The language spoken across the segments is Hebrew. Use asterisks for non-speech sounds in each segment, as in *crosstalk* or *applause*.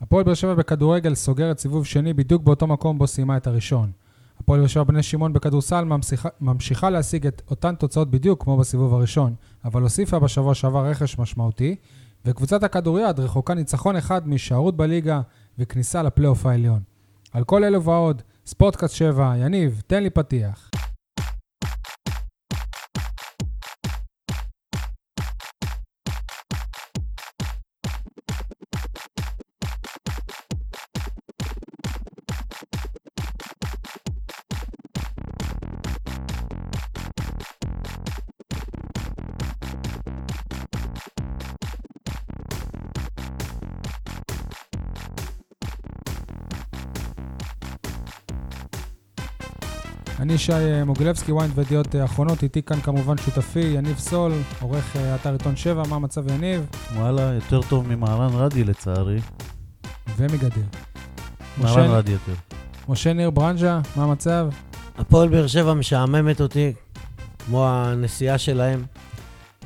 הפועל באר שבע בכדורגל סוגרת סיבוב שני בדיוק באותו מקום בו סיימה את הראשון. הפועל באר שבע בני שמעון בכדורסל ממשיכה, ממשיכה להשיג את אותן תוצאות בדיוק כמו בסיבוב הראשון, אבל הוסיפה בשבוע שעבר רכש משמעותי, וקבוצת הכדוריד רחוקה ניצחון אחד מהישארות בליגה וכניסה לפלייאוף העליון. על כל אלו ועוד, ספורטקאסט 7, יניב, תן לי פתיח. אני שי אה, מוגילבסקי, ויינד וידיעות אה, אחרונות, איתי כאן כמובן שותפי יניב סול, עורך אה, אתר עיתון 7, מה המצב יניב? וואלה, יותר טוב ממהרן רדי לצערי. ומגדיר. מהרן משה- רדי יותר. משה ניר ברנז'ה, מה המצב? הפועל באר שבע משעממת אותי, כמו הנסיעה שלהם,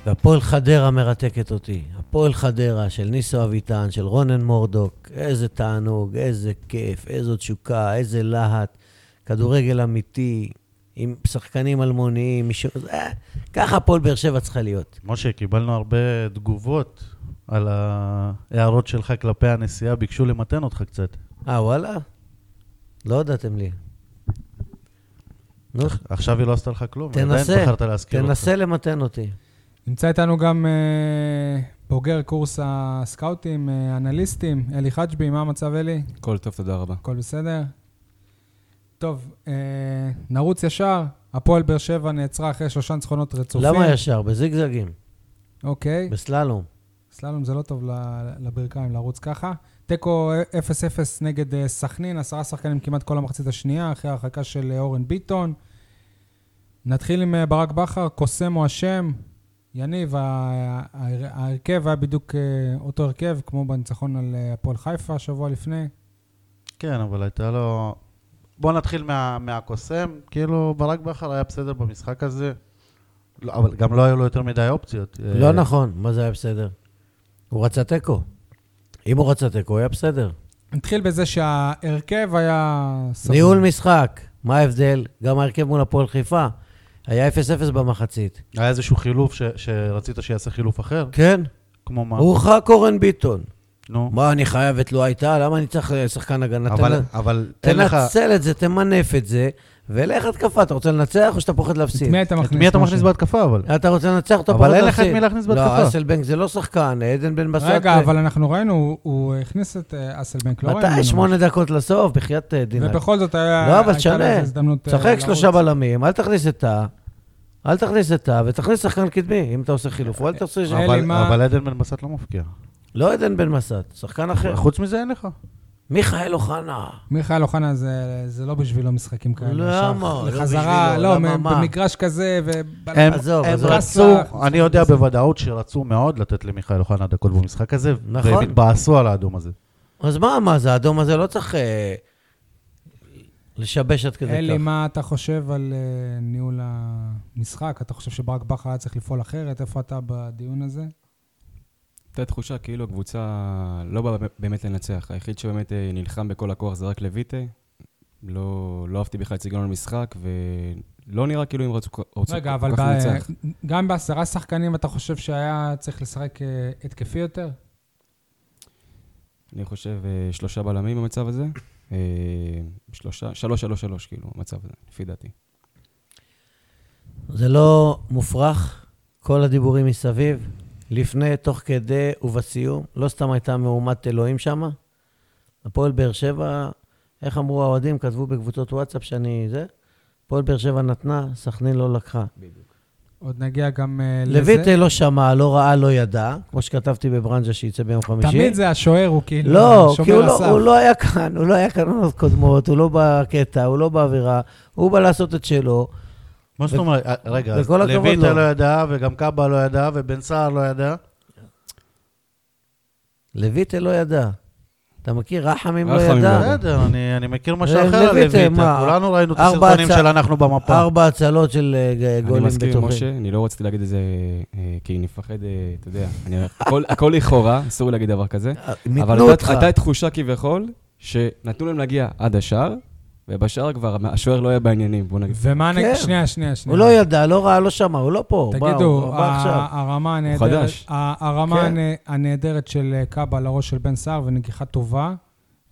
והפועל חדרה מרתקת אותי. הפועל חדרה של ניסו אביטן, של רונן מורדוק, איזה תענוג, איזה כיף, איזו תשוקה, איזה להט. כדורגל אמיתי, עם שחקנים אלמוניים, מישהו... אה, ככה הפועל באר שבע צריכה להיות. משה, קיבלנו הרבה תגובות על ההערות שלך כלפי הנסיעה, ביקשו למתן אותך קצת. אה, וואלה? לא הודעתם לי. נו, עכשיו היא לא עשתה לך כלום, תנסה, עדיין בחרת להזכיר אותה. תנסה למתן אותי. נמצא איתנו גם אה, בוגר קורס הסקאוטים, אה, אנליסטים, אלי חג'בי, מה המצב אלי? כל טוב, תודה רבה. הכל בסדר? טוב, אה, נרוץ ישר, הפועל באר שבע נעצרה אחרי שלושה ניצחונות רצופים. למה ישר? בזיגזגים, אוקיי, בסללום. סללום זה לא טוב ל- לברכיים לרוץ ככה. תיקו 0-0 נגד אה, סכנין, עשרה שחקנים כמעט כל המחצית השנייה, אחרי ההרחקה של אה, אורן ביטון. נתחיל עם אה, ברק בכר, קוסם הוא אשם. יניב, ה- ה- ההרכב היה בדיוק אה, אותו הרכב, כמו בניצחון על אה, הפועל חיפה שבוע לפני. כן, אבל הייתה לו... בוא נתחיל מה, מהקוסם, כאילו ברק בכר היה בסדר במשחק הזה, לא, אבל גם לא היו לו יותר מדי אופציות. לא אה, נכון, מה זה היה בסדר? הוא רצה תיקו. אם הוא רצה תיקו, הוא היה בסדר. נתחיל בזה שההרכב היה... סביר. ניהול משחק, מה ההבדל? גם ההרכב מול הפועל חיפה היה 0-0 במחצית. אה, היה איזשהו חילוף ש, שרצית שיעשה חילוף אחר? כן, כמו מה? הורחק אורן ביטון. נו. מה, אני חייב את לא הייתה? למה אני צריך אה, שחקן הגנה? אבל, תנ- אבל אין לך... תנצל את זה, תמנף את זה, ולך התקפה. אתה רוצה לנצח או שאתה פוחד את להפסיד? מי היית מכניס? את מי אתה משה? מכניס בהתקפה אבל? אתה רוצה לנצח, אתה אבל פוחד אין להפסיד. לך את מי להכניס בהתקפה. לא, אסלבנק זה לא שחקן, עדן בן בסט. רגע, אה, אבל אנחנו ראינו, הוא- הוא הכניס את אה, אסלבנק, לא ראינו. מתי? ממש. שמונה דקות לסוף, בחייאת אה, דינק. ובכל זאת היה... לא, הייתה אבל לו תשנה. איזו הזדמנות, אה, תשחק לרוץ. שלושה בלמים, אל תכניס את ה... אל תכניס את ה... ותכניס שחקן קדמי, אם אתה עושה חילוף. או אל תעשה... ש- אלי, אבל- מה- אבל עדן בן בסט לא מפקיע. לא עדן בן מסת, שחקן אחר. חוץ מזה אין לך. מיכאל אוחנה. מיכאל אוחנה זה, זה לא בשבילו משחקים כאלה. למה? שח- לא לחזרה, בשבילו, לא, למה, מ- מה? במגרש כזה, ו... הם, עזוב, הם עזוב. רצו, קסה, אני יודע בוודאות שרצו מאוד לתת למיכאל אוחנה דקות במשחק הזה, נכון. והם התבאסו על האדום הזה. אז מה, מה זה, האדום הזה לא צריך אה, לשבש עד כדי אלי, כך. מה אתה חושב על אה, ניהול המשחק? אתה חושב שברק בכר היה צריך לפעול אחרת? איפה אתה בדיון הזה? הייתה תחושה כאילו הקבוצה לא באה באמת לנצח. היחיד שבאמת אה, נלחם בכל הכוח זה רק לויטה. לא, לא אהבתי בכלל את סגנון המשחק, ולא נראה כאילו הם רצו כל- רצו רגע, כל אבל כך ב- לנצח. גם בעשרה שחקנים אתה חושב שהיה צריך לשחק אה, התקפי יותר? אני חושב אה, שלושה בלמים במצב הזה. אה, שלושה, שלוש, שלוש, שלוש, כאילו, המצב הזה, לפי דעתי. זה לא מופרך, כל הדיבורים מסביב, לפני, תוך כדי ובסיום. לא סתם הייתה מהומת אלוהים שמה. הפועל באר שבע, איך אמרו האוהדים, כתבו בקבוצות וואטסאפ שאני זה, הפועל באר שבע נתנה, סכנין לא לקחה. עוד נגיע גם אה, לזה. לויטה לא שמע, לא ראה, לא ידע, כמו שכתבתי בברנז'ה שיצא ביום חמישי. תמיד זה השוער, הוא כאילו לא, כי שומר הוא לא, הסף. הוא לא היה כאן, הוא לא היה כאן עונות קודמות, הוא לא בקטע, הוא לא באווירה, הוא בא לעשות את שלו. מה זאת אומרת? אה, רגע, אז וכל הכבוד לויטה לו. לא ידע, וגם קאבה לא ידע, ובן סער לא ידע. לויטה לא אה, ידע. אתה מכיר? רחמים לא רחמים לא ידע. ידע. בסדר, אני אני מכיר משהו אה, אחר על לויטה, לויטה. מה? כולנו ראינו את ארבע הסרטונים הצ- של אנחנו במפה. ארבע הצלות של אה, ג- אני גולים מסכים עם בטוחים. משה, אני לא רציתי להגיד את זה אה, כי מפחד, אה, אתה יודע, אני- הכל- הכל לכאורה, אסור לי להגיד דבר כזה. אה, אבל מיתנו הייתה- אותך. הייתה תחושה כביכול, שנתנו להם להגיע עד השער, ובשער כבר השוער לא היה בעניינים, בוא נגיד. ומה נגיד? כן. שנייה, שנייה, שנייה. הוא לא ידע, לא ראה, לא שמע, הוא לא פה. הוא בא, הוא תגידו, בא עכשיו. ה- הרמה הוא הנהדרת, חדש. ה- הרמה כן. הנ- הנהדרת של אה, קאבה על הראש של בן סער ונגיחה טובה,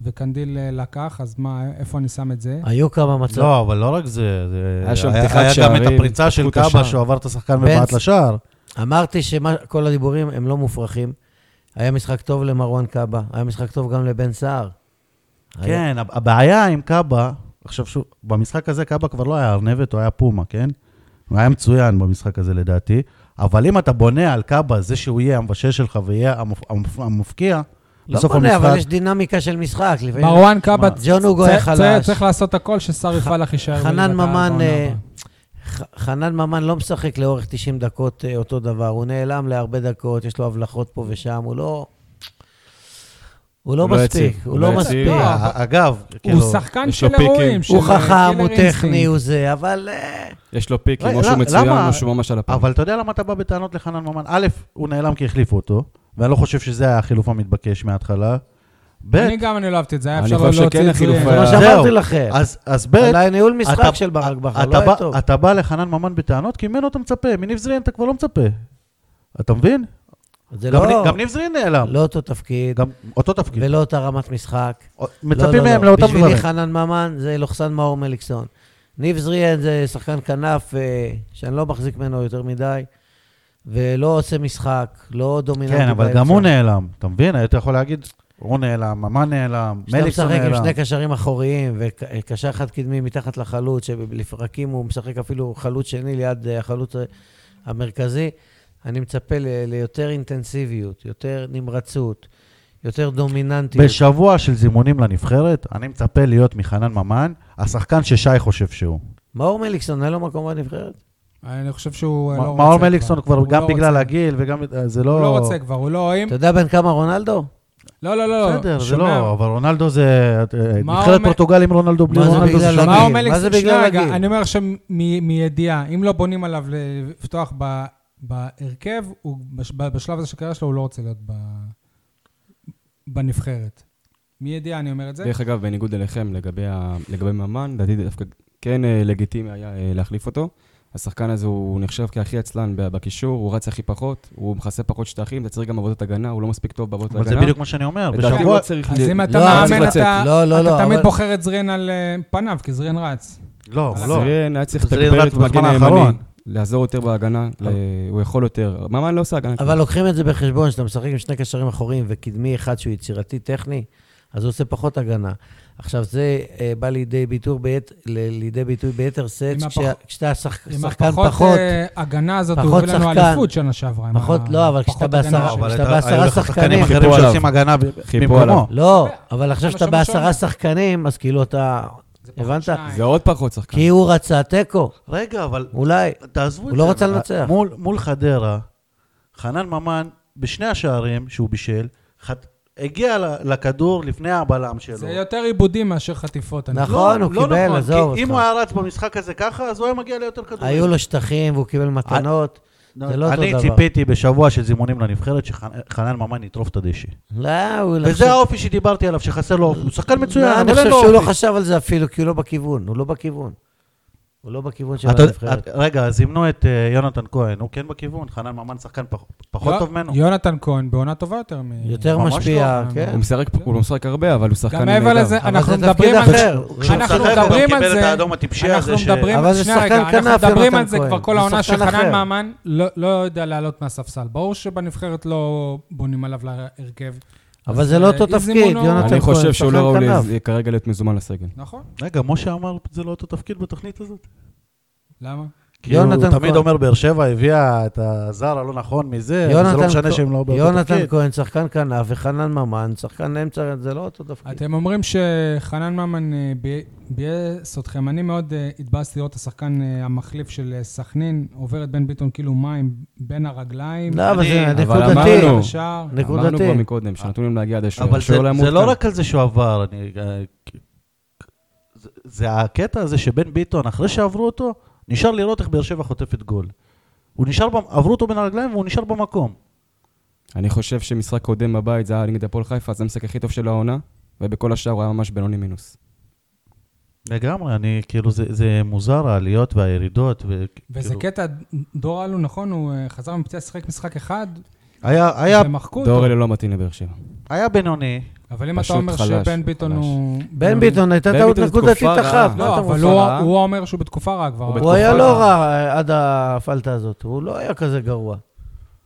וקנדיל אה, לקח, אז מה, איפה אני שם את זה? היו כמה מצבים. לא, אבל לא רק זה, זה- היה שם פתיחת היה גם את שערים, הפריצה של פתחו את קאבה השער. שהוא עבר את השחקן בן- ובעט לשער. אמרתי שכל הדיבורים הם לא מופרכים. היה משחק טוב למרואן קאבה, היה משחק טוב גם לבן סער. היה- כן, הב- הבעיה עם קאבה, עכשיו שוב, במשחק הזה קאבה כבר לא היה ארנבת, הוא היה פומה, כן? הוא היה מצוין במשחק הזה לדעתי, אבל אם אתה בונה על קאבה, זה שהוא יהיה המבשל שלך ויהיה המופ- המופ- המופקיע, לא בסוף בונה, אבל המשחק, יש דינמיקה של משחק. לפעמים- מרואן קאבה מה? אה, ג'ון הוגו היה צריך- צריך- חלש. צריך לעשות הכל ששר יפלח יישאר. חנן בליגת העל ממן, בעונה אה, הבאה. ח- חנן ממן לא משחק לאורך 90 דקות אה, אותו דבר, הוא נעלם להרבה דקות, יש לו הבלחות פה ושם, הוא לא... הוא לא הוא לא מספיק, יציב, הוא לא מספיק. יציב. לא, אה, אגב, כאילו, הוא שחקן יש לו של אירועים. פיקים. של, הוא אה, חכם, קילר הוא טכני, אינסטינקט. הוא זה, אבל... אה, יש לו פיקים, רגע, או שהוא למה- מצוין, למה- או שהוא ממש על הפעם. אבל אתה יודע למה אתה בא בטענות לחנן ממן? א', הוא נעלם כי החליפו אותו, ואני לא חושב שזה היה החילוף המתבקש מההתחלה. ב', אני גם אני לא אהבתי את זה, היה אני אפשר חושב להוציא את זה. שכן החילוף זה מה זהו. שאמרתי לכם. אז- אז ב', על הניהול משחק אה, אתה- של ברק בכר, אתה לא בא- היה טוב. אתה בא לחנן ממן בטענות, כי ממנו אתה מצפה, מניב זרין אתה כבר לא מצפה. אתה מבין? זה גם לא ני- גם ניב זרין נעלם. לא אותו תפקיד, גם אותו תפקיד. ולא אותה רמת משחק. לא, מצפים לא, מהם לא. לאותם דברים. בשבילי חנן ממן זה לוחסן מאור מליקסון. ניב זריאן זה שחקן כנף אה, שאני לא מחזיק ממנו יותר מדי, ולא עושה משחק, לא דומיננטי. כן, אבל באמצע. גם הוא נעלם. אתה מבין? היית יכול להגיד, הוא נעלם, ממן נעלם, כשאתה מליקסון משחק עם נעלם. שני קשרים אחוריים וקשר אחד קדמי מתחת לחלוץ, שלפרקים הוא משחק אפילו חלוץ שני ליד אה, החלוץ אה, המרכזי, אני מצפה ל- ליותר אינטנסיביות, יותר נמרצות, יותר דומיננטיות. בשבוע של זימונים לנבחרת, אני מצפה להיות מחנן ממן, השחקן ששי חושב שהוא. מאור מליקסון, אין לו מקום בנבחרת? אני חושב שהוא אה, לא מ- רוצה מאור מליקסון כבר, הוא גם לא בגלל רוצה. הגיל וגם... אה, זה לא... הוא לא רוצה כבר, הוא לא... אם- אתה יודע בן כמה רונלדו? לא, לא, לא. בסדר, זה שומע? לא, אבל רונלדו זה... אה, אה, מה נבחרת אומר- פורטוגל עם רונלדו בלי מה זה רונלדו זה בגלל שונה. מה הגיל? אומר לי, לא מה זה בגלל שנייה רגע, הגיל? אני אומר עכשיו מ- מידיעה, אם לא בונים עליו ל- לפתוח ב- בהרכב, הוא בש- ב- בשלב הזה של הקריירה שלו הוא לא רוצה להיות ב- בנבחרת. מידיעה אני אומר את זה. דרך אגב, בניגוד אליכם, לגבי ה- לגבי ממן, לדעתי זה דווקא כן אה, לגיטימי היה אה, להחליף אותו. השחקן הזה הוא נחשב כהכי עצלן ב- בקישור, הוא רץ הכי פחות, הוא מכסה פחות שטחים, אתה צריך גם עבודת הגנה, הוא לא מספיק טוב בעבודת אבל הגנה. זה בדיוק מה שאני אומר. לדעתי בשבוע... לא צריך... אז ל- אם אתה לא, מאמן, צריך מאמן, לצאת. אתה לא, לא, לא, אתה תמיד אבל- בוחר את זריאן על אה, פניו, כי זריאן רץ. לא, אז לא. זריאן היה צריך זריאן לתגבר רק את בזמן מגן האחרון. הימני, לעזור יותר בהגנה, ל- הוא יכול יותר. ממן לא עושה הגנה. אבל לוקחים את זה בחשבון, שאתה משחק עם שני קשרים אחוריים וקדמי אחד שהוא יצירתי טכני, אז הוא עושה פחות הגנה. עכשיו, זה אה, בא לידי ביטוי, בית, ל- לידי ביטוי ביתר סט, עם כשה- הפח- כשאתה שחק- עם שחקן הפחות, פחות, אה, הגנה הזאת, הוא פחות הביא לנו שחקן. אליפות שנה שעברה. עם פחות- ה- לא, אבל פחות כשאתה הגנה בעשרה- שלו. לא, אבל כשאתה אתה- בעשרה היו לך שחקנים. שחקנים אחרים חיפו עליו. שעושים הגנה ב- חיפו במקומו. עליו. לא, בסדר, אבל עכשיו זה מה שאני שאתה שומע. בעשרה שחקנים, אז כאילו אתה... זה פחות הבנת? שניים. זה עוד פחות שחקן. כי הוא רצה תיקו, רגע, אבל אולי. תעזבו הוא את זה. לא רצה לנצח. מול, מול חדרה, חנן ממן, בשני השערים שהוא בישל, חט... הגיע ל- לכדור לפני הבלם שלו. זה יותר עיבודים מאשר חטיפות. אני נכון. חושב. הוא קיבל, נכון, עזוב כי אם אותך. הוא היה רץ במשחק הזה ככה, אז הוא היה מגיע ליותר לא, כדורים. היו לו שטחים והוא קיבל מתנות. זה לא אותו אני דבר. ציפיתי בשבוע של זימונים לנבחרת שחנן ממן יטרוף את הדשא. לא, הוא... וזה האופי שדיברתי עליו, שחסר לו, הוא שחקן מצוין, אני אבל אין חושב לו שהוא לא אופי. חשב על זה אפילו, כי הוא לא בכיוון, הוא לא בכיוון. הוא לא בכיוון של אתה- הנבחרת. את- רגע, אז זימנו את אה, יונתן כהן, הוא כן בכיוון, חנן ממן שחקן פח- פחות יו- טוב ממנו. לא- יונתן כהן בעונה טובה יותר מ... יותר ממש משפיע, לא, כן. הוא משחק, הוא לא משחק הרבה, אבל הוא שחקן גם מעבר נהדר. לזה, אבל אנחנו זה תפקיד מדברים על אחר. כשהוא אנחנו משחק, הוא מדברים על קיבל את זה, האדום הטיפשי אנחנו הזה ש... מדברים, אבל זה שנייה שחקן רגע, אנחנו כנף, מדברים יונתן על זה כהן. כבר כל זה העונה שחקן שחנן אחר. ממן לא לא יודע לעלות מהספסל. ברור שבנבחרת לא בונים עליו להרכב. אבל אז, זה לא אה, אותו אם תפקיד, זימונו- יונתן. אני חושב שהוא לא שחקן כנף. ראוי לז- כרגע להיות מזומן לסגל. נכון, רגע, משה אמר, זה לא אותו תפקיד בתוכנית הזאת? למה? כאילו, יונתן הוא תמיד כהן. אומר, באר שבע הביאה את הזר הלא נכון מזה, אבל זה יונתן לא משנה כ- שהם לא באותו יונתן תפקיד. כהן, שחקן כנף, וחנן ממן, שחקן אמצע, זה לא אותו תפקיד. אתם אומרים שחנן ממן אה, בי- ביאס אתכם. אני מאוד אה, התבאסתי לראות את השחקן אה, המחליף של אה, סכנין, עובר את בן ביטון כאילו מים בין הרגליים. לא, אבל זה אבל נקודתי. אמרנו. השער. אמרנו נקודתי. כבר מקודם, שנתנו להם להגיע עד השוער. אבל השוער היה זה, זה לא מעודכן. רק על זה שהוא עבר, אני... אה, זה, זה הקטע הזה שבן ביטון, אחרי שעברו אותו, נשאר לראות איך באר שבע חוטפת גול. הוא נשאר, במ- עברו אותו בין הרגליים והוא נשאר במקום. אני חושב שמשחק קודם בבית, זה היה נגד הפועל חיפה, זה המשחק הכי טוב של העונה, ובכל השאר הוא היה ממש בינוני מינוס. לגמרי, אני, כאילו, זה, זה מוזר, העליות והירידות. ו, וזה כן- כאילו, קטע, דור אלו, נכון, הוא אה, חזר מפציעה, שיחק משחק אחד, היה, היה, ומחקו אותו. דור אלה לא מתאים לבאר שבע. היה בינוני, אבל אם אתה פשוט אומר חלש, שבן ביטון חלש. הוא... בן ביטון הייתה בן טעות ביטון זה נקודתית תקופה רעה. אחת. מה לא, אתה אבל בתקופה הוא- רעה? הוא אומר שהוא בתקופה רעה כבר. הוא אבל- הוא היה בתקופה לא רעה. רע עד הפלטה הזאת, הוא לא היה כזה גרוע.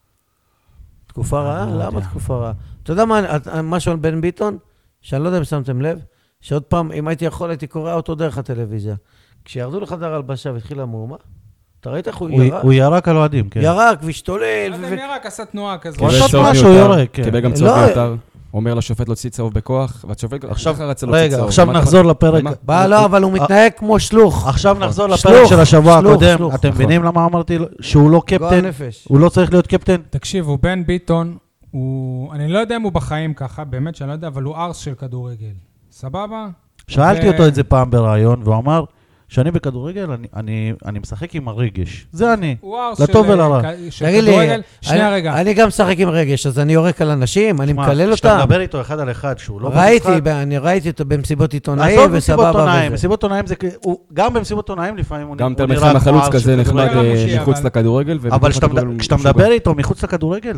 אה, תקופה רעה? לא למה יודע. תקופה רעה? אתה יודע מה, את- משהו על בן ביטון, שאני לא יודע אם שמתם לב, שעוד פעם, אם הייתי יכול, הייתי קורע אותו דרך הטלוויזיה. כשירדו לחדר הלבשה והתחילה מהומה, אתה ראית איך הוא הוא, ירק? הוא ירק על אוהדים, כן. ירק והשתולל. אז ו- הם רק עשה תנועה כזאת. הוא קיבל עשה צהוב משהו, מיותר, יורק, כן. קיבל גם לא, צהוב אה. מיותר, אומר לשופט להוציא צהוב בכוח, והשופט עכשיו- אחר רצה להוציא רגע, צהוב. עכשיו לא מה אתה- נחזור לפרק. מה? בא, לא, אבל הוא אה, מתנהג כמו שלוך. עכשיו נחזור שלוח, לפרק של השבוע שלוח, הקודם. שלוח. אתם נכון. מבינים למה אמרתי לו- שהוא לא גועל קפטן? נפש. הוא לא צריך להיות קפטן? תקשיבו, בן ביטון, הוא... אני לא יודע אם הוא בחיים ככה, באמת שאני לא יודע, אבל הוא ארס של כדורגל. סבבה? שאלתי ו- אותו את זה פעם בריאיון, והוא אמר שאני בכדורגל, אני- אני- אני משחק עם הרגש. זה אני. הוא ארס לטוב של, אה, ולרע. כ- של תגיד לי, כדורגל. שנייה אני- רגע. אני גם משחק עם רגש, אז אני יורק על אנשים, אני שמע, מקלל כשאתה אותם. מדבר איתו אחד על אחד, שהוא לא ראיתי, ב- אני ראיתי אותו במסיבות עיתונאים, עזוב מסיבות וסבבה עונאים, וזה. מסיבות עונאים זה, כ- הוא- גם במסיבות עונאים לפעמים הוא נ- גם הוא תלמיד נראה כמו חלוץ ארס של כזה נחמד כדורגל. כדורגל. אה, אנושי, מחוץ אבל- לכדורגל. ובתוך אבל כשאתה- הכדורגל הוא כשאתה משוגע. מדבר איתו מחוץ לכדורגל,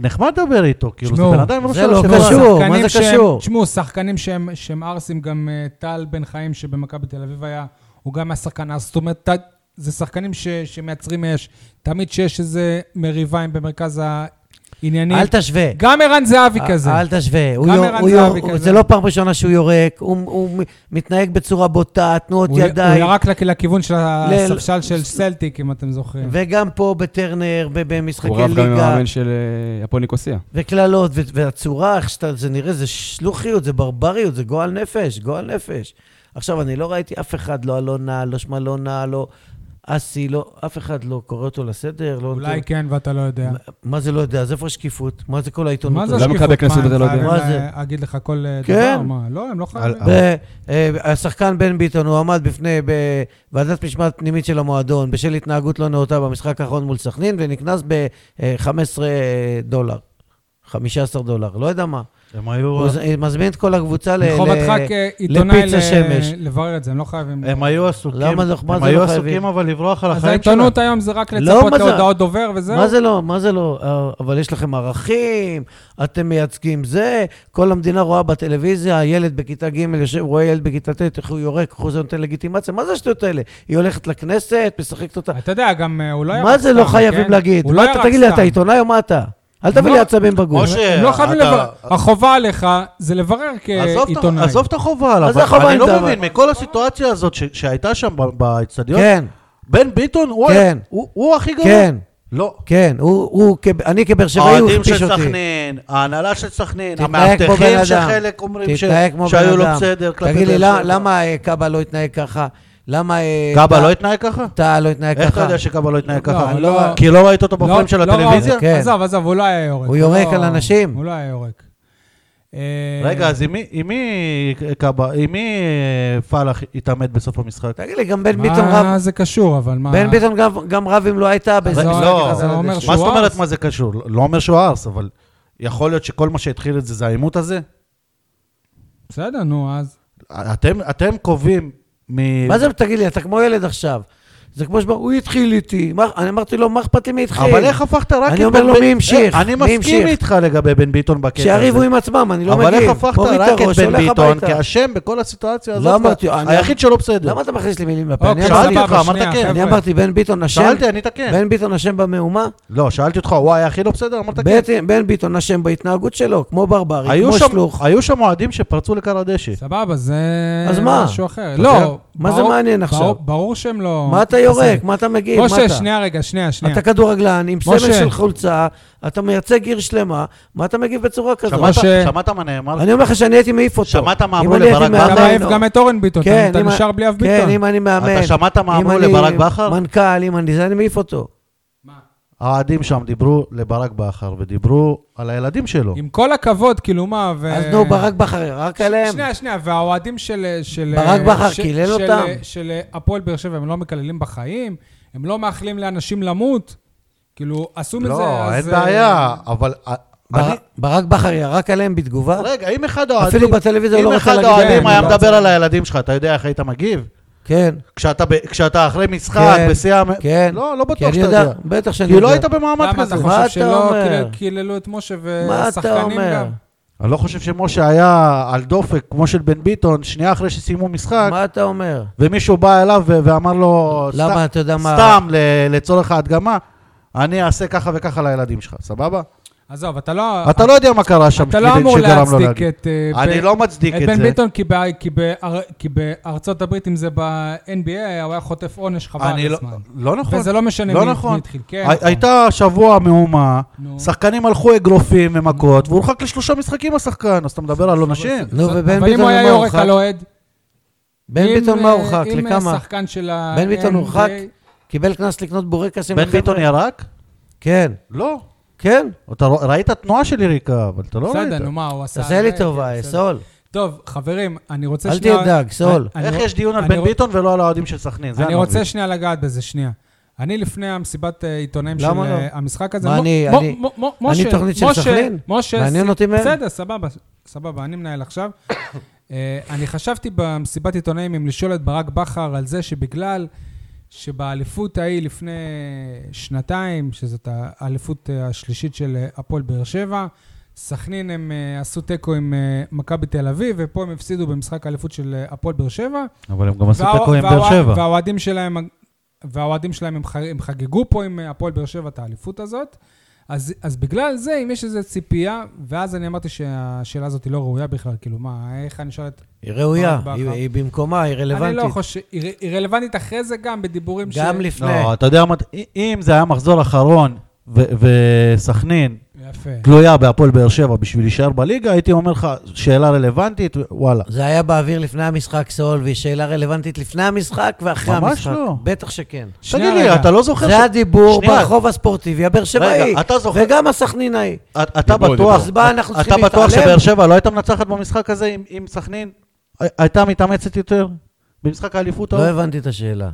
נחמד לדבר איתו, כאילו, זה תשמעו, בן אדם לא זה של לא החברה. קשור. מה שחקנים זה שהם- קשור? תשמעו, שחקנים שהם, שהם ארסים, גם אה, טל בן חיים שבמכבי תל אביב היה, הוא גם היה שחקן ארס. זאת אומרת, ת- זה שחקנים ש, שמייצרים אש. תמיד שיש איזה מריבה עם במרכז העניינים. אל תשווה. גם ערן זהבי אל- כזה. אל תשווה. הוא גם יור- ערן הוא יור- זהבי הוא- כזה. זה לא פעם ראשונה שהוא יורק, הוא- הוא מ- מתנהג בצורה בוטה, תנועות הוא הוא ידיים. ירק לכ- לכיוון של הספסל של ל- סלטיק, אם אתם זוכרים. וגם פה בטרנר, ב- במשחקי הוא רב גם עם ליגה, המאמן של אה, הפועל ניקוסיה. וקללות, ו- והצורה, איך שאתה- זה נראה, זה שלוחיות, זה ברבריות, זה גועל נפש, גועל נפש. עכשיו, אני לא ראיתי אף אחד, לא אלונה, לא שמלונה, לא אסי, לא, אף אחד לא קורא אותו לסדר. לא אולי כן ואתה לא יודע. מה זה לא יודע? אז איפה השקיפות? מה זה כל העיתונות? מה זה לא השקיפות? מקבל קנסות, מה, אתה לא הם יודע. חייבים מה זה? להגיד לך כל אה, כן. דבר? מה? לא, הם לא חייבים. על- ו- אה, השחקן בן ביטון, הוא עמד בפני ועדת משמעת פנימית של המועדון בשל התנהגות לא נאותה במשחק האחרון מול סכנין, ונקנס ב-15 דולר. 15 דולר, לא יודע מה. הם היו- הוא ז- מזמין את כל הקבוצה ל... מחובתך אה, ל- כעיתונאי לפיצה ל- שמש. לברר את זה, הם לא חייבים. הם היו עסוקים, למה זה- מה הם זה היו לא חייבים? עסוקים אבל לברוח על אז החיים שלהם. העיתונות היום זה רק לא, לצפות מה זה- להודעות דובר וזהו. מה זה לא? מה זה לא? אה, אבל יש לכם ערכים, אתם מייצגים זה, כל המדינה רואה בטלוויזיה, ילד בכיתה ג' יושב, רואה ילד בכיתה ט', איך הוא יורק, איך הוא זה נותן לגיטימציה, מה זה השטויות האלה? היא הולכת לכנסת, משחקת אותה. אתה יודע, גם אה, הוא לא ירק סתם. מה זה לא כן? חייבים להגיד? הוא מה לא אתה ירק תגיד לי, סתם. אתה עיתונאי או מה אתה? אל תביא לי לא. עצבים בגוף. משה, הם לא חייבים אה, אתה- לברר. החובה עליך זה לברר עזוב את- כעיתונאי. עזוב את החובה עליו. מה זה החובה אני לא אם אתה- מבין, מכל הסיטואציה הזאת ש- שהייתה שם ב- באצטדיון, כן, בן ביטון, הוא כן. היה- הוא הוא הכי גרוע. כן, לא. כן, הוא- הוא, כ- אני כבאר שבעי, הוא האוהדים הכפיש של אותי. סכנין, ההנהלה של סכנין, תתנהג כמו בן המאבטחים אדם. שחלק אומרים ש- תתנהג כמו בן שהיו לו אדם. בסדר כלפי תגיד באר לי, למה- שבע. למה אה, קאבה לא התנהג ככה? למה... אה, קאבה טאה- לא התנהג ככה? טאה לא התנהג ככה? איך אתה יודע שקאבה לא התנהג לא, ככה? לא. כי לא ראית אותו לא- בפריים של לא, הטלוויזיה? כן. כן. עזוב, עזוב, הוא לא היה יורק. הוא יורק לא- על אנשים. הוא לא היה יורק. אה, רגע, אז עם מי- עם מי קאבה, עם מי אה, פלאח התעמת בסוף המשחק? תגיד לי, גם בן ביטון מה רב... זה קשור, אבל מה... בן ביטון גם- גם רב אם לא הייתה בזה. זה לא, אומר- זה זה אומר שהוא מה זאת אומרת ארס. מה זה קשור? לא אומר שהוא ארס, אבל יכול להיות שכל מה שהתחיל את זה זה העימות הזה? בסדר, נו, אז... אתם, אתם קובעים מ... מה זה, תגיד לי, אתה כמו ילד עכשיו. זה כמו שבא, הוא התחיל איתי. מה- אני אמרתי לו, מה אכפת לי מי התחיל? אבל איך הפכת רק... אני את אומר בן לו, בן- מי המשיך? אני מי מסכים המשיך? איתך לגבי בן ביטון בקטע הזה. שיריבו עם עצמם, אני לא מגיב. אבל איך הפכת מוריד רק את הראש, בן הולך ביטון הביתה. כאשם בכל הסיטואציה הזאת? לא אמרתי, אני- היחיד שלא בסדר. למה אתה מכניס לי מילים לפה? לא. אוקיי, אני שאלתי אמרתי- סבבה, אותך, אמרת שנייה, כן. חבר'ה. אני אמרתי, בן ביטון אשם? שאלתי, ענית כן. בן ביטון אשם במהומה? לא, שאלתי אותך, הוא היה הכי לא בסדר? אמרת כן. בן- בן ביטון אשם בהתנהגות שלו, כמו ברברי, היו כמו שם- שלוך. היו שם אוהדים שפרצו לכר הדשא. סבבה, זה אז מה? משהו אחר. אתה יודע? לא, מה זה ברור- מעניין ברור- עכשיו? ברור שהם לא... מה אתה יורק? מה אתה מגיב? מה משה, אתה? שנייה רגע, שנייה, שנייה. אתה כדורגלן עם סמל משה. של חולצה, אתה מייצג עיר שלמה, מה אתה מגיב בצורה כזאת? שמעת- משה. שמעת מה נאמר? אני אומר לך שאני הייתי מעיף אותו. שמעת מה אם אמרו אני הייתי לברק אתה בכר? מאמן, מעיף לא. גם את אורן ביטון, כן, אתה אם ה- נשאר בלי אב כן, ביטון. אם אני מאמן. אתה שמעת מה אם אמרו אני לברק בכר? מנכ"ל, אם אני זה, אני מעיף אותו. האוהדים שם דיברו לברק בכר ודיברו על הילדים שלו. עם כל הכבוד, כאילו מה, ו... אז נו, ברק בכר רק עליהם. שנייה, שנייה, והאוהדים של... של אה, ברק בכר ש- קילל של- אותם. של אה, הפועל באר שבע, הם לא מקללים בחיים? הם לא מאחלים לאנשים למות? כאילו, עשו מזה, לא, אין אז... אה, בעיה, אבל... אה, אני- בר- ברק בכר ירק עליהם בתגובה? רגע, אם אחד האוהדים... אפילו בטלוויזיה הוא לא אם רוצה אחד להגיד, האוהדים כן, היה לא מדבר רוצה. על הילדים שלך, אתה יודע איך היית מגיב? כן, כשאתה ב- כשאתה אחרי משחק, כן, בשיא המ... כן. לא, לא כי בטוח אני שאתה יודע, יודע. בטח שאני כי יודע. לא היית במעמד למה אתה כזה. מה חושב אתה שלא אומר? קילל- קיללו את משה מה אתה ושחקנים אומר? גם? אני לא חושב שמשה היה על דופק כמו של בן ביטון, שנייה אחרי שסיימו משחק, מה אתה אומר? ומישהו בא אליו ו- ואמר לו, למה, "סת- אתה יודע מה... סתם, ל- לצורך ההדגמה, אני אעשה ככה וככה לילדים שלך, סבבה? עזוב, אתה לא... אתה לא יודע מה קרה שם, אתה לא כדי אמור שגרם לו להצדיק להגיד. את... אה, אני ב- לא מצדיק את את בן זה. ביטון, כי ב- כי באר- כי בארצות הברית, אם זה ב-NBA, הוא היה חוטף עונש חבל אני על לא- הזמן. לא נכון. וזה לא משנה לא מי- נכון. מי התחיל. כן, הי- נכון. הייתה שבוע מהומה, נו. שחקנים הלכו אגרופים ומכות, והוא הורחק לשלושה משחקים השחקן, אז אתה מדבר על עונשים? נו, ובן ביטון אבל אם הוא היה מה יורק הורחק? על אוהד... בן אם, ביטון מה אה, הורחק? אם לכמה? שחקן של ה... בן ביטון NBA, הורחק? קיבל קנס לקנות בורקס עם בן ביטון ירק? כן, לא. כן. אתה רוא- ראית תנועה של יריקה, אבל אתה לא בסדר, ראית. נו מה, הוא עשה... תעשה לי זה, טובה, כן, בסדר. סול. טוב, חברים, אני רוצה אל שנייה... תדאג, סול. אני- איך אני- יש דיון על אני בן רוצ- ביטון ולא על האוהדים של סכנין? זה אני רוצה מבין. שנייה לגעת בזה, שנייה. אני לפני המסיבת אה, עיתונאים של למה לא? אה, המשחק הזה... מה, מו- אני- מו- אני- מו- מו- אני משה- תוכנית של משה- סחלין? משה, מעניין ס- אותי מהם. בסדר, סבבה, סבבה, אני מנהל עכשיו. אה, אני חשבתי במסיבת עיתונאים אם לשאול את ברק בכר על זה שבגלל שבאליפות ההיא לפני שנתיים, שזאת האליפות אה, השלישית של אה, הפועל באר שבע, סכנין הם אה, עשו תיקו עם אה, מכבי תל אביב, ופה הם הפסידו במשחק האליפות של אה, הפועל באר שבע. אבל הם גם עשו והאוה- תיקו עם באר והאוה- שבע. והאוהדים שלהם, והאוהדים שלהם הם, חג, הם חגגו פה עם אה, הפועל באר שבע את האליפות הזאת. אז, אז בגלל זה, אם יש איזו ציפייה, ואז אני אמרתי שהשאלה הזאת היא לא ראויה בכלל, כאילו, מה, איך אני שואל את... היא ראויה, אה, ברק בכר. היא- היא במקומה, היא אני לא רלוונטית. חושב... היא ר- היא רלוונטית אחרי זה גם בדיבורים גם ש... לפני. לא, אתה יודע מה, אם זה היה מחזור אחרון ו- וסכנין יפה. תלויה בהפועל באר שבע בשביל להישאר בליגה, הייתי אומר לך, שאלה רלוונטית, וואלה. זה היה באוויר לפני המשחק, סול, והיא שאלה רלוונטית לפני המשחק ואחרי ממש המשחק. לא. בטח שכן. שנייה תגיד לי, רגע. אתה לא זוכר זה הדיבור שנייה. ברחוב הספורטיבי הבאר שבעי, רגע, אתה לא זוכר... וגם הסכנינאי. אתה- אתה דיברו, בטוח... אז מה, אנחנו אתה צריכים בטוח להתעלם? שבאר שבע לא הייתה מנצחת במשחק הזה עם- עם סכנין? הי- הייתה מתאמצת יותר? במשחק האליפות לא ההוא? הבנתי את השאלה.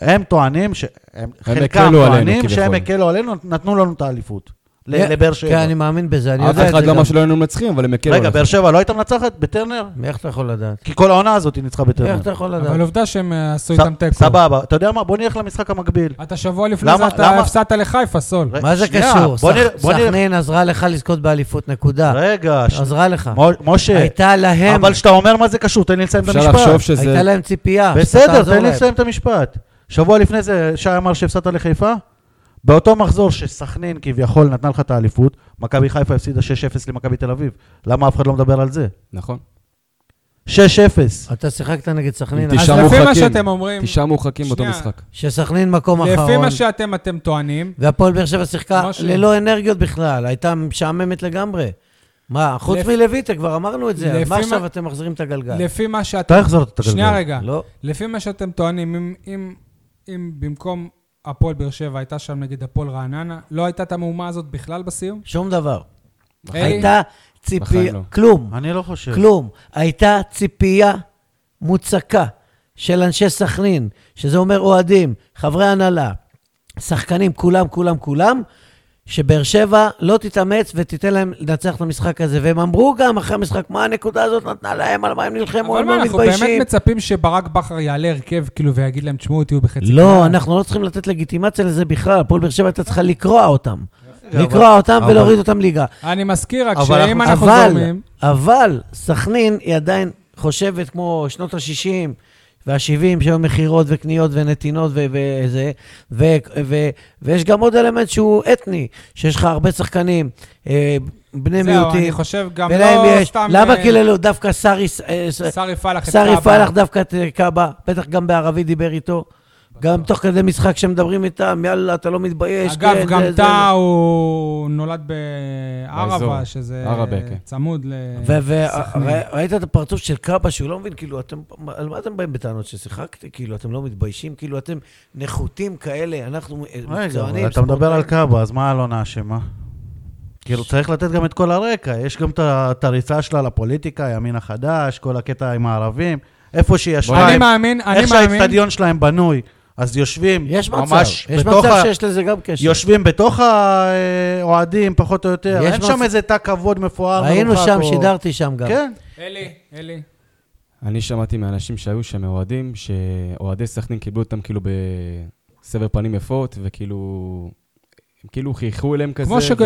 הם טוענים, ש- הם- חלקם הקלו עלינו, טוענים שהם כביכול. הקלו עלינו, נתנו לנו את האליפות. כן, ל- לבאר כן, שבע. אני מאמין בזה, אני יודע את זה אף גם. אחד לא אמר שלא היינו מנצחים, אבל הם הקלו רגע, עליך. באר שבע לא הייתה מנצחת בטרנר? מאיך אתה יכול לדעת? כי כל העונה הזאת היא ניצחה בטרנר. איך אתה יכול אבל לא- לדעת? עובדה שהם אה, עשו ס- איתם תיקו. סבבה, אתה יודע מה? בוא נלך למשחק המקביל. אתה שבוע לפני למה- זה, אתה למה- הפסדת לחיפה, סול. רגע, מה זה שנייה, קשור? בוא נראה- סכ- בוא נראה- סכנין עזרה לך לזכות באליפות, נקודה. רגע, שנייה. עזרה לך. מו- משה, הייתה להם, אבל כשאתה אומר מה זה קשור, תן לי לסיים את אפשר המשפט. לחשוב שזה... הייתה להם ציפייה. שאתה בסדר, אה, תעזור תן לי להם. לסיים את המשפט. שבוע לפני זה שי אמר שהפסדת לחיפה, באותו מחזור שסכנין כביכול נתנה לך את האליפות, מכבי חיפה הפסידה 6-0 למכבי תל אביב. למה אף אחד לא מדבר על זה? נכון. 6-0. אתה שיחקת נגד סכנין, עם אז תשעה לפי מה מורחקים. שאתם אומרים, תשעה מורחקים באותו שנייה. משחק. שסכנין מקום לפי אחרון, מה שאתם אתם טוענים, והפועל באר שבע שיחקה משה. ללא אנרגיות בכלל, הייתה משעממת לגמרי. מה, חוץ לפ- מלויטה, כבר אמרנו את זה, אז לפי מה מה- עכשיו אתם מחזירים את הגלגל? לפי מה שאתם... אתה החזרת את הגלגל. שנייה רגע. לא. לפי מה שאתם טוענים, אם, אם, אם במקום הפועל באר שבע הייתה שם נגד הפועל רעננה, לא הייתה את המהומה הזאת בכלל בסיום? שום דבר. היי, הייתה ציפייה, בחיים לא. כלום, אני לא כן. חושב. כלום. הייתה ציפייה מוצקה של אנשי סכנין, שזה אומר אוהדים, חברי הנהלה, שחקנים, כולם, כולם, כולם, שבאר שבע לא תתאמץ ותיתן להם לנצח את המשחק הזה. והם אמרו גם אחרי המשחק, מה הנקודה הזאת נתנה להם, על מה הם נלחמו, אבל על מה, מה הם אנחנו באמת מתביישים. מצפים שברק בכר יעלה הרכב, כאילו, ויגיד להם, תשמעו, תהיו בחצי לא, גמר"? אנחנו לא צריכים לתת לגיטימציה לזה בכלל. הפועל באר שבע הייתה צריכה לקרוע אותם. אבל- לקרוע אותם אבל- ולהוריד אותם ליגה. אני מזכיר רק אבל שאם אנחנו- אנחנו אבל, זורמים... אבל סכנין היא עדיין חושבת כמו שנות ה-60 וה-70, שהיו מכירות וקניות ונתינות ו- וזה, ו- ו- ויש גם עוד אלמנט שהוא אתני, שיש לך הרבה שחקנים, אה, בני זהו, אני מיעוטים, חושב גם ולהם לא יש. סתם... למה כאילו אה, קיללו דווקא סארי, אה, ס- שרי פלח את סארי סבא. פלח דווקא את אה, קאבה, בטח גם בערבית דיבר איתו, גם תוך כדי משחק שמדברים איתם, יאללה, אתה לא מתבייש. אגב, כן, גם זה- זה- טאה הוא נולד באזור. בערבה, שזה ערבה, כן. צמוד ל... סכנין. וראית אה, את הפרצוף של קאבה שהוא לא מבין, כאילו, אתם, על מה אתם באים בטענות ששיחקתי? כאילו, אתם לא מתביישים? כאילו, אתם נחותים כאלה, אנחנו אה, רגע, מקצוענים, אבל אתה מדבר על קאבה, אז מה אלונה אשמה? כאילו, צריך לתת גם את כל הרקע, יש גם את ה- את הריצה שלה לפוליטיקה, הימין החדש, כל הקטע עם הערבים, איפה שהיא ישבה, אני הם- מאמין, אני איך מאמין, שהאצטדיון שלהם בנוי, אז יושבים יש מצב, ממש יש בתוך מצב ה- שיש לזה גם קשר. יושבים בתוך האוהדים, פחות או יותר, יש אין מצב- שם איזה תא כבוד מפואר. היינו מרוחק שם, או- שידרתי שם גם. כן. אלי, אלי. אני שמעתי מאנשים שהיו שם מאוהדים, שאוהדי סכנין קיבלו אותם כאילו בסבר פנים יפות, וכאילו... הם כאילו חייכו אליהם כזה. כמו שכל...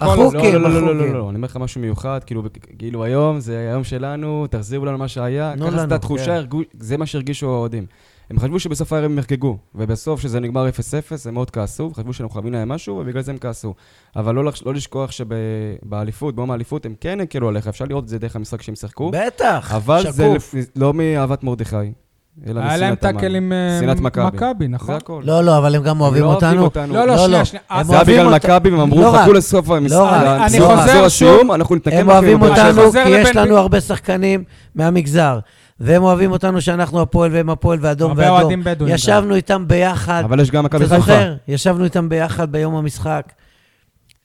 החוקים, לא, לא, לא, לא, לא, החוקים. לא, אני אומר לך משהו מיוחד, כאילו, כאילו היום זה היום שלנו, תחזירו לנו מה שהיה. תנו ככה לנו, זאת התחושה, כן. הרגו- זה מה שהרגישו האוהדים. הם חשבו שבסוף הערב הם יחגגו, ובסוף שזה נגמר 0-0, הם מאוד כעסו, חשבו שאנחנו חייבים להם משהו, ובגלל זה הם כעסו. אבל לא, לח- לא לשכוח שבאליפות, ביום האליפות, הם כן הקלו עליך, אפשר לראות את זה דרך המשחק שהם שיחקו. בטח, אבל זה שקוף. לפ- לא מאהבת מרדכי, אלא היה להם משנאת המן. טאקל עם אה, שנאת מכבי. מכבי, זה נכון? הכל. לא, לא, אבל הם גם אוהבים לא אוהבים אותנו. אותנו. לא, לא, לא, שנייה, לא. שנייה. הם אז- זה היה אוהבים בגלל אותה- מכבי, והם אמרו, לא רק. חכו לסוף המשחק. רק. לה- אני לחזור חוזר הסיום, שוב. אנחנו נתקן הם לכם אוהבים את מה אני אותנו חוזר כי יש לבן לנו ב- הרבה שחקנים מהמגזר, והם אוהבים אותנו שאנחנו הפועל והם הפועל ואדום הרבה ואדום. אוהדים בדואים גם. ישבנו איתם ביחד, אבל יש גם מכבי אתה חיפה. זוכר? ישבנו איתם ביחד ביום המשחק,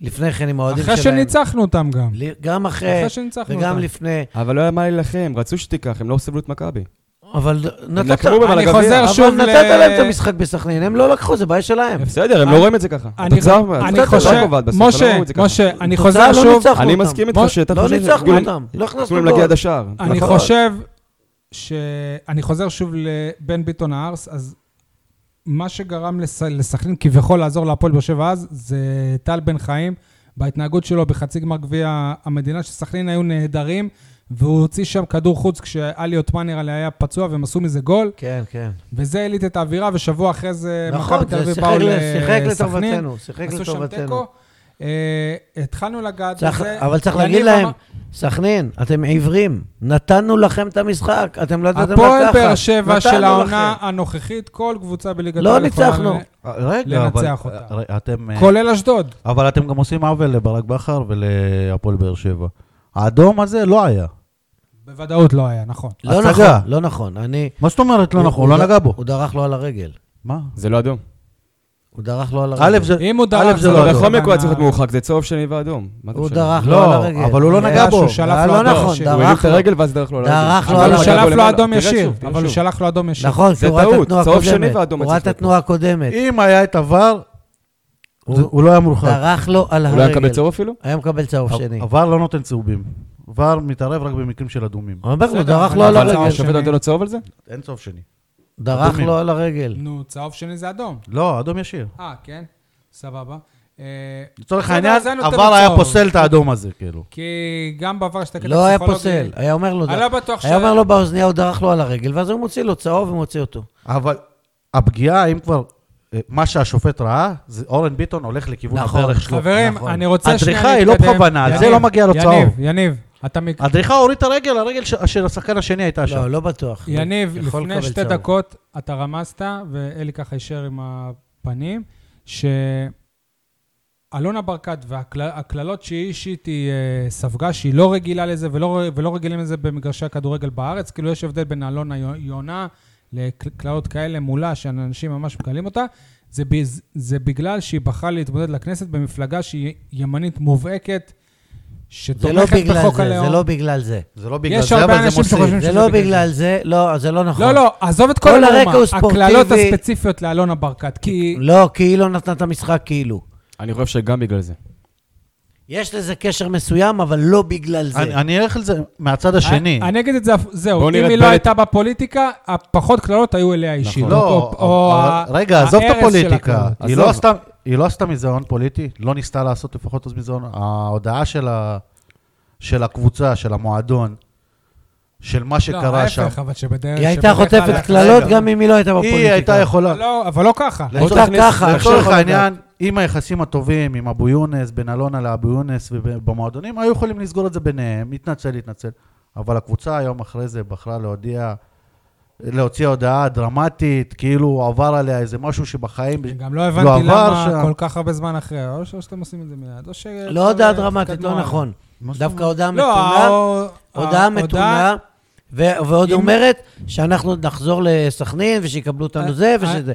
לפני כן עם האוהדים שלהם. אחרי שניצחנו אותם גם. ל- גם אחרי, אחרי שניצחנו וגם אותם. לפני, אבל לא היה מה להילחם, רצו שתיקח, הם לא סבלו את מכבי. אבל נתת, לקחו אבל אני הגביע. חוזר אבל שוב ל... נתת להם את המשחק בסכנין, הם לא לקחו, זה בעיה שלהם. בסדר, הם אני- לא רואים את זה ככה. אני- התוצאה- אני התוצאה לא חושב, קובעת בסוף, אבל לא משה, ראו את זה ככה. משה, אני התוצאה חוזר לא שוב, ניצחנו אני אותם. מסכים איתך מוש- שאתה לא חושב... ניצחנו אותם, לא הכנסנו תנו להם גול. להגיע עד השער. אני נכון. חושב ש... אני חוזר שוב לבן ביטון הארס, אז מה שגרם לס- לסכנין כביכול לעזור להפועל באר שבע אז, זה טל בן חיים, בהתנהגות שלו בחצי גמר גביע המדינה, שסכנין היו נהדרים, והוא הוציא שם כדור חוץ כשאלי עותמן נראה לי היה פצוע, והם עשו מזה גול, כן, כן. וזה העליט את האווירה, ושבוע אחרי זה נכון, אה, מכבי תל זה אביב שיחק באו ל- שיחק לסכנין. לטובתנו, שיחק עשו שם לטובתנו. תיקו. אה, התחלנו לגעת צריך- בזה. אבל צריך יניב להגיד להם, אמר- סכנין, אתם עיוורים, נתנו לכם את המשחק, אתם לא ידעתם לקחת. הפועל באר שבע נתנו של לכם. העונה הנוכחית, כל קבוצה בליגת לא העל יכולה ניצחנו. לנ- רגע, אבל... לנצח אותה. הרי אתם... אה, כולל אשדוד. אבל אתם גם עושים עוול לברק בכר ולהפועל באר שבע. האדום הזה לא היה. בוודאות לא היה, נכון. לא נכון, הצגה. לא נכון, אני... מה זאת אומרת לא הוא- נכון? הוא ד- לא נגע בו. הוא דרך לו על הרגל. מה? זה לא אדום. הוא דרך לו על הרגל. א', זה... אם הוא א', דרך, זה לא אבל אדום. בכל מקרה אבל- היה צריך להיות מורחק, זה צהוב שני ואדום. מה אתה הוא חושב? דרך לו לא, על הרגל. אבל הוא לא היה נגע בו. שהוא שלף היה לו לא אדום נכון, ישיר. הוא דרך הרים את לו. הרגל ואז דרך לו. על הרגל. דרך לו אבל על אבל הוא הרגל. נגע שלף לו בו למעלה. אדום תראה ישיר. שוב, תראה אבל הוא שוב. שלח לו אדום ישיר. נכון, כי זה הוא ראה את טעות, התנועה צהוב שני הקודמת. ואדום הוא ראה את אצלכם. התנועה נכון. הקודמת. אם היה את עבר, הוא- הוא לא היה מורחק. דרך לו על הוא לא היה מקבל הרגל. צהוב אפילו? היה מקבל צהוב שני. עבר לא נותן צהובים. עבר מתערב רק במקרים של אדומים. אני אומר, בסדר, הוא דרך אבל- לו על אבל- אבל צהוב לא הרגל. השופט שני. נותן לו צהוב על זה? אין צהוב שני. דרך אדומים. לו על הרגל. נו, צהוב שני זה אדום. לא, אדום ישיר. אה, כן? סבבה. אה, לצורך בסדר, העניין, אז היה נותן לו עבר היה צהוב. פוסל את האדום הזה, כאילו. כי גם בעבר יש את הקטע לא היה הפסיכולוגי. פוסל, היה אומר לו, אני לא בטוח ש- היה אומר לו באוזנייה, הוא דרך לו על הרגל, ואז הוא מוציא לו צהוב ומוציא אותו. אבל הפגיעה, אם כבר, אה, מה שהשופט ראה, זה אורן ביטון הולך לכיוון נכון, הברך שלו. חברים, נכון. אני רוצה שנייה הדריכה היא לא להתקדם. בכוונה, על זה יניב, לא מגיע לו צהוב. יניב, יניב, אתה מק- הדריכה הוריד את הרגל, הרגל ש- של השחקן השני הייתה שם. לא, לא בטוח. יניב, יכול לפני לקבל שתי צהוב. דקות אתה רמזת, ואלי ככה אישר עם הפנים, שאלונה ברקת והקללות שהיא אישית היא אה, ספגה, שהיא לא רגילה לזה ולא, ולא רגילים לזה במגרשי הכדורגל בארץ, כאילו יש הבדל בין אלונה יו- יונה לקללות כאלה מולה, שאנשים ממש מקללים אותה. זה, בז- זה בגלל שהיא בחרה להתמודד לכנסת במפלגה שהיא ימנית מובהקת, זה לא שתומכת בגלל בחוק זה, הלאום. זה לא בגלל זה. זה לא בגלל יש זה, הרבה אבל זה אנשים מוסיף. שחושבים זה שזה לא בגלל בגלל זה, לא, זה לא נכון. לא, לא, עזוב את כל כל הרקע המהומה. הוא ספורטיבי. הקללות הספציפיות לאלונה ברקת, כי... לא, כי היא לא נתנה את המשחק כאילו. אני חושב שגם בגלל זה. יש לזה קשר מסוים, אבל לא בגלל זה. אני אני אלך לזה מהצד השני. אני אגיד את זה, זהו, בוא אם נראה היא לא את בנט. נכון. הייתה בפוליטיקה, הפחות קללות היו אליה אישית. לא, או- או אבל- ה- רגע, עזוב את ההרס של הפוליטיקה. הקללות. היא עזוב. לא עשתה- היא לא עשתה מזה הון פוליטי, לא ניסתה לעשות לפחות אז מזה הון. ההודעה של ה- של הקבוצה, של המועדון, של מה לא, שקרה שם, ההפך, אבל שבדרך... היא הייתה שבדרך כלל- חוטפת קללות רגע. גם אם היא לא הייתה בפוליטיקה. היא הייתה יכולה... לא, אבל לא ככה. הייתה לצורך- ככה, איך לצורך יכול העניין, עם היחסים הטובים, עם אבו יונס, בין אלונה לאבו יונס ובמועדונים, היו יכולים לסגור את זה ביניהם, התנצל, התנצל. אבל הקבוצה היום אחרי זה בחרה להודיע להוציא הודעה דרמטית, כאילו עבר עליה איזה משהו שבחיים... אני גם לא הבנתי עבר למה שם. כל כך הרבה זמן אחרי, או שאתם עושים את זה מיד, או ש... לא הודעה דרמטית, לא נכון. מה זאת דווקא הודעה לא, מתונה, הא- הודעה ההודעה- מתונה, ו- ועוד אם- אומרת שאנחנו עוד נחזור לסכנין ושיקבלו אה, אותנו זה אה, ושזה.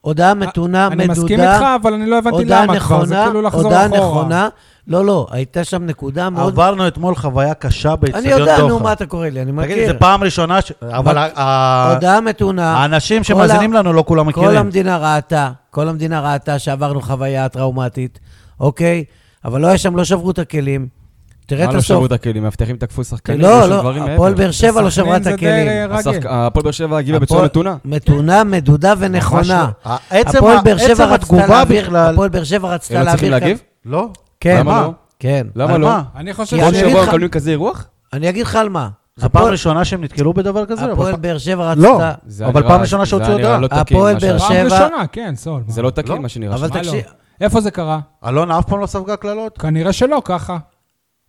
הודעה מתונה, אני מסכים איתך, מדודה, אבל אני לא הבנתי הודעה למה כבר, זה נכונה, כאילו לחזור אחורה. הודעה נכונה. לא, לא, הייתה שם נקודה מאוד... עברנו אתמול חוויה קשה באצטדיון אני דוחה. יודע, נו, מה אתה קורא לי? אני תגיד, מכיר. זו פעם ראשונה ש... אבל ה- ה- הודעה אה, מתונה, האנשים כל שמאזינים ה- לנו לא כולם כל מכירים. המדינה ראתה, כל המדינה ראתה שעברנו חוויה טראומטית, אוקיי? אבל לא היה שם, לא שברו את הכלים. תראה מה את לא הסוף. שברו את הכלים? מאבטחים תקפו שחקנים? לא, יש שם לא, דברים מעבר. הפועל באר שבע לא בסכנין שברה את זה הכלים. די אה, השחק- רגל. הפועל באר שבע הגיבה בצורה הפועל- מתונה. מתונה, מדודה ממש ונכונה. לא. ה- עצם הפועל ה- באר שבע עצם רצתה התגובה להעביר- בכלל... הפועל באר שבע רצתה הם להעביר... לא צריכים להגיב? לא? כן. למה לא? כן. למה על לא? מה? אני חושב כי כל אני אגיד שבוע לך- מקבלים כזה אירוח? אני אגיד לך על מה. זו פעם הפועל- ראשונה שהם נתקלו בדבר כזה? אבל הפועל פ- באר שבע לא, רצתה... זה אבל נראה- פעם ראשונה זה שהוציאו נראה הודעה. לא תקין, הפועל מה באר שהיה. פעם שבע- ראשונה, כן, סול. מה? זה לא תקין לא? מה שנראה. אבל מה לא? תקשיב, איפה זה קרה? אלונה אף פעם לא ספגה קללות? כנראה שלא ככה.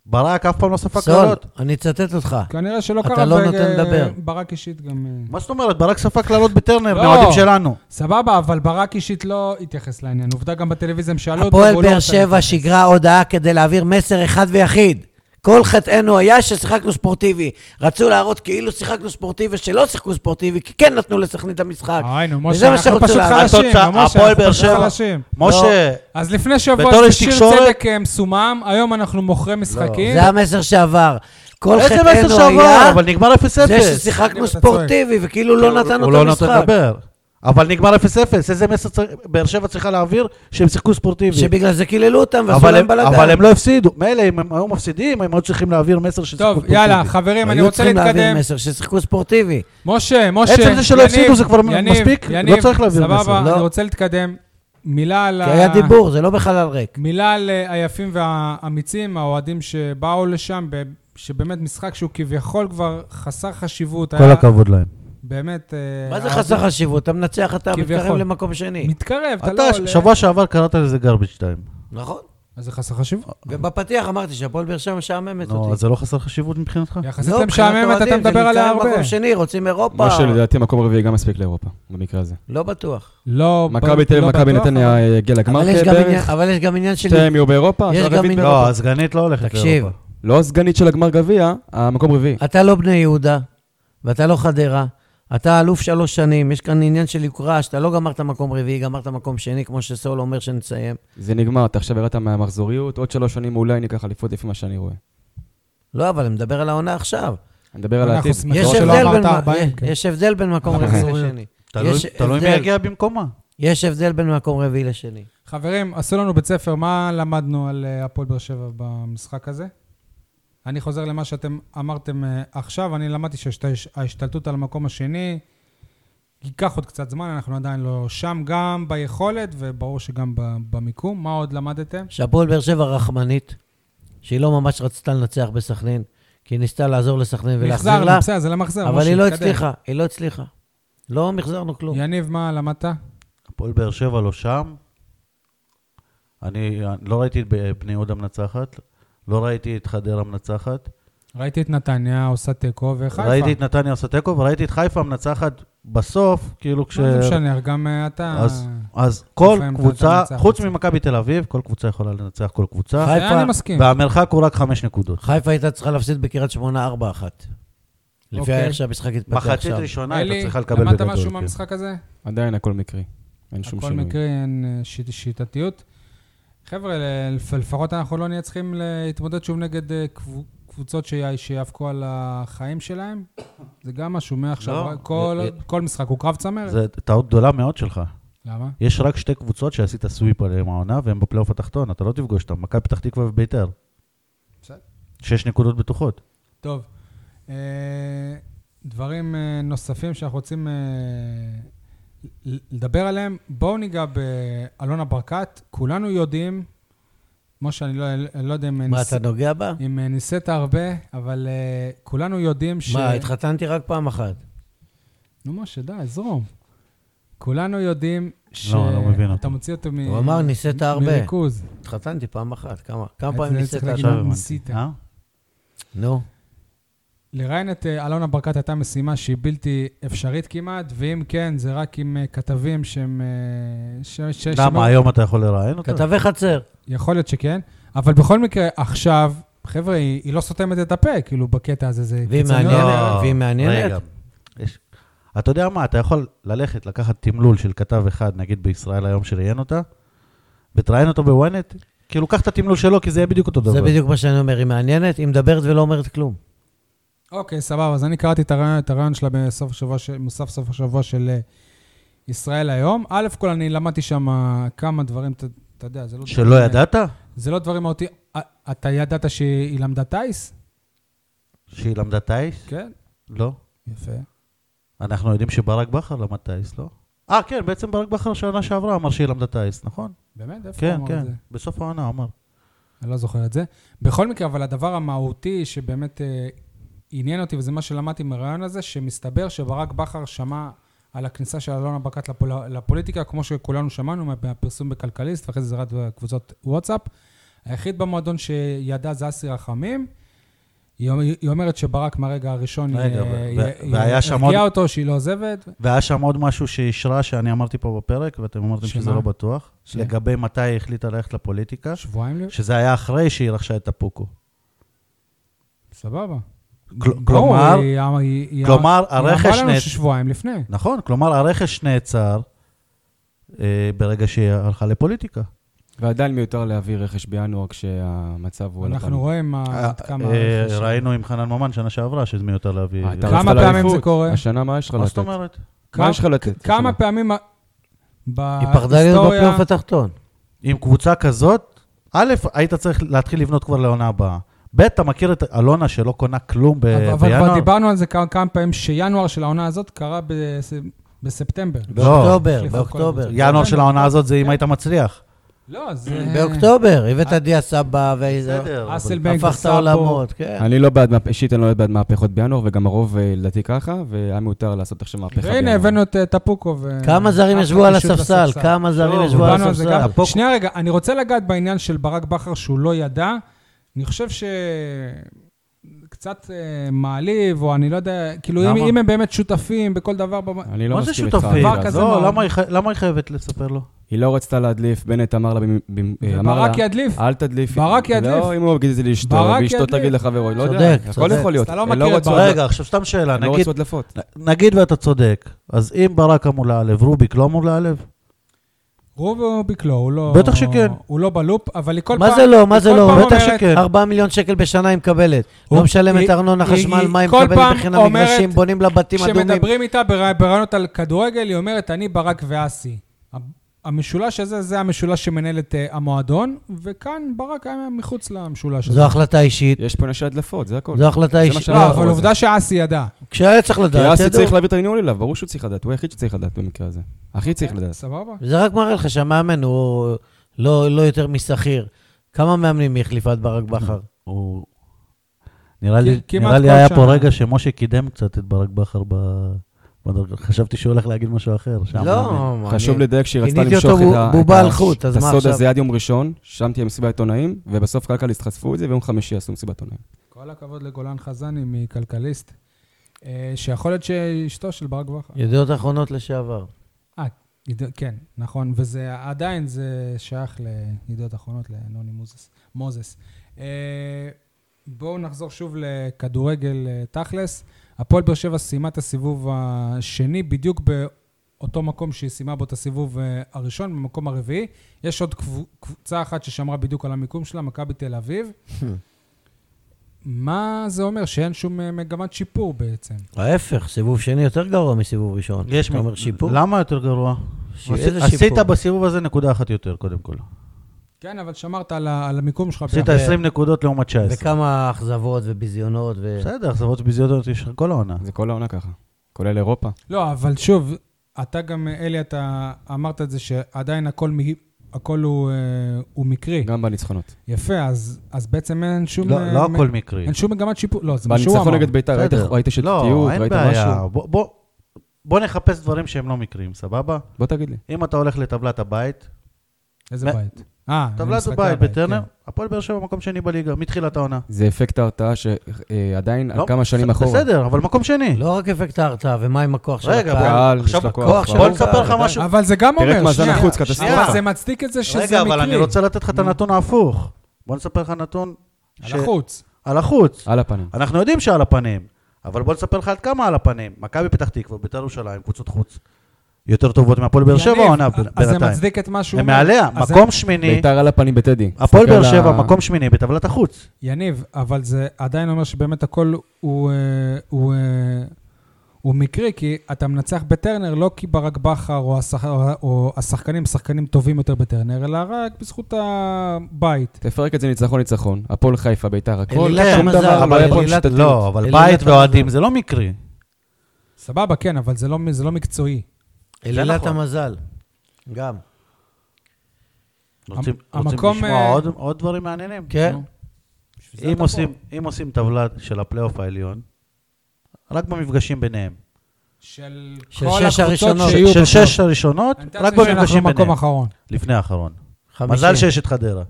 ברק אף פעם לא ספג סול, קללות? אני אצטט אותך. כנראה שלא אתה קרה. לא ו- אה, נותן לדבר. ברק אישית גם... אה, מה זאת אומרת? ברק ספג קללות בטרנר, לא. מהאוהדים שלנו. סבבה, אבל ברק אישית לא התייחס לעניין. עובדה, גם בטלוויזיה הם שאלו אותו. הפועל והוא לא באר רצה שבע להתייחס. שיגרה הודעה כדי להעביר מסר אחד ויחיד. כל חטאנו היה ששיחקנו ספורטיבי. רצו להראות כאילו שיחקנו ספורטיבי, שלא שיחקנו ספורטיבי, כי כן נתנו לסכנין את המשחק. אה, הנה, משה, וזה מה אנחנו שרצו פשוט להראות. חלשים. נו, התוצאה, משה, הפועל אנחנו באר פשוט שבע. חלשים. משה, אז לפני שבוע בתור זה איש שיר תקשורת- צדק אה, מסומם, היום אנחנו מוכרי משחקים. זה המסר שעבר. כל איזה מסר חטאנו שעבר? היה אבל נגמר 0-0. זה ששיחקנו אתה צועק. ספורטיבי, וכאילו לא הוא נתנו לא את נותן המשחק. לדבר. אבל נגמר 0-0, איזה מסר צריך- באר שבע צריכה להעביר? שהם שיחקו ספורטיבי. שבגלל זה קיללו אותם ועשו אבל להם הם, אבל בלאגן. הם לא הפסידו. מילא אם הם היו מפסידים, הם היו צריכים להעביר מסר של טוב, ספורטיבי. יאללה, חברים, אני היו רוצה צריכים להעביר להתקדם. מסר ששיחקו ספורטיבי. משה, משה, עצם זה שלא יניב, הפסידו זה כבר יניב, מספיק? לא יניב, צריך להעביר מסר. סבבה, לא. אני רוצה להתקדם. מילה על כי ה- היה דיבור, זה לא בחלל ריק. מילה על אה, היפים והאמיצים, האוהדים שבאו לשם, ב- שבאמת משחק שהוא כביכול כבר חסר חשיבות. כל היה הכבוד להם. באמת... אה, מה זה האוהדים- חסר חשיבות? אתה מנצח, אתה מתקרב כביכול. למקום שני. מתקרב, אתה לא... אתה, ש- עולה. שבוע שעבר קראת לזה garbage time. נכון. אז זה חסר חשיבות. אה. ובפתיח אמרתי שהפועל באר שבע משעממת נו, אותי. אז זה לא חסר חשיבות מבחינתך? יחסית לא, מבחינת למשעממת, אתה אוהדים, מדבר זה עליה נתקע הרבה. במקום שני, רוצים אירופה. משה, לדעתי מקום רביעי גם מספיק לאירופה, במקרה הזה. לא בטוח. לא, מכבי ב- תל לא אביב, מכבי בטוח, נתניה אבל- אה, יגיע לגמר אבל יש גם עניין- בערך. אבל יש גם עניין של... שתיהם יהיו באירופה, יש אז גם הרביעית עניין- באירופה. לא, הסגנית לא הולכת תקשיב, לאירופה. לא הסגנית של הגמר גביע, המקום רביעי. אתה לא בני יהודה, ואתה לא חדרה, אתה אלוף שלוש שנים, יש כאן עניין של יוקרה, שאתה לא גמרת מקום רביעי, גמרת מקום שני, כמו שסול אומר שנסיים. זה נגמר, אתה עכשיו ירדת מהמחזוריות, עוד שלוש שנים אולי ניקח אליפות לפי מה שאני רואה. לא, אבל אני מדבר על העונה עכשיו. אני מדבר על אנחנו העתיד. שמחים יש שלא הבדל אמרת בין מ- 40, יש- כן. יש הבדל בין מקום רביעי מחזוריות. לשני. תלוי- יש תלוי מי הבדל. יגיע במקומה. יש הבדל בין מקום רביעי לשני. חברים, עשו לנו בית ספר, מה למדנו על אה, הפועל באר שבע במשחק הזה? אני חוזר למה שאתם אמרתם אה, עכשיו, אני למדתי שההשתלטות על המקום השני ייקח עוד קצת זמן, אנחנו עדיין לא שם, גם ביכולת וברור שגם ב- במיקום. מה עוד למדתם? שהפועל באר שבע רחמנית, שהיא לא ממש רצתה לנצח בסכנין, כי היא ניסתה לעזור לסכנין ולהחזיר מחזרנו, לה, בסדר, זה למחזר. אבל משה, היא לא תתקדם. הצליחה, היא לא הצליחה. לא מחזרנו כלום. יניב, מה למדת? הפועל באר שבע לא שם. אני אני לא ראיתי את ב- בני יהודה מנצחת. לא ראיתי את חדרה מנצחת. ראיתי את נתניה עושה תיקו וחיפה. ראיתי את נתניה עושה תיקו, וראיתי את חיפה מנצחת בסוף, כאילו כש... מה זה משנה, גם אה, אתה... אז, אז כל לפעמים אתה קבוצה, מנצח חוץ קבוצה. ממכבי תל אביב, כל קבוצה יכולה לנצח כל קבוצה, חיפה- זה אה, אני מסכים. והמרחק הוא רק חמש נקודות. חיפה הייתה צריכה להפסיד בקריית שמונה 4-1. לפי אוקיי. איך שהמשחק התפתח מחצית שם. ראשונה הייתה אלי, צריכה לקבל למדת בגדול. משהו כן. מהמשחק הזה? עדיין הכל מקרי. אין שום הכל שינוי. מקרי, אין אה, שיט- שיטתיות. חבר'ה, ל- לפ- לפחות אנחנו לא נהיה צריכים להתמודד שוב נגד אה, קבו- קבוצות שיה- שיאבקו על החיים שלהם. זה גם משהו, מעכשיו, לא, רק אה, כל- זה- כל משחק הוא קרב צמרת. זו טעות גדולה מאוד שלך. למה? יש רק שתי קבוצות שעשית סוויפ עליהן העונה, והן בפלייאוף התחתון, אתה לא תפגוש אותן. מכבי פתח תקווה וביתר. בסדר. שש נקודות בטוחות. טוב, אה, דברים אה, נוספים שאנחנו רוצים אה, ל- לדבר עליהם. בואו ניגע באלונה ברקת. כולנו יודעים, משה, אני לא, אני לא יודע אם... מה, ניס- אתה נוגע בה? אם אה, ניסית הרבה, אבל אה, כולנו יודעים ש... מה, התחתנתי רק פעם אחת. נו, משה, די, זרום. כולנו יודעים ש... לא, לא מבין אתה אותו. מוציא אותו מ... הוא אמר, ניסית הרבה. מריכוז. התחתנתי פעם אחת, כמה? כמה את פעמים זה אה? ניסית? צריך להגיד. אוקיי. עכשיו הבנתי. ניסית. אה? נו. לראיין את אה, אלונה ברקת הייתה משימה שהיא בלתי אפשרית כמעט, ואם כן, זה רק עם אה, כתבים שהם... אה, ש- ש- שמאוד- למה, היום אתה יכול לראיין אותה? כתבי חצר. יכול להיות שכן, אבל בכל מקרה, עכשיו, חבר'ה, היא, היא לא סותמת את הפה, כאילו, בקטע הזה, זה והיא קיצוניות. מעניינת. והיא מעניינת. לא. רגע. יש- אתה יודע מה, אתה יכול ללכת, לקחת תמלול של כתב אחד, נגיד בישראל היום שראיין אותה, ותראיין אותו בוויינט, כאילו, קח את התמלול שלו, כי זה יהיה בדיוק אותו דבר. זה בדיוק מה שאני אומר, היא מעניינת, היא מדברת ולא אומרת כלום. אוקיי, סבבה, אז אני קראתי את הרעיון, את הרעיון שלה בסוף השבוע, ש- בסוף סוף השבוע של אה, ישראל היום. א' כל, אני למדתי שם כמה דברים, אתה- אתה יודע, זה לא... שלא דברים- ידעת? זה לא דברים מהותי... אה, אתה ידעת שהיא למדה טיס? שהיא למדה טיס? כן. לא. יפה. אנחנו יודעים שברק בכר למד טיס, לא? אה, כן, בעצם ברק בכר שנה שעברה אמר שהיא למדה טיס, נכון? באמת? איפה הוא כן, אמר כן, את זה? בסוף העונה אמר. אני לא זוכר את זה. בכל מקרה, אבל הדבר המהותי שבאמת אה, עניין אותי, וזה מה שלמדתי מהרעיון הזה, שמסתבר שברק בכר שמע על הכניסה של אלונה ברקת לפול... לפוליטיקה, כמו שכולנו שמענו מה- מהפרסום בכלכליסט, ואחרי זה זה רץ בקבוצות וואטסאפ. היחיד במועדון שידע זה אסי רחמים. היא אומ- היא אומרת שברק מהרגע הראשון, רגע, אה, ו- היא- ו- היא והיה שם הרגיעה עוד- אותו שהיא לא עוזבת. והיה שם עוד משהו שאישרה שאני אמרתי פה בפרק, ואתם אמרתם שמה? שזה לא בטוח, ש- לגבי מתי היא החליטה ללכת לפוליטיקה, שבועיים, לפ- שזה היה אחרי שהיא רכשה את הפוקו. סבבה. כל- ברור, כלומר, היא- היא- היא- כלומר, היא הרכש אמרה לנו נעצ- ששבועיים לפני. נכון, כלומר הרכש נעצר אה, ברגע שהיא הלכה לפוליטיקה. אה, ועדיין מיותר להביא רכש בינואר כשהמצב הוא... על הפנים. אנחנו רואים מה- עד כמה... אה, הרכש- ראינו עם חנן ממן שנה שעברה, שזה מיותר להביא. אה, אתה כמה רצת פעמים לאליפות? זה קורה? השנה מה יש לך מה לתת? זאת אומרת? מה יש לך לתת? כמה השנה? פעמים ה- היא אה, פחדה להיות בהיסטוריה... בפלייאוף התחתון. לא. עם קבוצה כזאת, א', היית צריך להתחיל לבנות כבר לעונה הבאה. ב', אתה מכיר את אלונה שלא קונה כלום ב- אבל- אבל כבר אה, בינואר? דיברנו על זה כמה כמה פעמים, שינואר של העונה הזאת קרה בס- בספטמבר. לא. באוקטובר, החליפו באוקטובר. כל ינואר של העונה הזאת זה אם כן. היית מצליח. לא, זה... באוקטובר, הבאת דיה סבא, והפכת בסדר. אסלבנג וסאבו. עולמות, כן. אני לא בעד, מהפ- אישית אני לא בעד מהפכות בינואר, וגם הרוב אה, לדעתי ככה, והיה מיותר לעשות עכשיו מהפכה בינואר. והנה, הבאנו את אה, טפוקו. ו- כמה זרים אחלה ישבו על קישוט הספסל? אה, לספסל. כמה זרים לא, ישבו על דיברנו על זה הספסל? גם. שנייה רגע, אני רוצה לגעת בעניין של ברק בכר שהוא לא ידע. אני חושב ש... קצת אה, מעליב, או אני לא יודע, כאילו, אם- למה? אם הם באמת שותפים בכל דבר... במ- אני לא מה זה מסכים איתך. שותפים? דבר כזה לא, מה- למה היא חי- למה היא חייבת לספר לו? היא לא רצתה להדליף, בנט אמר לה... במ- במ- אה, אמר וברק לה, ידליף. אל תדליף. ברק ידליף. לא, אם הוא יגיד את זה לאשתו, ברק ואשתו ידליף. תגיד לחברו, לא יודע. צודק, הכל צודק. יכול להיות. אתה לא הן מכיר את רוצות- ברק. רגע, עכשיו סתם שאלה. הן לא נגיד- רוצות דלפות. נגיד ואתה צודק, אז אם ברק אמור להעלב, רוביק לא אמור להעלב? רובו ביקלו, הוא לא... בטח שכן. הוא לא בלופ, אבל היא כל פעם... מה זה לא? מה זה היא כל לא? פעם בטח אומרת- שכן. ארבעה מיליון שקל בשנה היא מקבלת. הוא- לא משלמת היא- ארנונה, היא- חשמל, היא מים, כל מקבלת פעם בחינם אומרת- מגרשים, בונים לה בתים אדומים. כשמדברים איתה ברא- ברעיונות על כדורגל, היא אומרת, אני ברק ואסי. ה- המשולש הזה, זה המשולש שמנהל את אה, המועדון, וכאן ברק היה מחוץ למשולש הזה. זו החלטה אישית. יש פה נשי הדלפות, זה הכל. זו החלטה מה אישית. שאנחנו לא, אבל אבל עובדה שאסי ידע. כשהיה צריך לדעת, כי ידעו. אסי צריך להעביר את הניהול אליו, ברור שהוא צריך לדעת, הוא היחיד שצריך לדעת במקרה הזה. הכי צריך לדעת. כן, סבבה? זה רק מראה לך שהמאמן הוא לא לא יותר משכיר. כמה מאמנים היא החליפה את ברק בכר? הוא... נראה כ- לי, כמעט נראה לי כל היה שנה. פה רגע שמשה קידם קצת את ברק בכר ב... בדרגה. חשבתי שהוא הולך להגיד משהו אחר. שם, לא, אני- חשוב לדייק שהיא רצתה פיניתי למשוך אותו, את הוא- ה- בובה את על הש- חוט, אז את מה הסוד עכשיו? הזה עד יום ראשון, שם תהיה מסיבת עיתונאים, ובסוף כלכליסט חשפו את זה, ויום חמישי עשו מסיבת עיתונאים. כל הכבוד לגולן חזני מכלכליסט, אה, שיכול להיות שאשתו של ברק בכר. ידיעות אחרונות לשעבר. יד- כן, נכון, וזה עדיין, זה שייך לידיעות אחרונות, לנוני מוזס, מוזס. אה, בואו נחזור שוב לכדורגל אה, תכלס. הפועל באר שבע סיימה את הסיבוב השני בדיוק באותו מקום שהיא סיימה בו את הסיבוב אה, הראשון, במקום הרביעי. יש עוד קבו- קבוצה אחת ששמרה בדיוק על המיקום שלה, מכבי תל אביב. מה זה אומר? שאין שום אה, מגמת שיפור בעצם. ההפך, סיבוב שני יותר גרוע מסיבוב ראשון. יש אתה מ- אומר שיפור? למה יותר גרוע? ש- עשי- איזה עשית שיפור? בסיבוב הזה נקודה אחת יותר, קודם כל. כן, אבל שמרת על ה- על המיקום שלך. עשית ביחס- 20 נקודות לעומת 19. וכמה אכזבות וביזיונות ו... בסדר, אכזבות ביזיונות יש לך כל העונה. זה כל העונה ככה, כולל אירופה. לא, אבל שוב, אתה גם, אלי, אתה אמרת את זה שעדיין הכל, מ- הכל הוא, אה, הוא כן. מקרי. גם. גם בניצחונות. יפה, אז, אז בעצם אין שום... לא אה, לא מ- הכל מקרי. אין שום מגמת שיפור. לא, זה מה שהוא אמר. בניצחון נגד בית"ר, ראית- בסדר. ראית לא, שיטתיות, אין ראית בעיה. משהו? בוא- בוא- בוא נחפש דברים שהם לא מקרים, סבבה? בוא תגיד לי. אם אתה הולך לטבלת הבית, איזה מה- בית? אה, טבלת משחקי בית הבית, בטרנר, כן. הפועל באר שבע מקום שני בליגה, מתחילת העונה. זה אפקט ההרתעה שעדיין, על לא, כמה שנים בס- אחורה. בסדר, אבל מקום שני. לא רק אפקט ההרתעה, ומה עם הכוח של רגע, הקהל? קהל, יש עכשיו, לו כוח, כוח, ברור. בוא נספר לך משהו. כן. אבל זה גם אומר, תראה את מאזן שנייה, החוץ, אבל שנייה. זה מצדיק את זה שזה מקרי. רגע, אבל אני רוצה לתת לך את הנתון ההפוך. בוא נספר לך נתון ש- על החוץ. על החוץ. על הפנים. אנחנו יודעים שעל הפנים, אבל בוא נספר לך עד כמה על הפנים. מכבי פתח תקווה, ביתר ירושלים, קבוצות חוץ יותר טובות מהפועל באר שבע יניב, עונה ב- אז זה בינתיים. מצדיק את מה שהוא הם אומר. מעליה, אז מקום שמיני, ביתר על הפנים בטדי. הפועל באר תסתכל על שבע, ה- מקום שמיני בטבלת החוץ. יניב, אבל זה עדיין אומר שבאמת הכל הוא, אה, הוא, אה, הוא מקרי, כי אתה מנצח בטרנר לא כי ברק בכר או, השח... או השחקנים, שחקנים טובים יותר בטרנר, אלא רק בזכות הבית. תפרק את זה ניצחון ניצחון. הפועל חיפה, ביתר, הכל, כן, אלילת שום המזל, דבר, לא אבל היה פה אלילת- שיטתיות. לא, אבל אלילת בית המזל. ואוהדים זה לא מקרי. סבבה, כן, אבל זה לא, זה לא מקצועי. אלילת נכון. המזל, גם. רוצים המ- רוצים המקום, אה, לשמוע עוד- עוד דברים מעניינים? כן? נו. בשביל זה אם אתה עושים- פה. אם עושים טבלה של הפלייאוף העליון, רק במפגשים ביניהם. של של כל שש הקבוצות הראשונות. שיהיו של בפלייאוף. שש הראשונות, אני מתאר רק לעצמי שאנחנו במפגשים ביניהם. במקום אחרון. לפני האחרון. חמישים. מזל שיש את חדרה.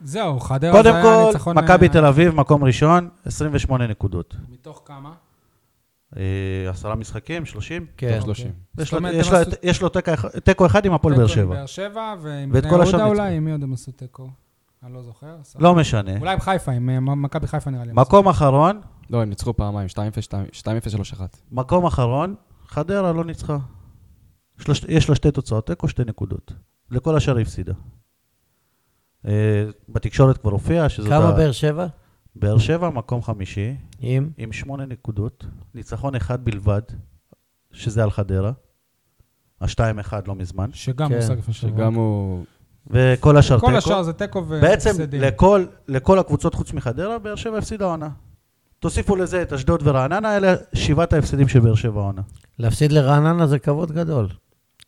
זהו, חדרה קודם זה היה כל, ניצחון... מכבי אה, תל אביב, מקום ראשון, 28 נקודות. מתוך כמה? אה, עשרה משחקים, 30? כן. שלושים. יש זאת לו- אומרת, יש הם לו- עשו- יש לו תיקו אחד- תיקו אחד עם הפועל באר תיקו עם שבע. באר שבע, ועם ואת בני כל השאר יהודה ניצחו. אולי, עם מי עוד הם עשו תיקו? אני לא זוכר. סבבה. לא משנה. אולי עם חיפה, עם אה, מכבי חיפה נראה לי. מקום אחרון, לא, הם ניצחו פעמיים, 2-0-3-1. מקום אחרון, חדרה לא ניצחה. שלוש- יש לה שתי תוצאות תיקו, שתי נקודות. לכל השאר היא הפסידה. אה, בתקשורת כבר הופיע שזאת... כמה ה- באר שבע? באר שבע, מקום חמישי, עם? עם שמונה נקודות, ניצחון אחד בלבד, שזה על חדרה. השתיים אחד לא מזמן. שגם כן, הושג לפני שבוע. שגם הוא... וכל השאר תיקו. כל השאר זה תיקו בעצם והפסדים. לכל, לכל הקבוצות חוץ מחדרה, באר שבע הפסידה עונה. תוסיפו לזה את אשדוד ורעננה, אלה שבעת ההפסדים של באר שבע עונה. להפסיד לרעננה זה כבוד גדול,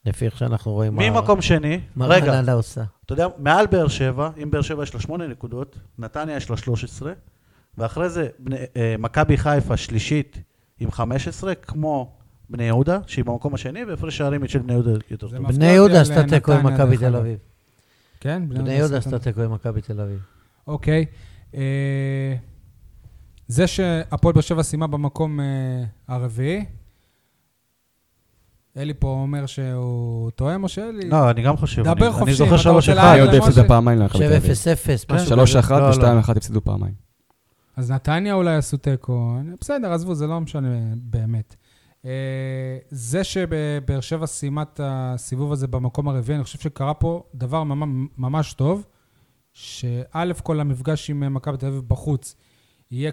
לפי איך שאנחנו רואים. מה- ממקום שני, מה רגע, רעננה עושה. אתה יודע, מעל באר שבע, אם באר שבע יש לה שמונה נקודות, נתניה יש לה 13, ואחרי זה בני- אה, מכבי חיפה שלישית עם 15, כמו בני יהודה, שהיא במקום השני, והפרש שערים של בני יהודה יותר זה טוב. מפתיע בני יהודה אותי עשתה על אה, תיקו עם נתניה, מכבי דרך תל אגב. אביב. כן, בני יהודה עשתה עשתה תיקו עם מכבי תל אביב. אוקיי. אה, זה שהפועל באר שבע סיימה במקום אה, הרביעי, אלי פה אומר שהוא טועם או שאלי? לא, אני גם חושב. דבר אני- חופשי, אני אם זוכר אתה שלוש לא, רוצה אחד. אני אה, יודע, משה. הפסידו פעמיים למכבי עכשיו תל אביב. 0-0, משהו 3-1 לא, לא. ו-2-1 הפסידו פעמיים. אז נתניה אולי עשו תיקו. בסדר, עזבו, זה לא משנה באמת. אה, זה שבאר שבע סיימה את הסיבוב הזה במקום הרביעי, אני חושב שקרה פה דבר ממ- ממש טוב, שא' כל המפגש עם אה, מכבי תל אביב בחוץ יהיה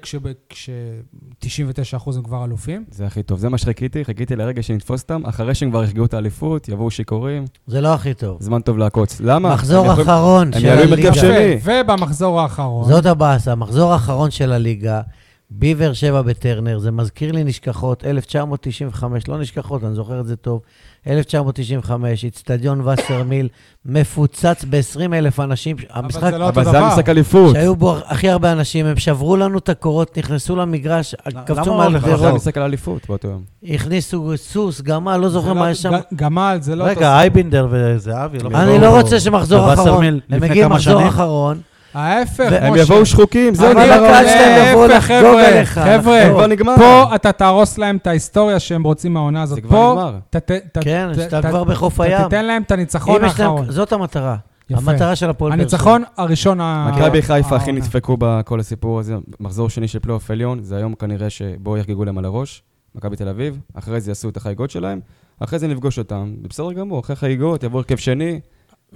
כש-99% הם כבר אלופים. זה הכי טוב, זה מה שחיכיתי, חיכיתי לרגע שנתפוס אותם, אחרי שהם כבר יחגגו את האליפות, יבואו שיכורים, זה לא הכי טוב. זמן טוב לעקוץ. למה? מחזור הם יכולים- אחרון הם של יעלו עם הרכב הליגה. שני. שני. ובמחזור האחרון, זאת הבאסה, מחזור אחרון של הליגה, ביבר שבע בטרנר, זה מזכיר לי נשכחות, 1995, לא נשכחות, אני זוכר את זה טוב, 1995, אצטדיון וסרמיל, מפוצץ ב-20 אלף אנשים, המשחק זה לא אותו אבל זה דבר. היה משחק אליפות. שהיו בו הכי הרבה אנשים, הם שברו לנו את הקורות, נכנסו למגרש, קפצו למה מעל הולך אבל זה היה גדרות, לחזור? משחק על אליפות באותו יום. הכניסו סוס, גמל, לא זוכר מה יש שם. ג- גמל, זה לא אותו רגע, אייבינדר וזהבי, לא אני חזרו. לא רוצה שמחזור אחרון, וסרמיל הם לפני מגיעים כמה מחזור שנים? אחרון, ההפך, ו- משה. הם יבואו שחוקים, זה אבל לא נגמר הקהל העונה. שלהם יבוא להפך, לחגוג חבר'ה, עליך. חבר'ה, לחגוג. כבר נגמר. פה אתה תהרוס להם את ההיסטוריה שהם רוצים מהעונה הזאת. אה. זה כבר נגמר. נגמר. כן, שאתה כבר בחוף אתה הים. תיתן להם את אם הניצחון יש להם- האחרון. זאת המטרה. יפה. המטרה של הפועל באר שבע. הניצחון הראשון ה- מכבי חיפה הכי העונה. נדפקו בכל הסיפור הזה, מחזור שני של פלייאוף עליון, זה היום כנראה שבו יחגגו להם על הראש, מכבי תל אביב, אחרי זה יעשו את החגיגות שלהם, אחרי זה נפגוש אותם, זה בסדר גמור, אחרי חגיגות יבוא הרכב שני,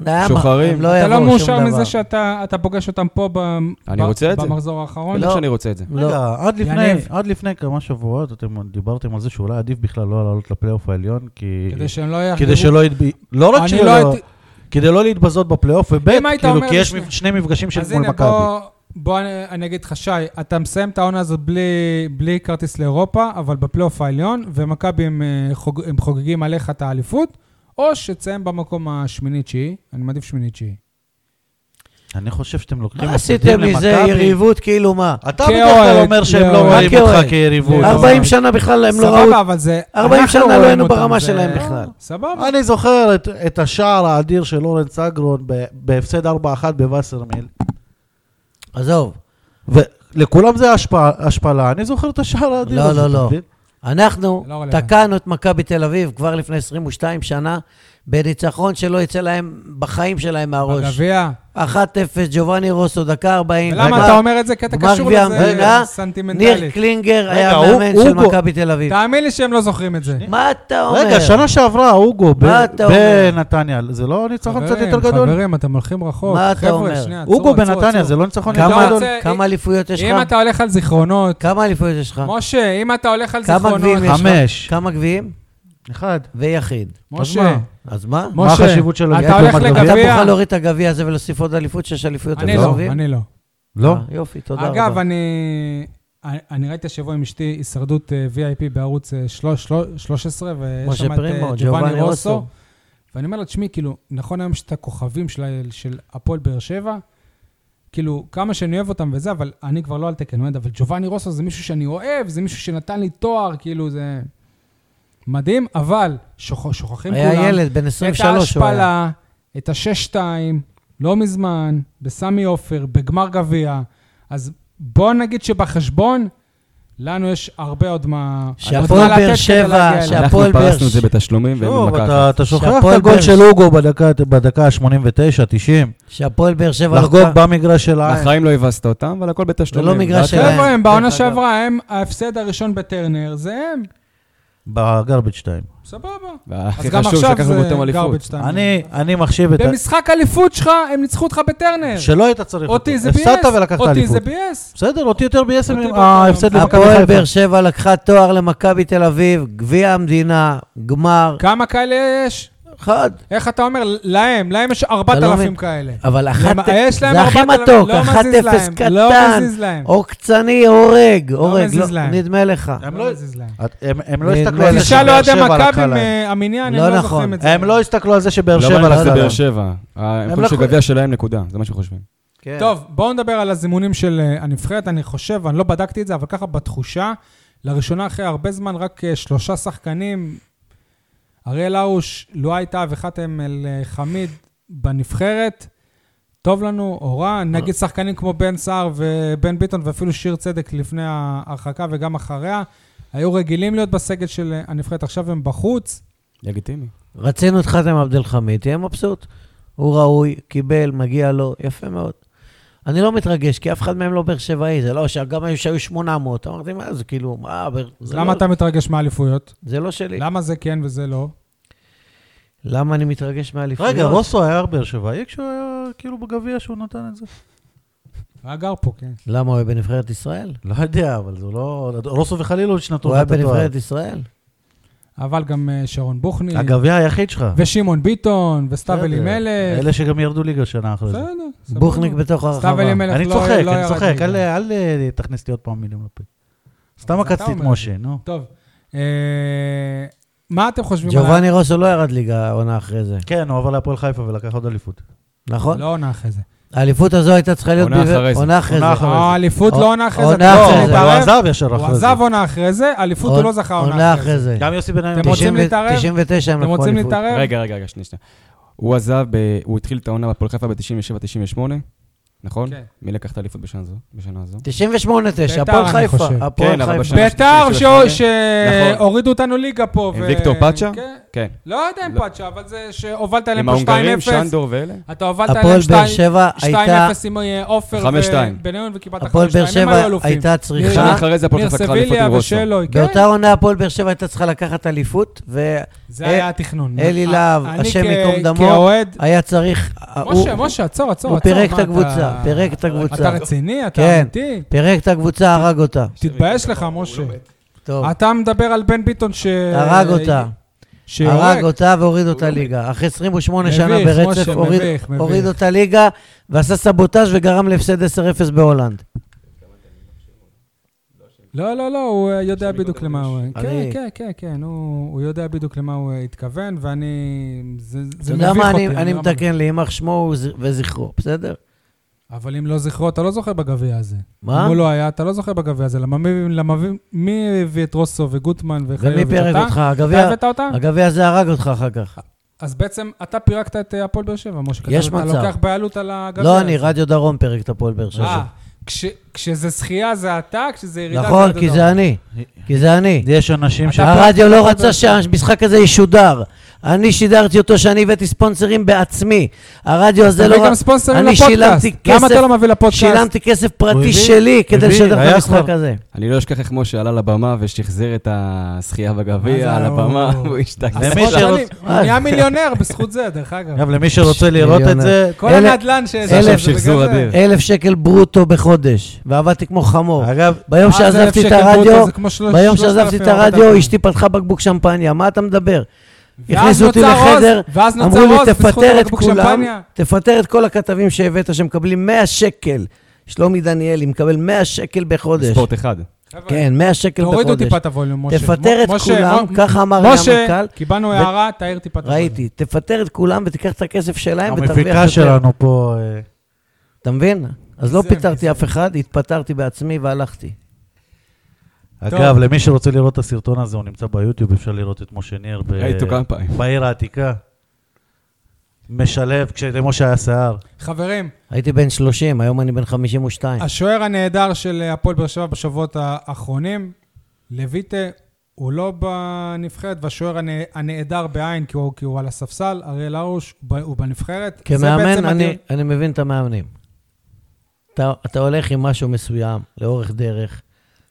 למה? שוחרים. הם לא אתה לא יבואו שום מאושר דבר. מזה שאתה אתה פוגש אותם פה ב- אני ב- רוצה את זה. במחזור האחרון? בטח לא. שאני רוצה את זה. לא. רגע, עד יניב. לפני, עד לפני כמה שבועות אתם דיברתם על זה שאולי עדיף בכלל לא לעלות לפלייאוף העליון, כי... כדי שהם לא יחגגו. כדי שלא ידבי... לא רק אני שלא... לא הייתי- כדי לא להתבזות בפלייאוף, וב' אם היית כאילו, אומר כי לי יש שני- מפ- שני מפגשים של אז מול הנה, מכבי. בוא, בוא אני, אני אגיד לך, שי, אתה מסיים את העונה הזאת בלי, בלי כרטיס לאירופה, אבל בפלייאוף העליון, ומכבי הם, אה, חוג, הם חוגגים עליך את האליפות, או שתסיים במקום השמיני-תשיעי, אני מעדיף שמיני-תשיעי. אני חושב שאתם לוקחים... מה הפסדים עשיתם מזה למכבי. יריבות כאילו מה? אתה כאוהד, בדרך כלל אומר שהם לא כאוהד. רואים מה כאוהד? אותך כיריבות. 40 שנה בכלל הם לא ראו... סבבה, אבל זה... 40 אנחנו שנה לא רואים היינו אותם, ברמה זה- שלהם בכלל. סבבה. אני זוכר את, את השער האדיר של אורן סגרון ב- בהפסד 4-1 בווסרמיל, עזוב, ולכולם זה השפעה- השפלה, אני זוכר את השער האדיר לא, הזה. לא, אתה לא. מבין? אנחנו לא רלוונטי. תקענו את מכבי תל אביב כבר לפני 22 שנה בניצחון שלא יצא להם בחיים שלהם מהראש. בגביע. 1-0, ג'ובאני רוסו, דקה 40. ולמה גמר- אתה אומר את זה? כי אתה גמר קשור גביע לזה המדינה, ניר סנטימנטלית. קלינגר היה הוא- מאמן הוא של בו- מכבי תל אביב. תאמין לי שהם לא זוכרים את זה. מה אתה אומר? רגע, שנה שעברה, אוגו, ב- מה אתה אומר? בנתניה, זה לא ניצחון קצת יותר חברים, גדול? חברים, אתם הולכים רחוק. מה אתה חבר'ה, אומר? שנייה, עצור, אוגו עצור, בנתניה, עצור. זה לא ניצחון אני יותר כמה- לא גדול? רוצה- כמה אליפויות יש אם לך? אתה הולך על זיכרונות, כמה אליפויות יש לך? משה, אם אתה הולך על כמה גביעים זיכרונות, יש לך? חמש. כמה גביעים? אחד. ויחיד. משה, אז מה? משה, מה החשיבות של הגביע אתה הולך לעומת אתה לא גביע? לגביע, מוכן להוריד את הגביע הזה ולהוסיף עוד אליפות, שש אליפויות? אני אתם לא, אוהבים? אני לא. לא? אה, יופי, תודה רבה. אגב, אני... אני- אני ראיתי השבוע עם אשתי הישרדות אה, VIP בערוץ אה, שלוש- שלוש- 13, ויש משה שם את אה, פרימו, ג'ובאני רוסו. רוסו. ואני אומר לה, תשמעי, כאילו, נכון היום שאתה כוכבים של ה- של הפועל באר שבע, כאילו, כמה שאני אוהב אותם וזה, אבל אני כבר לא על תקן אוהד, אבל ג'ובאני רוסו זה מישהו שאני אוהב, זה מישהו שנתן לי תואר, כאילו, זה מדהים, אבל שוכ- שוכחים כולם. היה ילד בן 23 את הוא היה. ההשפלה, את השש-שתיים, לא מזמן, בסמי עופר, בגמר גביע. אז בוא נגיד שבחשבון, לנו יש הרבה עוד מה... שהפועל עוד מה לתת באר כדי שבע, להגיע אליו. שהפועל אנחנו באר פרסנו את ש- זה בתשלומים והם שוב, במכה אתה אחת. אתה שוכח את שהפועל הגול באר- של אוגו בדקה- בדקה ה-89-90, שהפועל באר שבע... לחגוג לקח- במגרש של נכון. העין. בחיים לא הבסת אותם, אבל הכל בתשלומים. זה לא מגרש ואתה- שלהם. חבר'ה, הם דרך בעונה אגב. שעברה, הם ההפסד הראשון בטרנר, זה הם, בגרבג' 2. סבבה. אז והכי גם חשוב עכשיו שלקחנו אותם זה אליפות. garbage time. אני אני מחשיב את... ה- במשחק אליפות שלך, הם ניצחו אותך בטרנר. שלא היית צריך אותי זה ביאס. הפסדת ולקחת אותי אליפות. זה ביאס. בסדר, אותי יותר ביאס אותי עם לא- ההפסד למכבי הפועל באר חיפה. שבע לקחה תואר למכבי תל אביב, גביע המדינה, גמר, כמה כאלה יש? אחד. איך אתה אומר? להם, להם יש לא 4,000 מבין. כאלה. אבל אחת... למה- יש להם זה הכי 4,000, מתוק, לא 1-0 מזיז להם, קטן. לא מזיז להם. עוקצני, הורג, הורג, מזיז לא- להם. נדמה לך. הם לא לא- מזיז להם. את- הם- הם לא נדמה הסתכלו על לי. זה תשאל שבאר אוהדי שבע מכבי לקחה להם. מהמניין, לא הם לא נכון. זוכרים את זה. הם לא הסתכלו על זה שבאר לא שבע מעניין לקחה שזה באר להם. שבע. הם לא חושבים יכולים- שגביע שלהם, נקודה. זה מה שהם חושבים. כן. טוב, בואו נדבר על הזימונים של אה, הנבחרת. אני חושב, אני לא בדקתי את זה, אבל ככה בתחושה, לראשונה אחרי הרבה זמן, רק אה, שלושה שחקנים, אריאל הרוש, לואי טאה וחתם אל אה, חמיד בנבחרת. טוב לנו, או רע, נגיד שחקנים כמו בן סער ובן ביטון ואפילו שיר צדק לפני ההרחקה וגם אחריה, היו רגילים להיות בסגל של אה, הנבחרת, עכשיו הם בחוץ. לגיטימי. רצינו את חתם עבד אל חמיד, תהיה מבסוט. הוא ראוי, קיבל, מגיע לו, יפה מאוד. אני לא מתרגש, כי אף אחד מהם לא באר שבעי, זה לא, גם היו שהיו 800, אמרתי, מה זה, כאילו, מה, באר- אז זה למה לא- אתה מתרגש מאליפויות? זה לא שלי. למה זה כן וזה לא? למה אני מתרגש מאליפויות? רגע, רוסו היה באר שבעי כשהוא היה כאילו בגביע שהוא נתן את זה? היה גר פה, כן. למה הוא היה בנבחרת ישראל? לא יודע, אבל זה לא... רוסו וחלילוביץ' נתנו לך הוא היה את התואר. בנבחרת ישראל? אבל גם אה, שרון בוכני, הגביע היחיד שלך. ושמעון ביטון, וסתיו בסדר. אלימלך. אלה שגם ירדו ליגה שנה אחרי זה. בסדר, סבבה. בוכניק בתוך הרחבה. סתיו אלימלך לא אני צוחק, לא אני ירד צוחק, ליגה. אל- אל אה, תכניס לי עוד פעם מילים לפה. סתם אבל זה אתה עקצתי את אומר. משה, נו. טוב, אה, מה אתם חושבים על... ג'ובאני רוסו לא ירד ליגה העונה אחרי זה, כן, הוא עבר להפועל חיפה ולקח עוד אליפות. נכון? לא עונה אחרי זה. האליפות הזו הייתה צריכה להיות... עונה ביבר- אחרי זה. עונה אה, אחרי עונה זה. אחרי זה. האליפות לא עונה אחרי זה. עונה אתה אחרי רוצה זה. נכון. הוא להתערב? עזב ישר הוא אחרי זה. עזב עונה אחרי זה, אליפות הוא לא זכה עונה אחרי זה. גם יוסי בניון. אתם רוצים 90 ו- להתערב? 99 הם אתם לקחו רוצים אליפות. להתערב? רגע, רגע, רגע, שנייה, שנייה. הוא עזב, ב- הוא התחיל את העונה בפועל חיפה ב-97-98, נכון? כן. מי לקח את האליפות בשנה זו? בשנה זו? 98-9, בית"ר, הפועל אני חושב. חיפה. הפועל כן, אבל חיפה. בשנה ביתר של שאו- שמונה. שהורידו אותנו ליגה פה. עם ו- נכון. ויקטור פאצ'ה? כן. כן. לא יודע אם לא. פאצ'ה, אבל זה שהובלת אליהם עם פה 2-0. ההונגרים, שנדור ואלה? אתה הובלת הפועל אליהם באר 2 שבע 2-0 הייתה... עם אה, עופר 5-2. ובניון וקיבלת 5-2. הפועל באר שבע הייתה שנה צריכה... אחרי זה הפועל ניר חיפה לקחה אליפות סביליה עם רוסו. ושלוי, כן? באותה עונה הפועל באר שבע הייתה צריכה לקחת אליפות, והיה זה היה התכנון. אה, אה, אלי להב, אני השם כ- ייקום דמו, כאוהד... צריך... משה, הוא- משה, עצור, עצור. הוא עצור, פירק את מה, אתה- הקבוצה, פירק את אתה הקבוצה. רציני? אתה כן. אמיתי? פירק את הקבוצה, הרג אותה. תתבייש לך, משה. טוב, אתה אה, מדבר על בן ביטון ש... הרג אותה. שהורג. הרג אותה והוריד אותה ליגה. אחרי 28 שנה לא- מביך, ברצף, משה, הוריד- מביך, מביך. הוריד אותה ליגה, ועשה סבוטאז' וגרם להפסד 10-0 בהולנד. לא, לא, לא, הוא אה, יודע בדיוק למה הוא... כן, אני- כן, כן, כן, הוא הוא יודע בדיוק למה הוא אה, התכוון, ואני... זה זה אתה מביך יודע אותי. מה, אני- אני לא- מתקן לי, יימח שמו וז- וזכרו, בסדר? אבל אם לא זכרו, אתה לא זוכר בגביע הזה. מה? אם הוא לא היה, אתה לא זוכר בגביע הזה. למה מי- למה מי הביא את רוסו וגוטמן וחייב? ומי פירק אותך? אתה הגביע הבאת אותה? הגביע הזה הרג אותך אחר כך. אז בעצם אתה פירקת את אה, הפועל באר שבע, משה. יש אתה- מצב. אתה לוקח בעלות על הגביע. לא הזה. אני, רדיו דרום פירק את הפועל באר אה, שבע. כש- כשזה זכייה זה אתה, כשזה ירידה נכון, אתה לא. כי יודע. זה אני. כי זה אני. יש אנשים ש... אתה- הרדיו לא אתה- רצה שהמשחק הזה ישודר. אני שידרתי אותו שאני הבאתי ספונסרים בעצני. הרדיו הזה לא... תביא גם ר- ספונסרים אני לפודקאסט. שילמתי למה כסף- אתה לא מביא לפודקאסט? שילמתי כסף הוא פרטי הביא, שלי כדי הביא, לשדר את היה המשחק כבר. הזה. אני לא אשכח איך משה עלה לבמה ושחזר את הזכייה מה זה בגביע על ההוא? הבמה, והוא השתגע. למי עשרות שרוצ- שנים. הוא אה. נהיה מיליונר בזכות זה, דרך אגב. אגב, למי שרוצה לראות את זה, כל אלה- הנדלן ש... זה עכשיו שחזור אדיר. כן. אלף שקל ברוטו בחודש, ועבדתי כמו חמור. אה, אגב, ביום שעזבתי את הרדיו, ביום שעזבתי את הרדיו, אשתי פתחה בקבוק שמפניה, מה אתה מדבר? הכניסו אותי לחדר, ואז נוצר אמרו עוז לי, בזכות תפטר את הבקבוק כולם, שמפניה." תפטר את כל הכתבים שהבאת שמקבלים 100 שקל. שלומי דניאלי מקבל 100 שקל בחודש. ספורט אחד. חבר'ה, כן, 100 שקל בחודש. תורידו טיפה את הווליום, משה. תפטר את מ- משה, כולם, מ- ככה אמר לי משה, המנכ"ל. קיבלנו ו- הערה, תעיר טיפה את הווליום. ראיתי, תפטר את כולם ותיקח את הכסף שלהם ותרוויח המפיקה יותר. שלנו פה... אה, אתה מבין? אז לא זה פיטרתי מזה. אף אחד, התפטרתי בעצמי והלכתי. אגב, למי שרוצה לראות את הסרטון הזה, הוא נמצא ביוטיוב, אפשר לראות את משה ניר ב- ראיתו כמה פעמים. בעיר העתיקה. משלב, כשלמשה היה שיער. חברים, הייתי בן 30, היום אני בן 52. השוער הנהדר של הפועל באר שבע בשבועות האחרונים, לויטה, הוא לא בנבחרת, והשוער הנ- הנהדר בעין, כי הוא, כי הוא על הספסל, אריאל הרוש, הוא ב- הוא בנבחרת. זה בעצם כמאמן, הדיון. אני, אני מבין את המאמנים. אתה, אתה הולך עם משהו מסוים, לאורך דרך,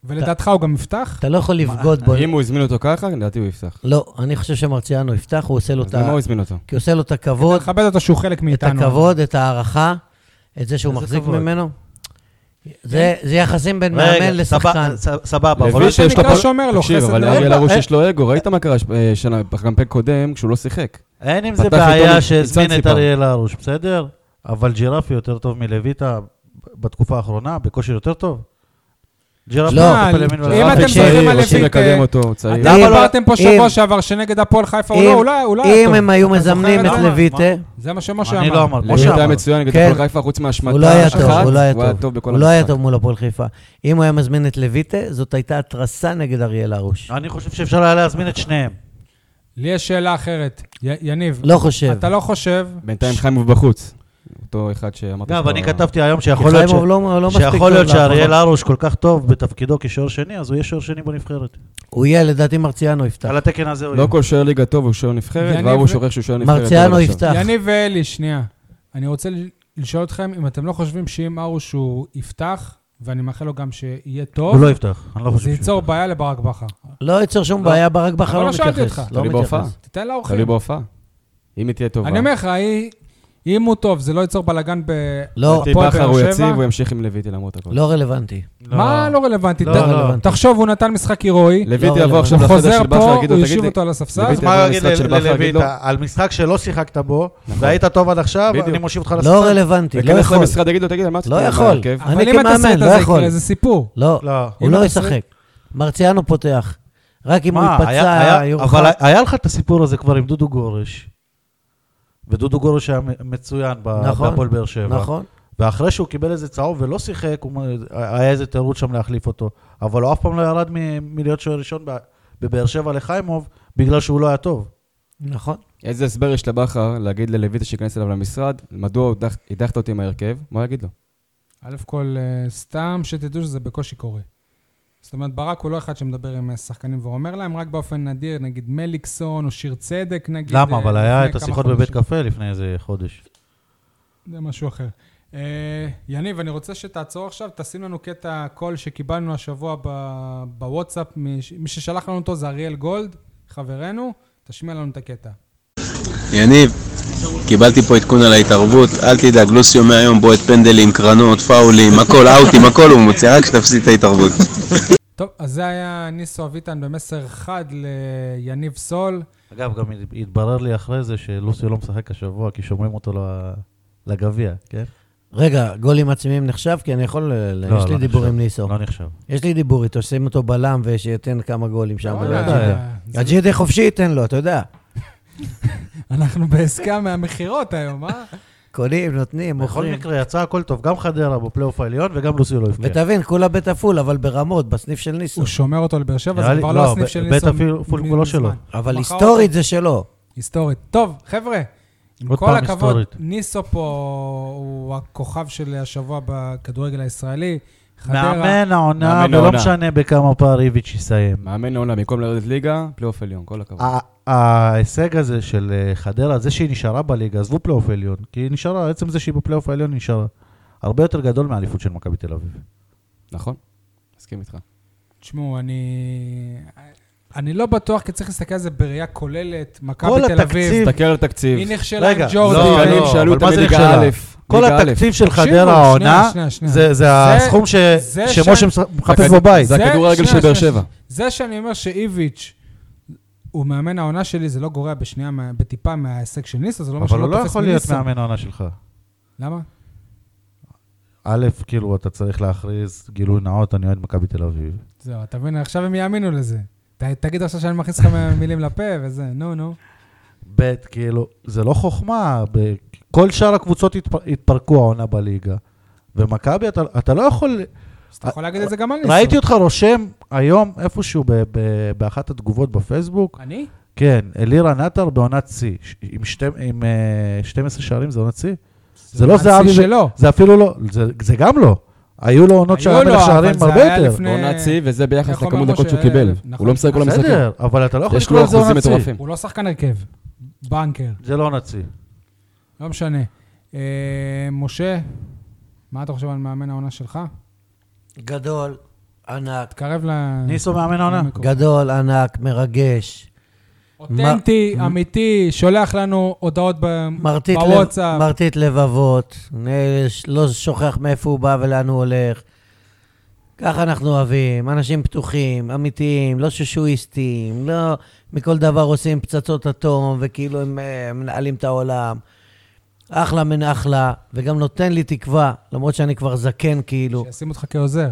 ולדעתך הוא גם יפתח? אתה לא יכול לבגוד בו. אם הוא הזמין אותו ככה, לדעתי הוא יפתח. לא, אני חושב שמרציאנו יפתח, הוא עושה לו אז את למה ה... הוא הזמין אותו? כי הוא עושה לו את הכבוד, לכבד אותו שהוא חלק את מאיתנו. הכבוד, את ההערכה, את זה שהוא איזה מחזיק כבוד? ממנו. זה כן. זה יחסים בין כן, מאמן רגע, לשחקן. סבבה, ס- סבבה, אבל... לוי לוי שנקרא שיש לו פחות... שומר לו, תקשיב, חסד אבל לאל. אריאל אין הרוש בעיה. יש לו אגו, ראית מה קרה ש- אה, שנה, בקמפיין קודם, כשהוא לא שיחק. אין עם זה פתח איתו בעיה ניצן שהזמין את ציפר. אריאל הרוש, בסדר? אבל ג'ירפי יותר טוב מלויטה בתקופה האחרונה, בכושר יותר טוב? ג'ירפי לא, הוא מטפל אבל- אם ימין ורחב. אתם הוא זוכרים צעיר, על רוצים לויטה, לקדם אותו, הוא צעיר. אתם אם- דיברתם פה אם- שבוע שעבר שנגד הפועל חיפה הוא אם- לא, הוא לא היה- הוא לא היה אם טוב. הם היו אתה זוכר מזמנים את את זה? למה? לויטה, זה מה שמשה אמר. אני לא אמרתי. לוי משה היה אמר. מצוין נגד כן. הפועל חיפה, חוץ מהשמטה הוא לא היה טוב, אחת, הוא לא היה הוא היה טוב. טוב בכל הוא לא היה המשחק. טוב מול הפועל חיפה. אם הוא היה מזמין את לויטה, זאת הייתה התרסה נגד אריאל הרוש. אני חושב שאפשר היה להזמין את שניהם. לי יש שאלה אחרת. י- יניב, לא חושב. אתה לא חושב... בינתיים חיימוב בחוץ. אותו אחד לא, שאמרת... אגב, שאתה- לא אני כתבתי היום כי שיכול להיות ש- חיימוב לא לא מספיק טוב. שיכול להיות להפועל. שאריאל הרוש כל כך טוב בתפקידו כשוער שני, אז הוא יהיה שוער שני בנבחרת. הוא יהיה, לדעתי מרציאנו יפתח. על התקן הזה הוא לא יהיה. כל שוער ליגה טוב הוא שוער נבחרת, יניב- והוא שוכח שהוא שוער נבחרת. מרציאנו אבל עכשיו. יפתח. יניב ואלי, שנייה. אני רוצה ל- לשאול אתכם אם אתם לא חושבים שאם ארוש הוא יפתח, ואני מאחל לו גם שיהיה טוב, הוא לא יפתח, אני לא זה חושב ש... ייצור בעיה לברק בכר. לא ייצר שום לא. בעיה, ברק בכר אבל לא לא שאלתי מתייחס. אותך. לא תלוי בהופעה. מתייחס. תיתן לאורחים. תלוי בהופעה. אם היא תהיה טובה. אני אומר לך, היא- אם הוא טוב, זה לא ייצור בלאגן ב... לא, הפועל בכר הוא באר יציב, שבע? הוא ימשיך עם לויטי למרות הכל. לא רלוונטי. מה לא רלוונטי? לא, ת- לא. רלוונטי. תחשוב, הוא נתן משחק הירואי, לויטי לא, יבוא לא, עכשיו הוא לחדר חוזר של בכר, פה, יגיד הוא לו, יושיב תגיד לי, אותו על הספסל. לויטי אז מה יבוא להגיד למשחק של לא- בכר, יגיד לו, ללויטה? על משחק שלא שיחקת בו, והיית טוב עד עכשיו, בדיוק. אני מושיב אותך לא רלוונטי, לא ייכנס יכול. למשרד, יגיד לו, תגיד, על מה לא עם יכול. ההרכב?" אני אבל אם כמאמן, התסריט לא הזה יכול. יקרה, זה סיפור. לא, לא. הוא אם לא התסריט- ישחק. מרציאנו פותח. רק אם הוא מה, יתפצע, היה- היה- אבל יורחק. היה לך את הסיפור הזה כבר עם דודו גורש, ודודו גורש היה מ- מצוין ב- נכון, בהפועל באר שבע. נכון. ואחרי שהוא קיבל איזה צהוב ולא שיחק, הוא מ- היה איזה תירוץ שם להחליף אותו. אבל הוא אף פעם לא ירד מ- מלהיות שוער ראשון ב- בבאר שבע לחיימוב, בגלל שהוא לא היה טוב. נכון. איזה הסבר יש לבכר להגיד ללויטי שייכנס אליו למשרד, מדוע הודח- הדחת אותי עם ההרכב? מה הוא יגיד לו? א' כל, אה, סתם שתדעו שזה בקושי קורה. זאת אומרת, ברק הוא לא אחד שמדבר עם השחקנים ואומר להם, רק באופן נדיר, נגיד מליקסון או שיר צדק, נגיד... למה? אה, אבל היה לפני את כמה השיחות בבית חודשים. קפה לפני איזה חודש. זה משהו אחר. אה, יניב, אני רוצה שתעצור עכשיו, תשים לנו קטע קול שקיבלנו השבוע ב- בוואטסאפ, מי ש- מי ששלח לנו אותו זה אריאל גולד, חברנו, תשמיע לנו את הקטע. יניב, קיבלתי פה עדכון על ההתערבות, אל תדאג, לוסיו מהיום בועט פנדלים, קרנות, פאולים, הכל, אאוטים, הכל הוא מוציא, רק שתפסיד את ההתערבות. טוב, אז זה היה ניסו אביטן במסר חד ליניב סול. אגב, גם הת- התברר לי אחרי זה שלוסיו לא משחק השבוע, כי שומרים אותו ל- לגביע, כן? רגע, גולים עצמיים נחשב? כי אני יכול... ל- ל- לא, יש לי לא דיבור נחשב. עם ניסו. לא נחשב. יש לי דיבור איתו, שים אותו בלם ושייתן כמה גולים שם. לא לא יודע, יודע. זה- הג'ידה חופשי ייתן לו, אתה יודע. *laughs* אנחנו בעסקה מהמכירות היום, אה? קונים, נותנים, בכל מוכרים. מקרה, יצא הכל טוב, גם חדרה בפלייאוף העליון וגם לוסיו לא הבקיע. ותבין, כולה בית עפול, אבל ברמות, בסניף של ניסו. הוא שומר אותו לבאר שבע, נראה זה לי- כבר לא, לא הסניף ב- של בית ניסו אפילו- אפילו כולו שלו. מזמן. אבל מכר היסטורית זה שלו. היסטורית. טוב, חבר'ה, עם עוד כל פעם הכבוד, היסטורית. ניסו פה הוא הכוכב של השבוע בכדורגל הישראלי. חדרה, מאמן העונה, מאמן ולא העונה. משנה בכמה פער איביץ' יסיים. מאמן העולם, במקום לרדת ליגה, פלייאוף עליון, כל הכבוד. ה- ההישג הזה של אה, חדרה, זה שהיא נשארה בליגה, עזבו פלייאוף עליון, כי היא נשארה, עצם זה שהיא בפלייאוף העליון היא נשארה. הרבה יותר גדול מהאליפות של מכבי תל אביב. נכון? מסכים איתך. תשמעו, אני... אני לא בטוח, כי צריך להסתכל על זה בראייה כוללת. מכבי כל תל אביב, התקציב- תסתכל על התקציב. היא נכשלה עם ג'ורדי. לא, שחקנים לא, שעלו אבל אותם מה זה מליגה נכשלה? א', כל ליגה א'. התקציב של תקשיבו, חדרה שנייה, העונה, שנייה, שנייה. זה- זה הסכום ש- זה שמשה שם- מש- מחפש זה- בבית. זה זה- הכדורגל שנייה, של באר שנייה, שבע. זה שאני אומר שאיביץ' הוא מאמן העונה שלי, זה לא גורע בשנייה, מה- בטיפה מההישג של ניסו, זה לא מה שלא אבל הוא תופס לא מניסו. יכול להיות מאמן העונה שלך. למה? א', כאילו, אתה צריך להכריז גילוי נאות, אני אוהד מכבי תל אביב. זהו, אתה מבין, עכשיו הם יאמינו לזה. ת- תגיד עכשיו שאני *laughs* מכניס לך מילים לפה וזה, נו, נו. ב', כאילו, זה לא חוכמה, ב- כל שאר הקבוצות התפ- התפרקו העונה בליגה. ומכבי, אתה, אתה לא יכול... אז אתה יכול להגיד את זה גם על ניסו. ראיתי אותך רושם היום איפשהו ב- ב- באחת התגובות בפייסבוק, אני? כן, אלירה נטר בעונת שיא, ש- עם, שתי, עם אה, 12 שערים זה עונת שיא? זה לא הנשיא זהבי, זה, שלו. זה אפילו לא, זה, זה גם לא. היו לו עונות היו שהיה לו, מלך אבל שערים זה הרבה היה יותר. לפני- בעונת שיא, וזה ביחס איך אומר לכמות דקות משה? שהוא קיבל. נכון. הוא לא משחק כל המשחקים. בסדר, אבל אתה לא יכול יש לו לקרוא לזה אחוזים עונת שיא. מטורפים. הוא לא שחקן הרכב. בנקר, זה לא עונת שיא. לא משנה. אה, משה, מה אתה חושב על מאמן העונה שלך? גדול, ענק, תקרב ל... ניסו מאמן העונה. למיקרופון. גדול, ענק, מרגש. אותנטי, אמיתי, שולח לנו הודעות ב- מרטיט, לב, בוואטסאפ. מרטיט לבבות, נ- ש- לא שוכח מאיפה הוא בא ולאן הוא הולך. ככה אנחנו אוהבים, אנשים פתוחים, אמיתיים, לא שושואיסטים, לא מכל דבר עושים פצצות אטום, וכאילו הם אה, מנהלים את העולם. אחלה מן אחלה, וגם נותן לי תקווה, למרות שאני כבר זקן כאילו. שישים אותך כעוזר.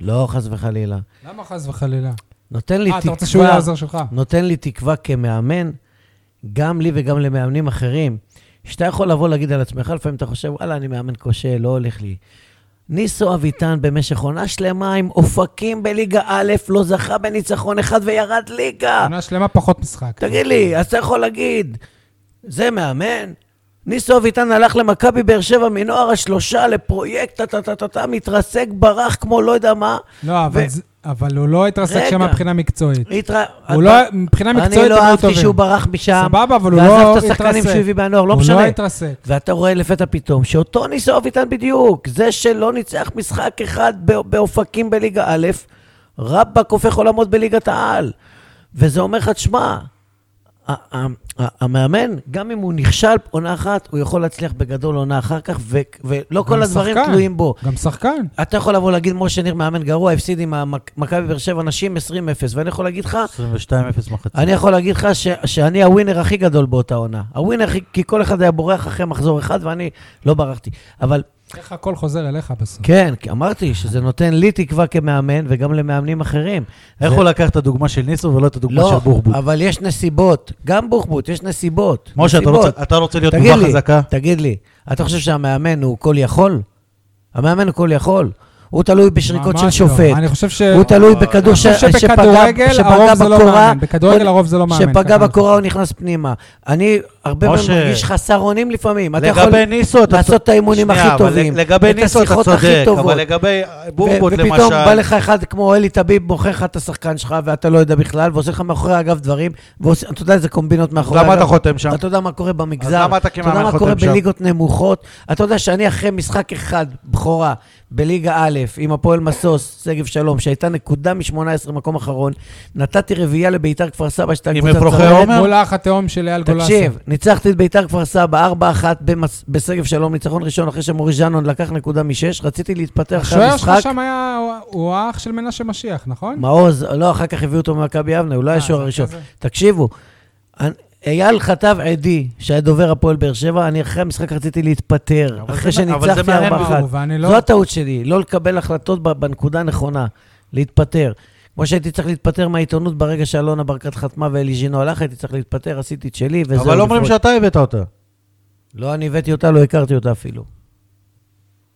לא, חס וחלילה. למה חס וחלילה? נותן לי אה, אתה תקווה. רוצה שהוא יהיה העוזר שלך? נותן לי תקווה כמאמן, גם לי וגם למאמנים אחרים, שאתה יכול לבוא להגיד על עצמך, לפעמים אתה חושב, וואלה, אני מאמן כושל, לא הולך לי. ניסו אביטן *laughs* במשך עונה שלמה עם אופקים בליגה א', לא זכה בניצחון אחד וירד ליגה. עונה שלמה פחות משחק. תגיד לי, אז אתה יכול להגיד, זה מאמן? ניסו אביטן הלך למכבי באר שבע מנוער השלושה לפרויקט, טה-טה-טה-טה, מתרסק, ברח כמו לא יודע מה. לא, אבל ו- זה- אבל הוא לא התרסק רגע. שם מבחינה מקצועית. התרא- הוא לא, מבחינה מקצועית אני הם לא היו אהבתי טובים. שהוא ברח משם. סבבה, אבל הוא לא ועזב התרסק. את השחקנים שהוא הביא מהנוער, לא הוא משנה. לא התרסק. ואתה רואה לפתע פתאום שאותו ניסו אביטן בדיוק, זה שלא ניצח משחק אחד בא- באופקים בליגה א', רבאק הופך עולמות בליגת העל. וזה אומר לך, תשמע, ה- ה- ה- המאמן, גם אם הוא נכשל עונה אחת, הוא יכול להצליח בגדול עונה אחר כך, ו- ולא כל גם הדברים שחקן. תלויים בו. גם שחקן. אתה יכול לבוא להגיד, משה ניר מאמן גרוע, הפסיד עם המק- מכבי באר שבע נשים 20-0, ואני יכול להגיד לך, 22-0 מחצית. אני יכול להגיד לך ש, שאני הווינר הכי גדול באותה עונה. הווינר הכי, כי כל אחד היה בורח אחרי מחזור אחד ואני לא ברחתי. אבל איך הכל חוזר אליך בסוף. כן, כי אמרתי שזה נותן לי תקווה כמאמן וגם למאמנים אחרים. איך הוא לקח את הדוגמה של ניסו ולא את הדוגמה לא, של בוחבוט? אבל יש נסיבות, גם בוחבוט, יש נסיבות. משה, אתה נסיבות. רוצה- אתה רוצה להיות תגיד תגובה לי, חזקה? תגיד לי, אתה חושב שהמאמן הוא כל יכול? המאמן הוא כל יכול. הוא תלוי בשריקות של ממש לא. שופט. אני חושב ש... הוא תלוי בכדור אני ש- חושב שפגע שבכדורגל שפגע הרוב זה לא בקורה, מאמן. בכדורגל הרוב זה לא מאמן. ככה. שפגע בקורה הוא נכנס פנימה. אני הרבה פעמים משה. מרגיש חסר אונים לפעמים. אתה יכול לגבי ניסו, אתה... לעשות את האימונים שנייה, הכי אבל טובים, לגבי את ניסו אתה השיחות הכי צודק, טובות. אבל לגבי ו- בוחבוט למשל... ופתאום בא לך אחד כמו אלי טביב, מוכר לך את השחקן שלך ואתה לא יודע בכלל, ועושה לך מאחורי הגב דברים, ועושה- אתה יודע איזה קומבינות מאחורי הגב. למה אתה חותם שם? אתה יודע מה קורה במגזר. אז למה אתה אתה כמאמן יודע מה חותם קורה שם? בליגות נמוכות. אתה יודע שאני אחרי משחק אחד, בכורה, בליגה א', עם הפועל מסוס, שגב שלום, שהייתה נקודה מ-18, מקום אחרון, נתתי רביעייה לביתר כפר סבא, שהייתה עם קבוצה אפרוחי צמרת. עומר? מול האח התאום של אייל גולסה. תקשיב, ניצחתי את ביתר כפר סבא 4-1 במס- בשגב שלום, ניצחון ראשון אחרי שמורי ז'אנון לקח נקודה משש, רציתי להתפתח אחרי השוער שלך המשחק. שם היה... הוא האח של מנשה משיח, נכון? מעוז, לא, אחר כך הביאו אותו ממכבי יבנה, הוא לא אה, היה שוער זה הראשון. כזה. תקשיבו, אני- אייל חטב עדי, שהיה דובר הפועל באר שבע, אני אחרי המשחק רציתי להתפטר, אבל אחרי זה- אבל זה שניצחתי מעניין 4-1. ברור, ואני לא... זו הטעות שלי, לא לקבל החלטות ב- בנקודה הנכונה, להתפטר. כמו שהייתי צריך להתפטר מהעיתונות ברגע שאלונה ברקת חתמה ואלי ז'ינו הלך, הייתי צריך להתפטר, עשיתי את שלי, וזהו. אבל לא אומרים לפחות. שאתה הבאת אותה. לא אני הבאתי אותה, לא הכרתי אותה אפילו.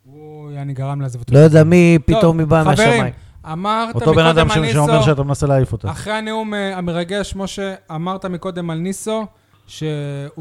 הוא, יעני, גרם לעזב אותו. לא יודע מי טוב, פתאום היא באה חברים, מהשמיים. אמרת אותו בן אדם מקודם על ש- שאומר ניסו, שאתה מנסה להעיף אותה. אחרי הנאום אה, המרגש, משה, אמרת מקודם על ניסו, שהוא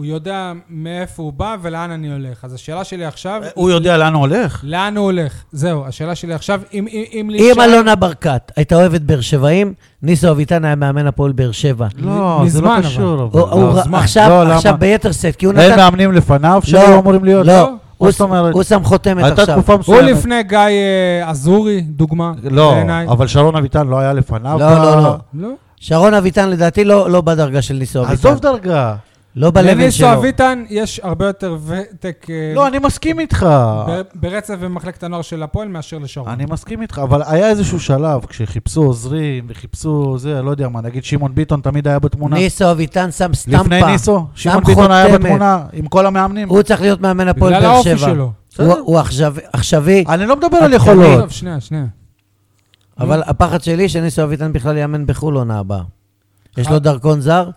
יודע מאיפה הוא בא ולאן אני הולך. אז השאלה שלי עכשיו, אה, הוא יודע לאן הוא הולך? לאן הוא הולך? זהו, השאלה שלי עכשיו, אם... אם, אם אם להישאר- לא אלונה ברקת הייתה אוהבת באר שבעים, ניסו אביטן היה מאמן הפועל באר שבע. לא, זה לא מזמן, אבל. קשור. אבל. הוא- הוא לא, ר- זמן. לא, עכשיו למה? עכשיו ביתר סט, כי הוא אין נתן... מאמנים לפניו שהיו אמורים להיות? לא, מה הוא זאת אומרת? הוא שם חותמת הייתה עכשיו. תקופה הוא מסוימת. לפני גיא אה, עזורי, דוגמה, לא, בעיניי. אבל שרון אביטן לא היה לפניו. לא, לא, לא. לא. שרון אביטן לדעתי לא לא בדרגה של ניסו אביטן. עזוב דרגה. לא בלבל לניסו שלו. אביטן יש הרבה יותר ותק אה, לא, אני מסכים איתך. אה. ב- ברצף במחלקת הנוער של הפועל מאשר לשרון. אני מסכים איתך, אבל היה איזשהו שלב, כשחיפשו עוזרים וחיפשו זה, לא יודע מה, נגיד שמעון ביטון תמיד היה בתמונה. ניסו אביטן שם סטמפה. לפני ניסו, שם שמעון ביטון היה חותמת. בתמונה עם כל המאמנים. הוא צריך להיות מאמן הפועל בגלל באר שבע. האופי שלו. אוקיי, הוא- בסדר. הוא עכשווי- עכשווי, אני לא מדבר על עדכני. יכולות. טוב, שנייה, שנייה. אבל הפחד שלי שניסו אביטן בכלל יאמן בחו"ל עונה הבאה. יש לו אה. דרכון זר,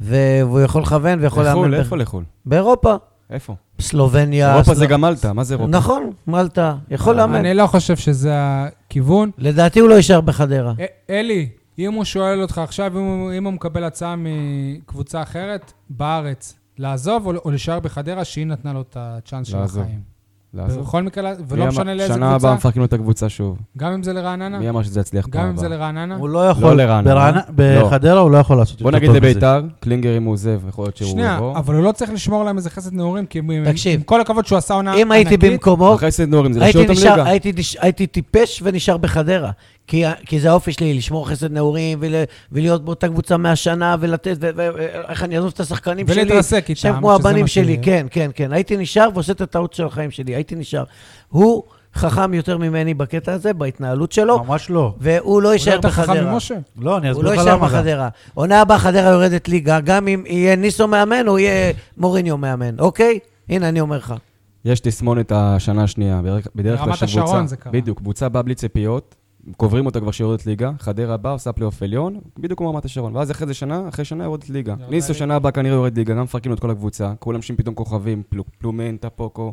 ו- והוא יכול לכוון ויכול לחו"ל, לאמן איפה ב- לחו"ל? באירופה, איפה? סלובניה. אירופה זה סלו- גם מלטה, מה זה אירופה? לא. נכון, מלטה, יכול אה, לאמן. אני לא חושב שזה הכיוון. לדעתי הוא לא יישאר בחדרה. א- אלי, אם הוא שואל אותך עכשיו, אם הוא- אם הוא מקבל הצעה מקבוצה אחרת בארץ, לעזוב או או להישאר בחדרה, שהיא נתנה לו את הצ'אנס של לעזוב. החיים. לעזוב. בכל מקרה, מי ולא אמר- משנה לאיזה שנה הבאה קבוצה, מפרקים לו את הקבוצה שוב. גם אם זה לרעננה, מי אמר שזה יצליח פעם גם הבאה? אם זה לרעננה. הוא לא נכון, יכול, לרעננה. ברעננה- לא. בחדרה הוא לא יכול לעשות בוא יותר נגיד טוב מזה. לביתר, קלינגר אם הוא עוזב, יכול להיות שהוא שנייה, יבוא. אבל הוא לא צריך לשמור להם איזה חסד נעורים, כי עם- תקשיב. עם כל הכבוד שהוא עשה עונה אם הייתי ענקית, במקומו, אחרי סט נורים, זה הייתי לשאול אותם נשאר- ליגה. הייתי נש- הייתי טיפש ונשאר בחדרה. כי ה- כי זה האופי שלי, לשמור חסד נעורים, ול- ולהיות באותה קבוצה מהשנה, ולתת, ו- ו- איך אני אעזוב את השחקנים שלי. ולהתרסק איתם, שהם כמו שזה הבנים מה שלי, שיהיה. כן, כן, כן. הייתי נשאר ועושה את הטעות של החיים שלי, הייתי נשאר. הוא חכם יותר ממני בקטע הזה, בהתנהלות שלו, ממש לא. והוא לא הוא לא יישאר יותר חכם בחדרה. ממשה. לא, אני הוא אסביר לא לך יישאר למה. גם. בחדרה. עונה הבאה חדרה יורדת ליגה, גם אם יהיה ניסו מאמן או יהיה מוריניו מאמן, אוקיי? הנה, אני אומר לך. יש תסמונת השנה השנייה, בדרך- בדרך כלל ברמת של קבוצה. השרון זה קרה. בדיוק, קבוצה באה בלי ציפיות, קוברים אותה כבר שהיא יורדת ליגה, חדרה באה, עושה פלייאוף עליון, בדיוק כמו רמת השרון. ואז אחרי זה שנה, אחרי שנה יורדת ליגה. ירדה ניסו ליגה. שנה הבאה כנראה יורד ליגה, גם מפרקים לו את כל הקבוצה, כולם שם פתאום כוכבים, פלו- פלומן, טפוקו,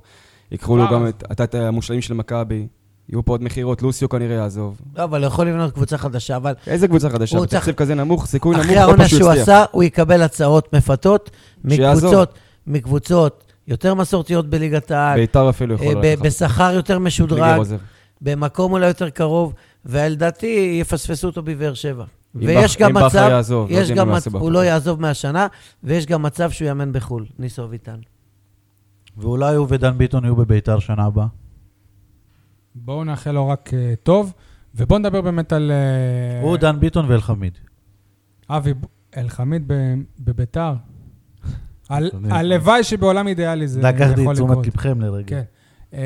יקחו לו כבר גם אז. את- את את המושלמים של מכבי, יהיו פה עוד מכירות, לוסיו כנראה יעזוב. לא, אבל הוא יכול לבנות קבוצה חדשה, אבל איזה קבוצה חדשה? הוא צריך- בתקציב כזה נמוך, סיכוי נמוך, אחרי כל פעם העונה שהוא שהוא יצליח. עשה, הוא יקבל הצעות מפתות שיעזוב. מקבוצות, מקבוצות יותר מסורתיות בליגת העל, ביתר אפילו אה, יכול ב- בשכר יותר קלינגר משודרג, עוזב. במקום אולי יותר קרוב, ולדעתי יפספסו אותו בבאר שבע. אם ויש בכר- גם אם בכר מצב, יעזוב, לא יש יודעים גם מה מצב, יעשה בכר. הוא לא יעזוב מהשנה, ויש גם מצב שהוא יאמן בחו"ל, ניסו אביטן. ואולי הוא ודן ביטון יהיו בביתר שנה הבאה. בואו נאחל לו רק אה, טוב, ובואו נדבר באמת על אה, הוא, דן ביטון ואלחמיד. אבי ב- אלחמיד ב- *laughs* בביתר. על- אדוני. הלוואי שבעולם אידיאלי זה יכול לקרות. לקחתי את תשומת לבכם לרגע. כן. אה,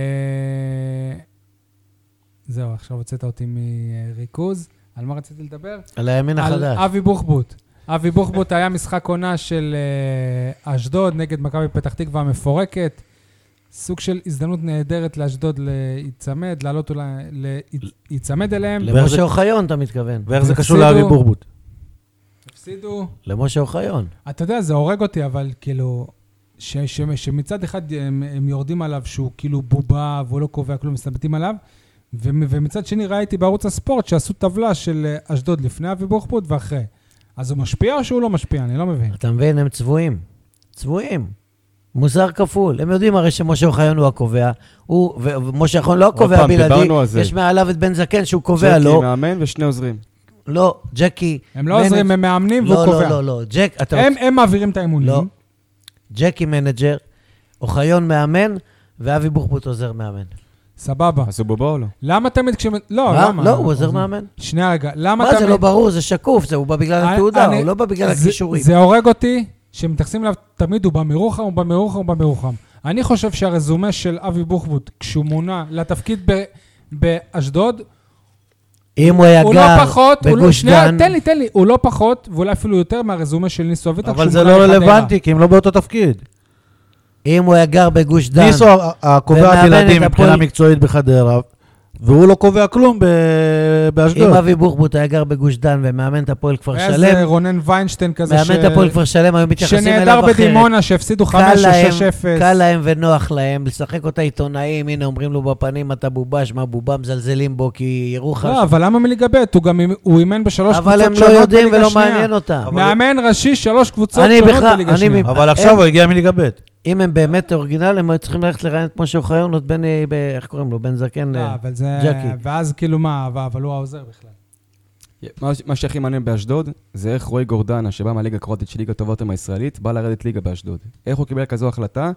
זהו, עכשיו הוצאת אותי מריכוז. על מה רציתי לדבר? על הימין על החדש. אבי בוחבוט. אבי בוחבוט היה משחק עונה של אה, אשדוד נגד מכבי פתח תקווה המפורקת. סוג של הזדמנות נהדרת לאשדוד להיצמד, לעלות אולי, להיצמד אליהם. למשה אוחיון, אתה מתכוון. ואיך זה והפסידו- קשור לאבי בורבוט? הפסידו. למשה אוחיון. אתה יודע, זה הורג אותי, אבל כאילו, ש, ש, שמצד אחד הם, הם יורדים עליו שהוא כאילו בובה והוא לא קובע כלום, מסתלבטים עליו, ו, ומצד שני ראיתי בערוץ הספורט שעשו טבלה של אה, אשדוד לפני אבי בוחבוט ואחרי. אז הוא משפיע או שהוא לא משפיע? אני לא מבין. אתה מבין? הם צבועים. צבועים. מוסר כפול. הם יודעים הרי שמשה אוחיון הוא הקובע, הוא, ו- ומשה אוחיון לא הקובע פעם, בלעדי, דיברנו על זה. יש מעליו את בן זקן שהוא קובע צ'קי לו. מאמן ושני עוזרים. לא, ג'קי... הם לא בנט- עוזרים, הם מאמנים והוא לא, קובע. לא, לא, לא, ג'ק, אתה... הם, הם מעבירים את האימונים. לא. ג'קי מנג'ר, אוחיון מאמן, ואבי בוחבוט עוזר מאמן. אה. סבבה. עשו בובה או לא? למה תמיד כש... לא, מה? למה? לא, הוא עוזר מאמן. שנייה רגע, למה מה, תמיד... זה לא ברור, זה שקוף, זה הוא בא בגלל אני- התעודה, אני- הוא לא בא בגלל זה- הכישורים. זה הורג אותי, שמתייחסים אליו תמיד, הוא בא מרוחם, הוא בא מרוחם, הוא בא מרוחם. אני חושב שהרזומה של אבי בוחבוט, כשהוא מונה לתפקיד ב- באשדוד, אם הוא היה הוא לא גר פחות, הוא לא, בגוש שנייה, דן... תן לי, תן לי, הוא לא פחות, ואולי אפילו יותר מהרזומה של ניסו אביטן, אבל כשהוא זה מונה לא לחדרה. רלוונטי, כי הם לא באותו תפקיד. אם הוא היה גר בגוש דן... ניסו ה- הקובע ומאמן את בלעדי מבחינה הפועל- מקצועית בחדרה, והוא לא קובע כלום ב- אם באשדוד. אבי בוחבוט היה גר בגוש דן ומאמן את הפועל כפר איזה שלם, רונן ויינשטיין כזה ש... מאמן את הפועל כפר שלם, היו מתייחסים שנעדר אליו אחרת. בדימונה, שהפסידו 5 קל או להם, 6 0 קל להם ונוח להם לשחק אותה עיתונאים, הנה אומרים לו בפנים, אתה בובש, מה בובה, מזלזלים בו כי יראוך... לא, אבל למה מליגה ב'? הוא גם הוא אימן בשלוש קבוצות אבל הם לא שונות יודעים בליגה ולא שנייה. מעניין אותם. אבל- מאמן ראשי, שלוש קבוצות אני שונות בכלל- בליגה אני שנייה. מב- אבל עכשיו הוא הגיע מליגה ב'. אם הם באמת אורגינל, הם היו צריכים ללכת לראיין את משה אוחיון, עוד בני, ב- איך קוראים לו? בן זקן. לא, אה, אבל זה... ג'קי. ואז כאילו מה, אבל- אבל הוא העוזר בכלל. מה ש- מה שהכי מעניין באשדוד, זה איך רועי גורדנה, שבא מהליגה הקרואטית של ליגה טובה יותר מהישראלית, בא לרדת ליגה באשדוד. איך הוא קיבל כזו החלטה,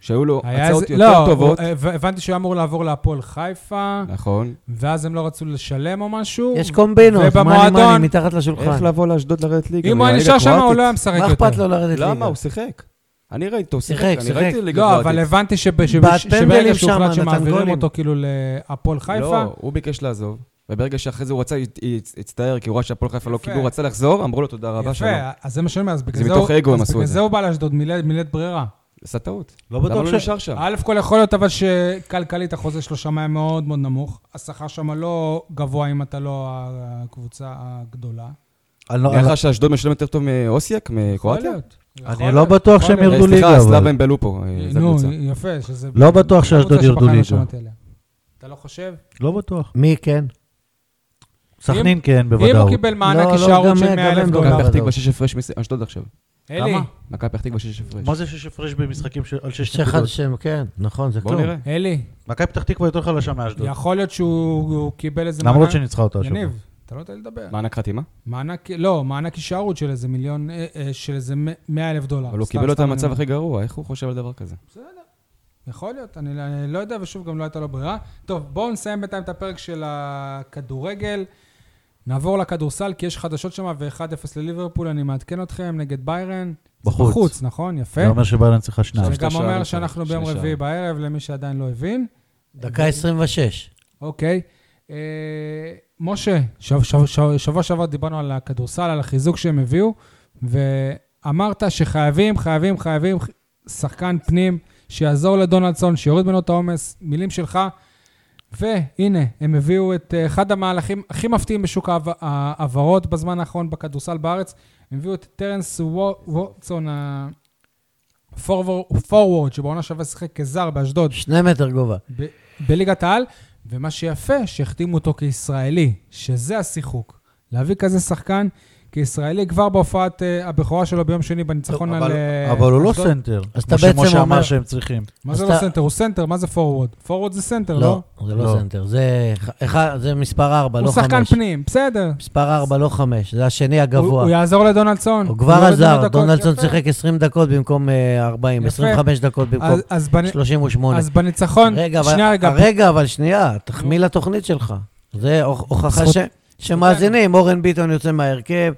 שהיו לו היה הצעות איזה- יותר לא, טובות. הוא- הב- הבנתי שהוא היה אמור לעבור להפועל חיפה, נכון. ואז הם לא רצו לשלם או משהו. יש קומבינות, מאני ובמועדון- מאני, מתחת לשולחן. איך לבוא לאשדוד לרדת ליגה? נכון. אם הוא היה מהליגה נשאר שם, הוא הקרואטית? לא היה משחק מה יותר. אכפת לו לרדת ליגה? למה? הוא שיחק. אני ראיתי אותו, הוא שיחק, שיחק. אני שיחק. ראיתי ליגה לא, אבל קרואטית. הבנתי שבש- בעט שבש- פנדלים שברגע שהוחלט שם, נתן שמעבירים גולים. אותו כאילו להפועל חיפה, לא, הוא ביקש לעזוב. וברגע שאחרי זה הוא רצה, הצ- הצ- הצטער, כי הוא ראה שהפועל חיפה לא יפה. קיבלו, הוא רצה לחזור, אמרו לו תודה רבה, שלום. יפה, אז זה מה שאני אומר, אז בגלל זה זה מתוך הוא- אגו הם אז עשו בגלל את זה. זה הוא בא לאשדוד מלית מלית ברירה. עשה טעות. לא בטוח למה ש- לא נשאר שם? א' כל יכול להיות, אבל שכלכלית החוזה שלו שם היה מאוד מאוד נמוך. השכר שם לא גבוה אם אתה לא הקבוצה הגדולה. אני לא- אה, נראה לך שאשדוד משלם יותר טוב מאוסיאק, מקרואטיה? אני לא בטוח יכול שהם להיות. ירדו אה, סליחה, ליגה, אבל- סלאבן בלופו, אה, זה נו, הקבוצה. יפה, שזה... לא בטוח הקבוצה שאשדוד ירדו שבחיים לא ליגה. שמעתי עליה. אתה לא חושב? לא בטוח. מי כן? סכנין כן, אם הוא בוודאות. קיבל לא, מענק לא, גם- הישארות של גם 100 אלף הם לא דולר. מכבי פתח בוודאות. תקווה שש הפרש מאשדוד עכשיו. אלי, כמה? מכבי פתח תקווה שש הפרש. מה זה שיש הפרש במשחקים ש- על שש שאחד נקודות? שם, כן, נכון, זה בואו כלום. נראה. אלי, מכבי פתח תקווה יותר חלשה מאשדוד. יכול להיות שהוא הוא קיבל איזה מענק... למרות שניצחה אותה השבוע. יניב, אתה לא יודע לדבר. מענק חתימה? מענק, לא, מענק הישארות של איזה מיליון, אה, אה, של איזה 100 אלף דולר. אבל הוא סתם, קיבל סתם אותה אני במצב אומר. הכי גרוע, איך הוא חושב על דבר כזה? יכול להיות, אני, אני לא יודע, ושוב, גם לא הייתה לו ברירה. טוב, בואו נסיים בינתיים את הפרק של הכדורגל. נעבור לכדורסל, כי יש חדשות שם, ו-1-0 לליברפול, אני מעדכן אתכם, נגד ביירן. זה בחוץ. בחוץ, נכון? יפה. זה אומר שבאלן צריכה שניים. זה גם שערים אומר שם, שאנחנו שני ביום שערים. רביעי בערב, למי שעדיין לא הבין. דקה 26. אוקיי. אה, משה, שב- שב- שב- שבוע שעבר דיברנו על הכדורסל, על החיזוק שהם הביאו, ואמרת שחייבים, חייבים, חייבים שחקן פנים שיעזור לדונלדסון, שיוריד ממנו את העומס, מילים שלך. והנה, הם הביאו את אה, אחד המהלכים הכי מפתיעים בשוק ההב- ההעברות בזמן האחרון בכדורסל בארץ. הם הביאו את טרנס וו- ווטסון, הפורוורד, שבעונה שווה שיחק כזר באשדוד. שני מטר גובה. ב- בליגת העל, ומה שיפה, שהחתימו אותו כישראלי, שזה השיחוק. להביא כזה שחקן כישראלי כבר בהופעת אה, הבכורה שלו ביום שני בניצחון על... אבל- אה, אבל הוא לא אשדוד. סנטר, אז אתה כמו בעצם שמשה אומר- אמר שהם צריכים. מה זה אז לא אתה- סנטר? הוא סנטר, מה זה פורוורד? פורוורד זה סנטר, לא? לא, זה לא לא. סנטר. זה ח- אחד- זה מספר 4, לא הוא 5. שחקן פנים, בסדר. מספר 4, לא 5. זה השני הוא הוא הגבוה. יעזור לדונלדסון. הוא כבר יוריד ממנו עזר, דקות, דונלדסון יפה. שיחק 20 דקות במקום אה, 40, יפה. 25 דקות במקום אז- אז בנ- 38. אז בניצחון, רגע, אבל- שנייה רגע, רגע, אבל שנייה, תחמיא לתוכנית שלך. זה הוכ- הוכחה זכות- ש- שמאזינים, אורן ביטון יוצא מההרכב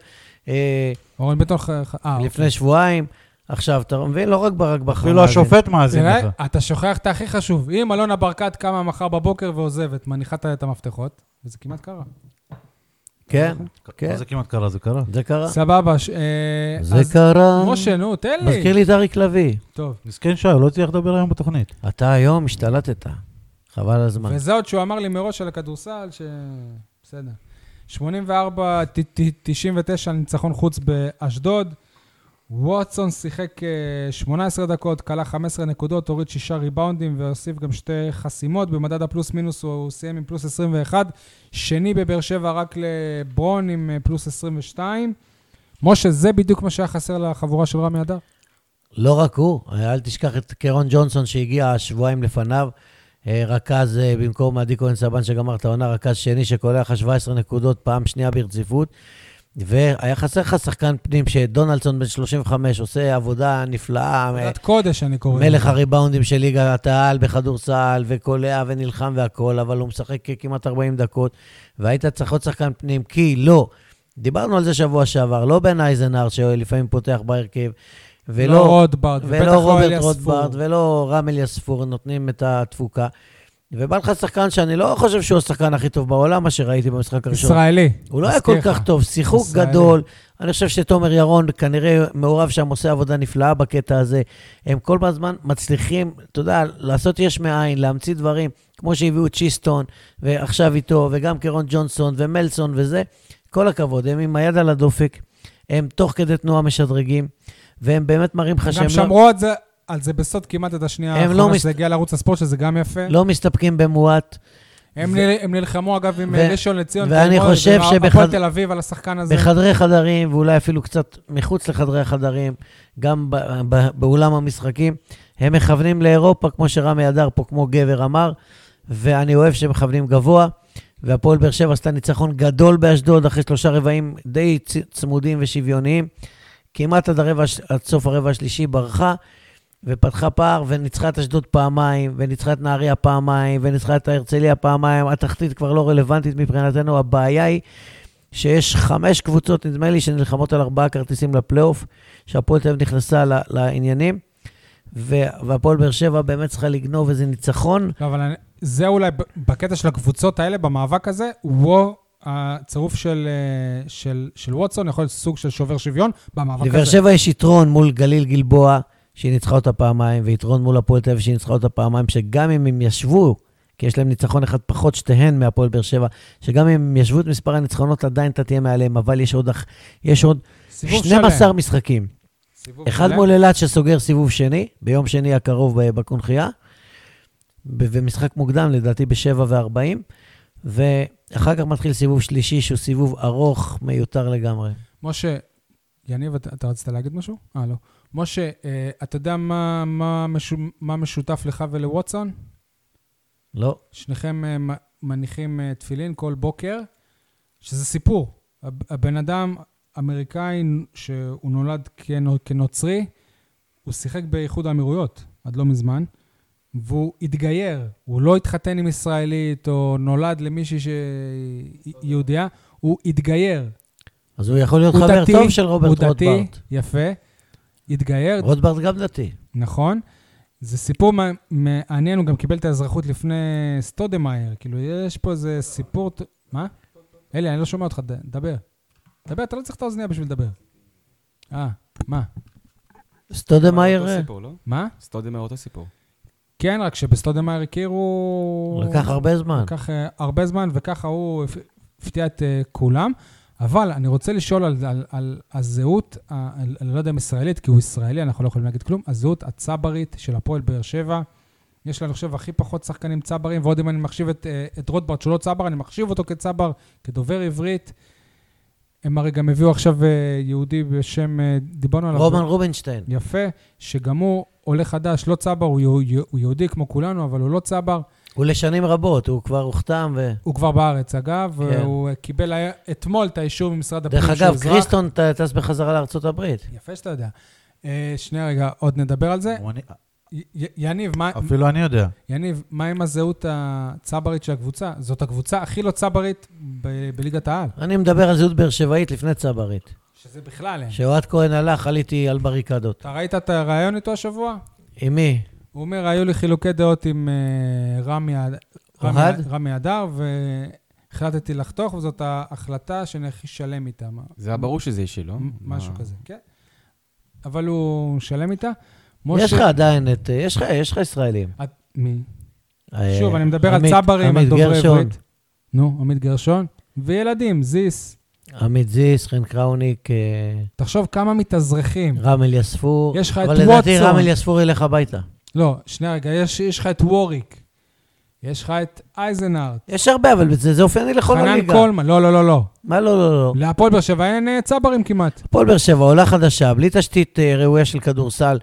אה, אורן ביטון, ח- ח- אה, לפני שבועיים. עכשיו, אתה מבין? לא רק ברק בכר. אפילו מאזין. השופט מאזין אה, תראה, לך. נכון. אתה שוכח את הכי חשוב. אם אלונה ברקת קמה מחר בבוקר ועוזבת, מניחה את המפתחות, וזה כמעט קרה. כן, כן. מה זה כמעט קרה? זה קרה. זה קרה. סבבה, ש- אה, זה אז- קרה. משה, נו, תן לי. מזכיר לי את אריק לביא. טוב. מסכן שי, הוא לא הצליח לדבר היום בתוכנית. אתה היום השתלטת. חבל על הזמן. וזה עוד שהוא אמר לי מראש על הכדורסל, ש... בסדר. 84, ת- ת- 99 ניצחון חוץ באשדוד. ווטסון שיחק אה, 18 דקות, כלה 15 נקודות, הוריד 6 ריבאונדים והוסיף גם שתי חסימות. במדד הפלוס מינוס הוא הוא סיים עם פלוס 21. שני בבאר שבע רק לברון עם אה, פלוס 22. משה, זה בדיוק מה שהיה חסר לחבורה של רמי אדר. לא רק הוא, אה, אל תשכח את קרון ג'ונסון שהגיע שבועיים לפניו, אה, רכז אה, במקום עדי כהן סבן שגמר את העונה, רכז שני שקולע לך 17 נקודות פעם שנייה ברציפות. והיה חסר לך שחקן פנים שדונלדסון בן 35 עושה עבודה נפלאה, מ- עבודת קודש, אני קורא. אה, מלך לזה. הריבאונדים של ליגת העל בכדורסל, וקולע ונלחם והכול, אבל הוא משחק כמעט 40 דקות, והיית צריך עוד שחקן פנים, כי לא. דיברנו על זה שבוע שעבר, לא בן אייזנהר שלפעמים פותח בהרכב, ולא... לא רוטברט, ובטח ולא לא רוברט אליאס פור. רוטברט, ולא רם אליאספור נותנים את התפוקה. ובא לך שחקן שאני לא חושב שהוא השחקן הכי טוב בעולם, מה שראיתי במשחק הראשון. ישראלי. הוא לא היה מזכיר כל כך לך. טוב, שיחוק ישראלי. גדול. אני חושב שתומר ירון כנראה מעורב שם, עושה עבודה נפלאה בקטע הזה. הם כל הזמן מצליחים, אתה יודע, לעשות יש מאין, להמציא דברים, כמו שהביאו את צ'יסטון, ועכשיו איתו, וגם קרון ג'ונסון, ומלסון וזה. כל הכבוד, הם עם היד על הדופק, הם תוך כדי תנועה משדרגים, והם באמת מראים לך גם שהם לא... שמרו על זה, על זה בסוד כמעט עד השנייה הם לא האחרונה מס- שזה הגיע לערוץ הספורט, שזה גם יפה. לא מסתפקים במועט. הם ו- נל- הם נלחמו, אגב, עם ו- אה, ראשון לציון. ואני תל מונד, חושב והפועל שבחד- תל אביב על השחקן הזה. בחדרי חדרים, ואולי אפילו קצת מחוץ לחדרי החדרים, גם ב- ב- באולם המשחקים. הם מכוונים לאירופה, כמו שרמי אדר פה, כמו גבר אמר, ואני אוהב שהם מכוונים גבוה. והפועל באר שבע עשתה ניצחון גדול באשדוד, אחרי שלושה רבעים די צ- צמודים ושוויוניים. כמעט עד, הרבע, הש- עד סוף הרבע השלישי ברחה, ופתחה פער, וניצחה את אשדוד פעמיים, וניצחה את נהריה פעמיים, וניצחה את הרצליה פעמיים. התחתית כבר לא רלוונטית מבחינתנו, הבעיה היא שיש חמש קבוצות, נדמה לי, שנלחמות על ארבעה כרטיסים לפלייאוף, שהפועל תל אביב נכנסה ל- לעניינים, ו- והפועל באר שבע באמת צריכה לגנוב איזה ניצחון. לא, אבל אני- זה אולי ב- בקטע של הקבוצות האלה, במאבק הזה, וו, הצירוף של, אה, של, של ווטסון יכול להיות סוג של שובר שוויון במאבק לבאר הזה. שבע יש יתרון מול גליל גלבוע, שהיא ניצחה אותה פעמיים, ויתרון מול הפועל תל אביב, שהיא ניצחה אותה פעמיים, שגם אם הם ישבו, כי יש להם ניצחון אחד פחות, שתיהן מהפועל באר שבע, שגם אם הם ישבו את מספר הניצחונות, עדיין אתה תהיה מעליהם, אבל יש עוד, אח- יש עוד סיבוב 12 שלם. משחקים. סיבוב אחד שלם. מול אילת שסוגר סיבוב שני, ביום שני הקרוב ב- בקונכייה, ב- ומשחק מוקדם, לדעתי ב-7 ו-40, ואחר כך מתחיל סיבוב שלישי, שהוא סיבוב ארוך, מיותר לגמרי. משה, יניב, אתה, אתה רצית להגיד משהו? אה, לא. משה, אה, אתה יודע מה, מה, משו, מה משותף לך ולווטסון? לא. שניכם אה, מ- מניחים אה, תפילין כל בוקר, שזה סיפור. הב- הבן אדם אמריקאי שהוא נולד כנו- כנוצרי, הוא שיחק באיחוד האמירויות עד לא מזמן, והוא התגייר, הוא לא התחתן עם ישראלית או נולד למישהי שהיא יהודייה, הוא התגייר. אז הוא יכול להיות הוא חבר דתי, טוב של הוא רוברט דתי, רוטברט. יפה, התגייר, רוטברט גם דתי. נכון. זה סיפור מע- מעניין, הוא גם קיבל את האזרחות לפני סטודמאייר. כאילו, יש פה איזה סיפור... ט- מה? אלי, אני לא שומע אותך, ד- דבר. דבר, אתה לא צריך את האוזנייה בשביל לדבר. אה, מה? סטודמאייר אותו סיפור, לא? מה? סטודמאייר אותו סיפור. כן, רק שבסטודמאייר הכירו... לקח הרבה זמן. לקח אה, הרבה זמן, וככה הוא הפ- הפתיע את אה, כולם. אבל אני רוצה לשאול על, על, על הזהות, ה- על, אני לא יודע אם ישראלית, כי הוא ישראלי, אנחנו לא יכולים להגיד כלום, הזהות הצברית של הפועל באר שבע. יש לה, אני חושב, הכי פחות שחקנים צברים, ועוד אם אני מחשיב את, אה, את רוטברט, שהוא לא צבר, אני מחשיב אותו כצבר, כדובר עברית. הם הרי גם הביאו עכשיו אה, יהודי בשם, אה, דיברנו עליו. רומן רובינשטיין. יפה, שגם הוא עולה חדש, לא צבר, הוא, יהו- הוא יהודי כמו כולנו, אבל הוא לא צבר. הוא לשנים רבות, הוא כבר הוכתם ו... הוא כבר בארץ, אגב, כן. והוא קיבל היה- אתמול את האישור ממשרד הפנים דרך שהוא אגב, אזרח. קריסטון ט- טס בחזרה לארצות הברית. יפה שאתה יודע. אה, שנייה רגע, עוד נדבר על זה. הוא אני- י- י- יניב, מה- אפילו אני יודע. יניב, מה עם הזהות הצברית של הקבוצה? זאת הקבוצה הכי לא צברית ב- בליגת העל. אני מדבר על זהות באר שבעית לפני צברית. שזה בכלל אין. כשאוהד כהן הלך, עליתי על בריקדות. אתה ראית את הריאיון איתו השבוע? עם מי? הוא אומר, היו לי חילוקי דעות עם אה, רמי, רמי, אוהד? רמי אדר, והחלטתי לחתוך, וזאת ההחלטה שאני הכי שלם איתה. מה- זה היה ברור שזה אישי, לא? משהו מה- כזה, כן. אבל הוא שלם איתה. משה- יש לך עדיין את... אה, יש לך, יש לך ישראלים. את- מי? אה, שוב, אני מדבר על עמית- צברים, על עמית דוברי גרשון, עברית. נו, עמית גרשון. וילדים, זיס. עמית זיס, חן קראוניק, אה, תחשוב כמה מתאזרחים. רם אליספור. יש לך את אבל לדעתי ווטסון. רם אליספור ילך הביתה. לא, שנייה רגע, יש יש לך את ווריק. יש לך את אייזנארט. יש הרבה, אבל זה זה אופייני לכל חנן הליגה. קולמן. לא, לא, לא, לא. מה לא, לא, לא. להפועל באר שבע אין אה, צברים כמעט. הפועל באר שבע עולה חדשה, בלי תשתית אה, ראויה של כדורסל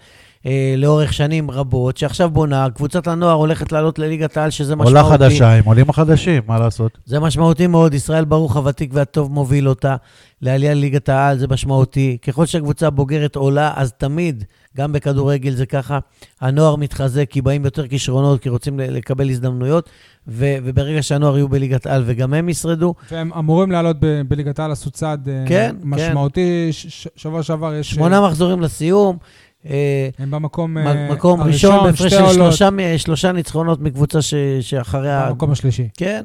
אה, לאורך שנים רבות, שעכשיו בונה, קבוצת הנוער הולכת לעלות לליגת העל, שזה משמעותי. עולה חדשה, הם עולים החדשים, מה לעשות? זה משמעותי מאוד, ישראל ברוך הוותיק והטוב מוביל אותה לעלייה לליגת העל, זה משמעותי. ככל שהקבוצה הבוגרת עולה, אז תמיד, גם בכדורגל זה ככה, הנוער מתחזק כי באים יותר כישרונות, כי רוצים ל- לקבל הזדמנויות, ו- וברגע שהנוער יהיו בליגת העל וגם הם ישרדו, והם אמורים לעלות ב- בליגת העל, עשו צעד אה, כן, כן. משמעותי. ש- ש- שבוע שעבר יש... אה, שמונה מחזורים לסיום, אה, הם במקום אה, מ- מקום ראשון בהפרש שתי של עולות, שלושה, מ- שלושה ניצחונות מקבוצה ש, שאחריה... במקום השלישי. כן.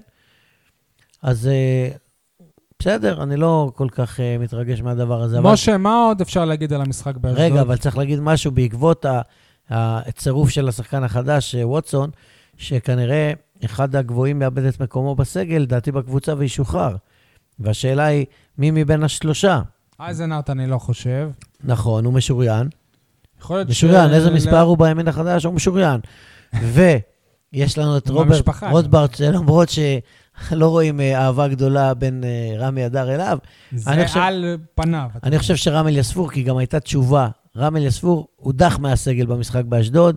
אז אה, בסדר, אני לא כל כך אה, מתרגש מהדבר הזה. אבל- משה, מה עוד אפשר להגיד על המשחק באשדוד? רגע, אבל צריך להגיד משהו בעקבות ה- הצירוף של השחקן החדש, אה, ווטסון, שכנראה אחד הגבוהים מאבד את מקומו בסגל, לדעתי בקבוצה, וישוחרר. והשאלה היא, מי מבין השלושה? אייזנארט אני לא חושב. נכון, הוא משוריין. יכול להיות משוריין, ש- איזה לא- מספר הוא בימין החדש? הוא משוריין. ויש לנו את הוא רוברט מהמשפחה. רוטברט, שלמרות שלא רואים אה, אהבה גדולה בין אה, רמי אדר אליו, אני חושב- זה על פניו. אני חושב שרמל יספור, כי גם הייתה תשובה. רמל יספור הודח מהסגל במשחק באשדוד,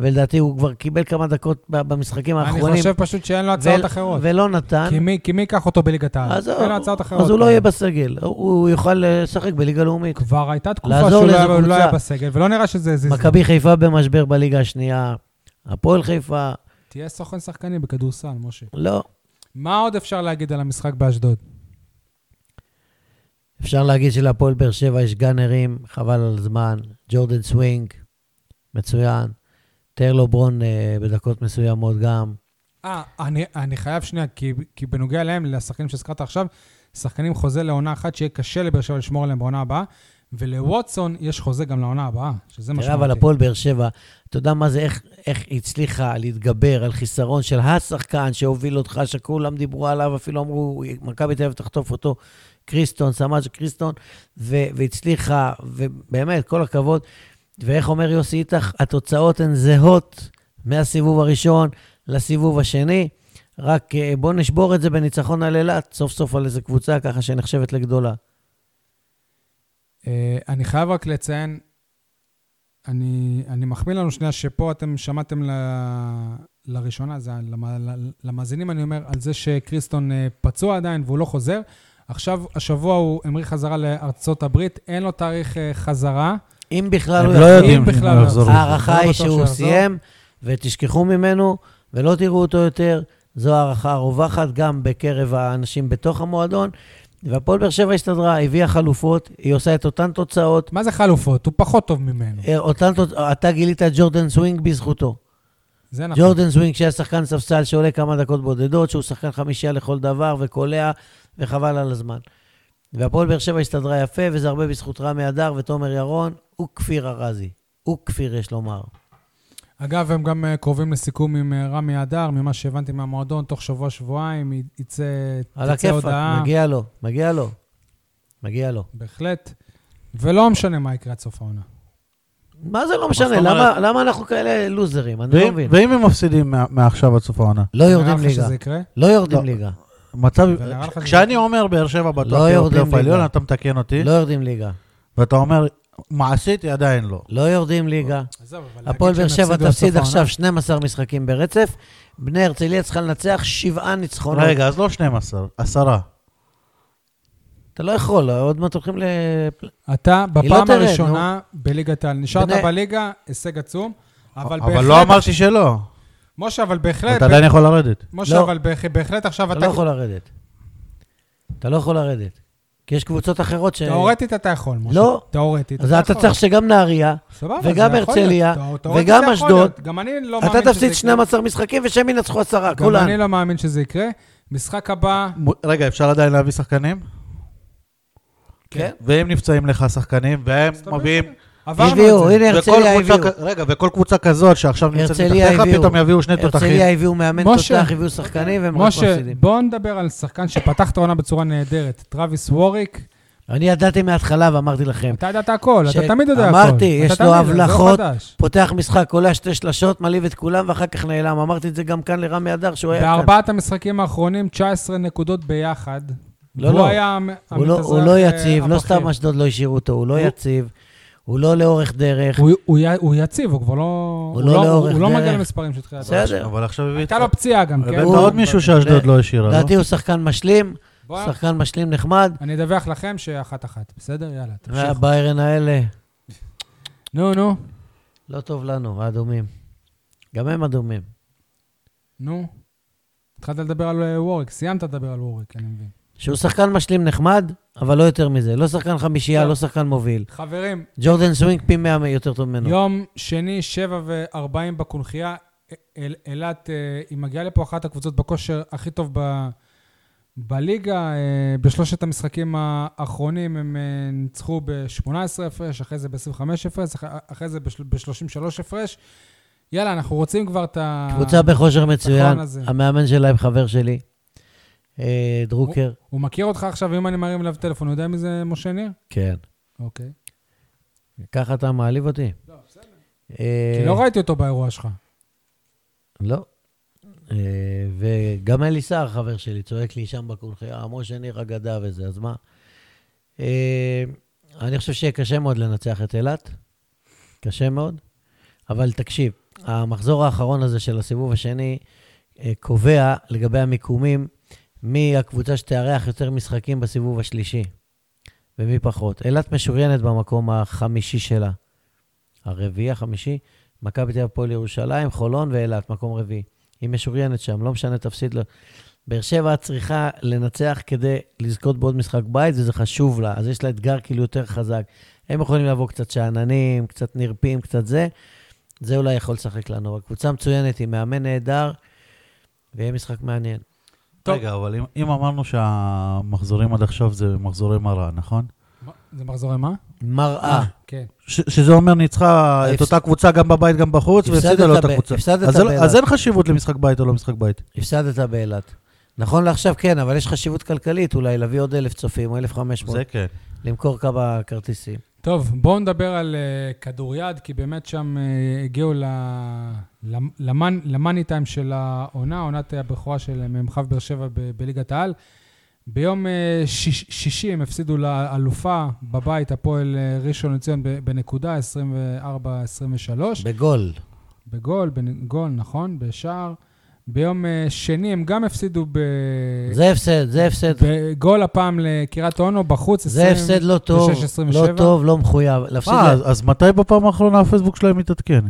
ולדעתי הוא כבר קיבל כמה דקות ב- במשחקים האחרונים. אני חושב פשוט שאין לו הצעות ול- אחרות. ולא נתן. כי מי- כי מי ייקח אותו בליגת העל? אז הוא- אין לו הצעות אחרות. אה. אז הוא לא יהיה בסגל. הוא- הוא יוכל לשחק בליגה לאומית. כבר הייתה תקופה לעזור שהוא לא לאיזה היה- הוא לא קבוצה. היה בסגל, ולא נראה שזה הזיז. לו. מכבי חיפה במשבר בליגה השנייה, הפועל חיפה, תהיה סוכן שחקנים בכדורסל, משה. לא. מה עוד אפשר להגיד על המשחק באשדוד? אפשר להגיד שלהפועל באר שבע יש גאנרים, חבל על הזמן, ג'ורדן סווינג, מצוין. טרלו ברון אה, בדקות מסוימות גם. אה, אני, אני חייב שנייה, כי, כי בנוגע להם, לשחקנים שהזכרת עכשיו, שחקנים חוזה לעונה אחת, שיהיה קשה לבאר שבע לשמור עליהם בעונה הבאה, ולווטסון יש חוזה גם לעונה הבאה, שזה משמעותי. תראה, אבל הפועל באר שבע, אתה יודע מה זה, איך, איך היא הצליחה להתגבר על חיסרון של השחקן שהוביל אותך, שכולם דיברו עליו, אפילו אמרו, מכבי תל אביב תחטוף אותו, קריסטון, סמאג' קריסטון, ו- והצליחה, ובאמת, כל הכבוד. ואיך אומר יוסי איתך, התוצאות הן זהות מהסיבוב הראשון לסיבוב השני, רק אה, בוא נשבור את זה בניצחון על אילת, סוף סוף על איזה קבוצה ככה שנחשבת לגדולה. אה, אני חייב רק לציין, אני, אני מחמיא לנו שנייה שפה אתם שמעתם ל, לראשונה, זה, למ, ל- למאזינים אני אומר, על זה שקריסטון אה, פצוע עדיין והוא לא חוזר. עכשיו, השבוע הוא המריא חזרה לארצות הברית, אין לו תאריך אה, חזרה. אם בכלל הם הוא לא יחזור- יודעים אם בכלל אם לא הוא יחזור. יחזור. ההערכה לא היא בטוח שהוא שיחזור. סיים, ותשכחו ממנו, ולא תראו אותו יותר. זו הערכה רווחת גם בקרב האנשים בתוך המועדון. והפועל באר שבע הסתדרה, הביאה חלופות, היא עושה את אותן תוצאות. מה זה חלופות? הוא פחות טוב ממנו. אה, אותן תוצאות, אתה גילית את ג'ורדן סווינג בזכותו. זה נכון. ג'ורדן סווינג, שהיה שחקן ספסל שעולה כמה דקות בודדות, שהוא שחקן חמישייה לכל דבר וקולע, וחבל על הזמן. והפועל באר שבע הסתדרה יפה, וזה הרבה בזכות רמי אדר ותומר ירון, וכפיר ארזי. וכפיר, יש לומר. אגב, הם גם אה, קרובים לסיכום עם אה, רמי אדר, ממה שהבנתי מהמועדון, תוך שבוע-שבועיים י- יצא, על תצא הכיפאק, הודעה. מגיע לו, מגיע לו. מגיע לו. בהחלט. ולא משנה מה יקרה עד סוף העונה. מה זה לא משנה? זאת למה, אומרת? למה אנחנו כאלה לוזרים? אני לא ואם- מבין. ואם הם מפסידים מה- מעכשיו עד סוף העונה? לא יורדים נראה לך ליגה. שזה יקרה? לא יורדים לא. ליגה. מצב... ונראה לך כשאני שזה- אומר באר שבע בטוח לא יהיה יורדים בפלייאוף העליון, ליגה. אתה מתקן אותי, לא יורדים ליגה. ואתה אומר, מעשית היא עדיין לא. לא יורדים ליגה. עזוב, אבל להגיד הפועל שהם באר שבע יפסידו עד סוף תפסיד העונה? עכשיו 12 משחקים ברצף. בני הרצליה צריכה לנצח שבעה ניצחונות. רגע, אז לא 12, עשרה. אתה לא יכול, עוד מעט הולכים ל... אתה לא בפעם תרד, הראשונה בליגת העל. נשארת בני- בליגה, הישג עצום, אבל בהחלט... כן, אבל לא אמרתי שלא. משה, אבל בהחלט... אתה עדיין יכול לרדת. משה, לא. אבל בהח- בהחלט עכשיו אתה אתה... לא יכול לרדת. אתה לא יכול לרדת. כי יש קבוצות אחרות ש... תאורטית אתה יכול, משה. לא. תאורטית. אז אתה יכול. צריך שגם נהריה, סבבה, וגם זה יכול להיות. הרצליה, תא- תאורטית וגם זה יכול להיות. אשדוד. גם אני לא מאמין אתה שזה תפסיד יקרה. 12 משחקים ושהם ינצחו עשרה, גם כולנו. אני לא מאמין שזה יקרה. משחק הבא, מ- רגע, אפשר עדיין להביא שחקנים? כן. והם נפצעים לך שחקנים, והם אומרת, מביאים... עברנו הביאו, את זה. הנה וכל הרצליה קבוצה הביאו. כ- רגע, וכל קבוצה כזאת שעכשיו נמצאת הרצליה מתחתיך, הביאו. פתאום יביאו שני תותחים. הרצליה הביאו מאמן משה, תותח, הביאו שחקנים והם רק משה, מפסידים. בוא נדבר על שחקן שפתח את העונה בצורה נהדרת, טראביס ווריק. אני ידעתי מההתחלה ואמרתי לכם, אתה ידעת הכל, אתה ש- תמיד יודע הכל. אמרתי, אתה יש תמיד לו יודע, זה לא הבלחות. חדש. פותח משחק, קולע שתי שלשות, מלהיב את כולם ואחר כך נעלם. אמרתי את זה גם כאן לרמי אדר שהוא היה כאן. בארבעת המשחקים האחרונים, 19 נקודות ביחד. לא, והוא לא. היה המ- הוא לא- המתאזרח, הוא לא אה, יציב, לא הבכיר. סתם אשדוד לא השאירו אותו, הוא לא הוא- יציב, הוא לא לאורך דרך. הוא- הוא י- הוא יציב, הוא כבר לא... הוא לא לא- לאורך הוא לא מגיע דרך. למספרים של תחילת העונה. בסדר. אבל עכשיו הבאת הייתה לו פציעה גם, כן? הבאת עוד מישהו שאשדוד לא השאירה, לא? לדעתי הוא שחקן משלים, בוא, שחקן משלים נחמד. אני אדווח לכם שאחת-אחת, בסדר? יאללה, תמשיך. והביירן האלה, נו, נו, לא טוב לנו, האדומים. גם הם אדומים. נו. התחלת לדבר על אה, ווריק, סיימת לדבר על ווריק, אני מבין. שהוא שחקן משלים נחמד, אבל לא יותר מזה. לא שחקן חמישייה, לא. לא שחקן מוביל. חברים, ג'ורדן סווינג פי 100 יותר טוב ממנו. יום שני, שבע וארבעים בקונכייה. אל- אילת, אה, היא מגיעה לפה אחת הקבוצות בכושר הכי טוב ב... בליגה. אה, בשלושת המשחקים האחרונים הם אה, ניצחו ב-18 הפרש, אחרי זה ב-25 הפרש, אח- אחרי זה ב-33 הפרש. יאללה, אנחנו רוצים כבר את ה... קבוצה בכושר מצוין, הזה. המאמן שלהם חבר שלי, אה, דרוקר. הוא מכיר אותך עכשיו, אם אני מרים אליו טלפון, הוא יודע מי זה משה ניר? כן. אוקיי. ככה אתה מעליב אותי? אה, לא, בסדר. כי לא ראיתי אותו באירוע שלך. לא. אה, וגם אלי סער, חבר שלי, צועק לי שם בקונחייה, משה ניר אגדה וזה, אז מה? אה, אני חושב שיהיה קשה מאוד לנצח את אילת. קשה מאוד. אבל תקשיב, המחזור האחרון הזה של הסיבוב השני אה, קובע לגבי המיקומים מי הקבוצה שתארח יותר משחקים בסיבוב השלישי ומי פחות. אילת משוריינת במקום החמישי שלה. הרביעי, החמישי, מכבי תל אביב, הפועל ירושלים, חולון ואילת, מקום רביעי. היא משוריינת שם, לא משנה, תפסיד לו. באר שבע צריכה לנצח כדי לזכות בעוד משחק בית, וזה חשוב לה, אז יש לה אתגר כאילו יותר חזק. הם יכולים לבוא קצת שאננים, קצת נרפים, קצת זה. זה אולי יכול לשחק לנו. הקבוצה מצוינת, היא מאמן נהדר, ויהיה משחק מעניין. טוב. רגע, אבל אם- אם אמרנו שהמחזורים עד עכשיו זה מחזורי מראה, נכון? מה- זה מחזורי מה? אה, מראה. כן. ש- שזה אומר ניצחה הפס- את אותה קבוצה גם בבית, גם בחוץ, הפסדת והפסידה לו את ב- הקבוצה. הפסדת אז לא- באילת. אז אין חשיבות למשחק בית או לא משחק בית. הפסדת באילת. נכון לעכשיו כן, אבל יש חשיבות כלכלית אולי להביא עוד אלף צופים או אלף חמש מאות, זה כן. למכור כמה כרטיסים. טוב, בואו נדבר על uh, כדוריד, כי באמת שם uh, הגיעו ל- למ- למאן- למאני טיים של העונה, עונת הבכורה של מ"כ באר שבע ב- בליגת העל. ביום uh, שיש, שישי הם הפסידו לאלופה בבית, הפועל uh, ראשון לציון ב- בנקודה, 24-23. בגול. בגול, בגול, נכון, בשער. ביום אה, שני הם גם הפסידו ב... זה הפסד, זה הפסד. בגול הפעם לקריית אונו בחוץ, זה הפסד לא טוב, 26-27. לא טוב, לא מחויב. להפסיד מה, ל- אז- אז מתי בפעם האחרונה הפייסבוק שלהם התעדכן?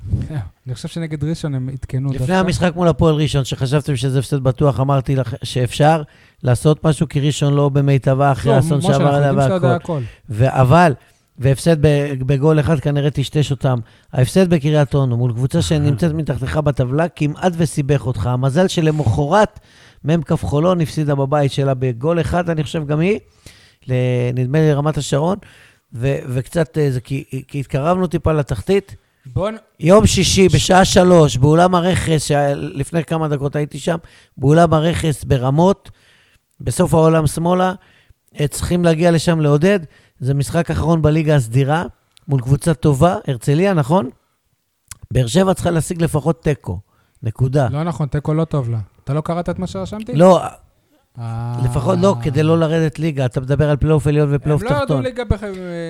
*laughs* אני חושב שנגד ראשון הם עדכנו לפני המשחק מול הפועל ראשון, שחשבתם שזה הפסד בטוח, אמרתי לך שאפשר לעשות משהו, כי ראשון לא במיטבה אחרי האסון לא, משה, שעבר אנחנו עליה יודעים שאתה יודע והכל. הכל. ו- אבל, והפסד ב- בגול אחד כנראה טשטש אותם. ההפסד בקריית אונו מול קבוצה שנמצאת מתחתיך בטבלה כמעט וסיבך אותך. המזל שלמחרת מ"כ חולון הפסידה בבית שלה בגול אחד, אני חושב גם היא, ל- נדמה לי רמת השרון, ו- וקצת אה, זה, כי, כי התקרבנו טיפה לתחתית. בואו נ- יום שישי בשעה שלוש, באולם הרכס, שה- לפני כמה דקות הייתי שם, באולם הרכס ברמות, בסוף העולם שמאלה, אה, צריכים להגיע לשם לעודד. זה משחק אחרון בליגה הסדירה, מול קבוצה טובה, הרצליה, נכון? באר שבע צריכה להשיג לפחות תיקו, נקודה. לא נכון, תיקו לא טוב לה. אתה לא קראת את מה שרשמתי? אה. לא, אה. לפחות לא, כדי לא לרדת ליגה, אתה מדבר על פלייאוף עליון ופלייאוף הם לא ירדו תחתון. ליגה בכ-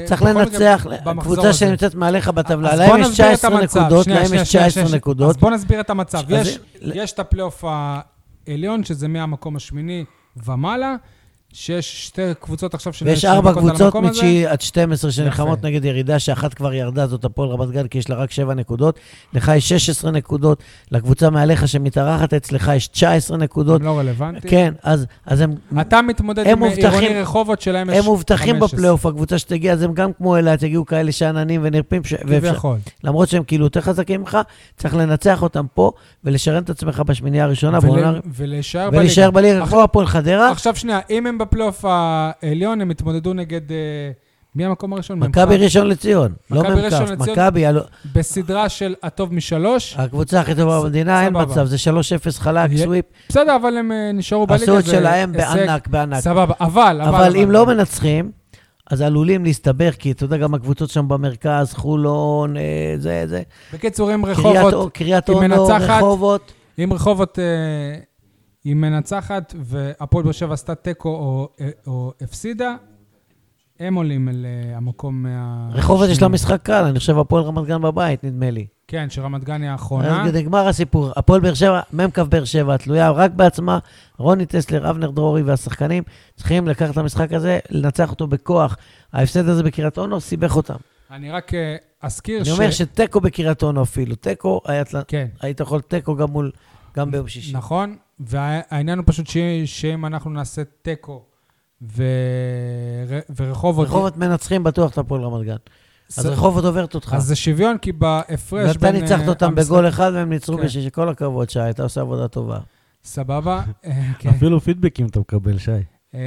צריך בכל מקרה לנצח, במחזור קבוצה הזה. שנמצאת מעליך בטבלה, אז להם בוא יש נסביר את 19 המצב. נקודות, שנייה, להם שנייה, יש שנייה, 19 שנייה. נקודות. אז בוא נסביר את המצב. אז יש- ל- יש את הפלייאוף העליון, שזה מהמקום השמיני ומעלה, שיש שתי קבוצות עכשיו ויש שנאבקות ארבע על קבוצות המקום הזה. מתשיעי עד 12 שנלחמות יפה. נגד ירידה, שאחת כבר ירדה, זאת הפועל רמת גן, כי יש לה רק 7 נקודות. לך יש 16 נקודות, לקבוצה מעליך שמתארחת אצלך יש 19 נקודות. הם לא רלוונטיים. כן, אז, אז הם, אתה מתמודד הם עם מובטחים- עירוני רחובות שלהם יש הם מובטחים 15, בפלייאוף, הקבוצה שתגיע, אז הם גם כמו אילת, יגיעו כאלה שאננים ונרפים, ש... ואפשר, כביכול. למרות שהם כאילו יותר חזקים ממך, צריך לנצח אותם פה ולשרן את עצמך בשמינייה הראשונה, ול- בעונה- ולהישאר בליגה. ולהישאר בליגה, עכשיו- כמו הפועל חדרה, עכשיו שנייה, אם הם בפלייאוף העליון, הם יתמודדו נגד... אה, מי המקום הראשון? מכבי מ"כ. ראשון לציון, לא מכבי מ"כ, ראשון לציון. מכבי, הלא- בסדרה של הטוב משלוש. הקבוצה הכי טובה במדינה, אין סבבה. מצב, זה 3-0 חלק, יהיה- סוויפ, בסדר, אבל הם אה, נשארו בליגה. עשו את זה שלהם הישג. בענק, בענק. סבבה, אבל, אבל אם לא מנצחים, אז עלולים להסתבך, כי אתה יודע, גם הקבוצות שם במרכז, חולון, אה, זה, זה. בקיצור, אם קריית או- רחובות, קריית היא אונו, מנצחת. רחובות. אם רחובות אה, היא מנצחת והפועל באר שבע עשתה תיקו או- אה, או הפסידה, הם עולים אל אה, המקום מה... רחובות יש לה משחק קל, אני חושב הפועל רמת גן בבית, נדמה לי. כן, שרמת גן היא האחרונה. אז נגמר הסיפור. הפועל באר שבע, מ"כ באר שבע, תלויה רק בעצמה. רוני טסלר, אבנר דרורי והשחקנים צריכים לקחת את המשחק הזה, לנצח אותו בכוח. ההפסד הזה בקריית אונו סיבך אותם. אני רק אה, אזכיר אני אומר שתיקו בקריית אונו אפילו, תיקו, היה תל- כן. היית יכול תיקו גם מול, גם ביום שישי. נכון, והעניין הוא פשוט ש- שאם אנחנו נעשה תיקו ו... ר- ורחובות... רחובות מנצחים בטוח את הפועל רמת גן. אז רחובות עוברת אותך. אז זה שוויון, כי בהפרש ואתה בין... ניצחת אה, אותם המשחק- בגול אחד והם ניצחו כן. בשש. כל הכבוד, שי, אתה עושה עבודה טובה. *laughs* סבבה, אה, כן. אפילו פידבקים אתה מקבל, שי. אה,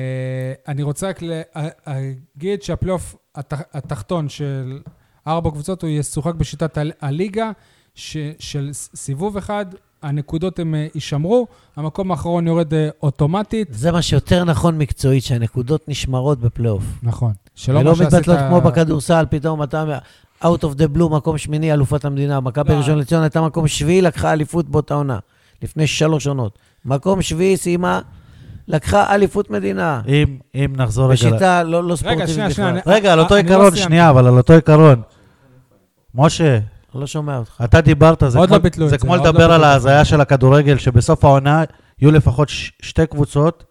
אני רוצה רק להגיד שהפלייאוף התח- התחתון של ארבע קבוצות, הוא ישוחק בשיטת ה- הליגה, ש- של ס- סיבוב אחד, הנקודות הם אה, יישמרו, המקום האחרון יורד אה, אוטומטית. זה מה שיותר נכון מקצועית, שהנקודות נשמרות בפלייאוף. נכון. שלא ולא מה שעשית- מתבטלות כמו בכדורסל, פתאום אתה out of the blue, מקום שמיני, אלופת המדינה. מכבי לא. ראשון לציון הייתה מקום שביעי, לקחה אליפות באותה עונה, לפני שלוש עונות. מקום שביעי סיימה, לקחה אליפות מדינה. אם, אם נחזור רגע... ל- בשיטה לא לא רגע, ספורטיבית שנייה, בכלל. שנייה. רגע, על אותו אני לא עיקרון, סיימתי. שנייה, אבל על אותו עיקרון. משה, אני לא שומע אותך. אתה דיברת, זה עוד כמו, לא ביטלו את זה זה, כמו עוד לא לדבר ביטלו על את זה. ההזיה של הכדורגל, שבסוף העונה יהיו לפחות ש- שתי קבוצות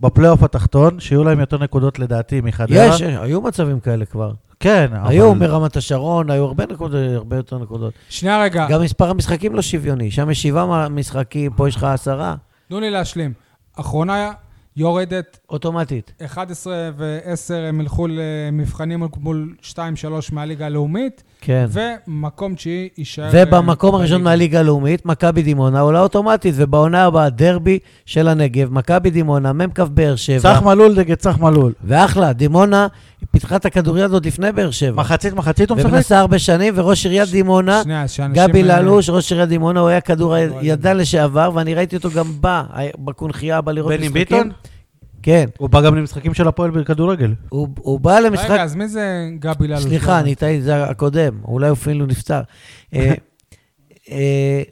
בפלייאוף התחתון, שיהיו להם יותר נקודות לדעתי מחדרה. יש, יש, היו מצבים כאלה כבר. כן, אבל... היו מרמת השרון, היו הרבה נקודות, הרבה יותר נקודות. שנייה רגע, גם מספר המשחקים לא שוויוני. שם יש שבעה משחקים, פה יש לך עשרה, תנו לי להשלים. אחרונה יורדת אוטומטית. 11 ו-10 הם ילכו למבחנים מול- מול 2-3 מהליגה הלאומית, כן. ומקום תשיעי יישאר... ובמקום אה, הראשון בליגה. מהליגה הלאומית, מכבי דימונה עולה אוטומטית, ובעונה הבאה, דרבי של הנגב, מכבי דימונה, מ"כ באר שבע, צח מלול נגד צח מלול. ואחלה, דימונה פיתחה את הכדוריד עוד לפני באר שבע. מחצית, מחצית הוא משחק? ומנסה הרבה שנים, וראש עיריית דימונה, שנייה, שאנשים... גבי אה, ללוש, ראש עיריית דימונה, הוא היה כדור הידע אוהדים. לשעבר, ואני ראיתי אותו גם בא, אה, בקונכייה, בא לראות בני משחקים. ביטון? כן. הוא בא גם למשחקים של הפועל בכדורגל. הוא הוא בא למשחק רגע, אז מי זה גבי ללוש? סליחה, אני טעיתי, זה הקודם, אולי הוא אפילו נפטר. אה, אה,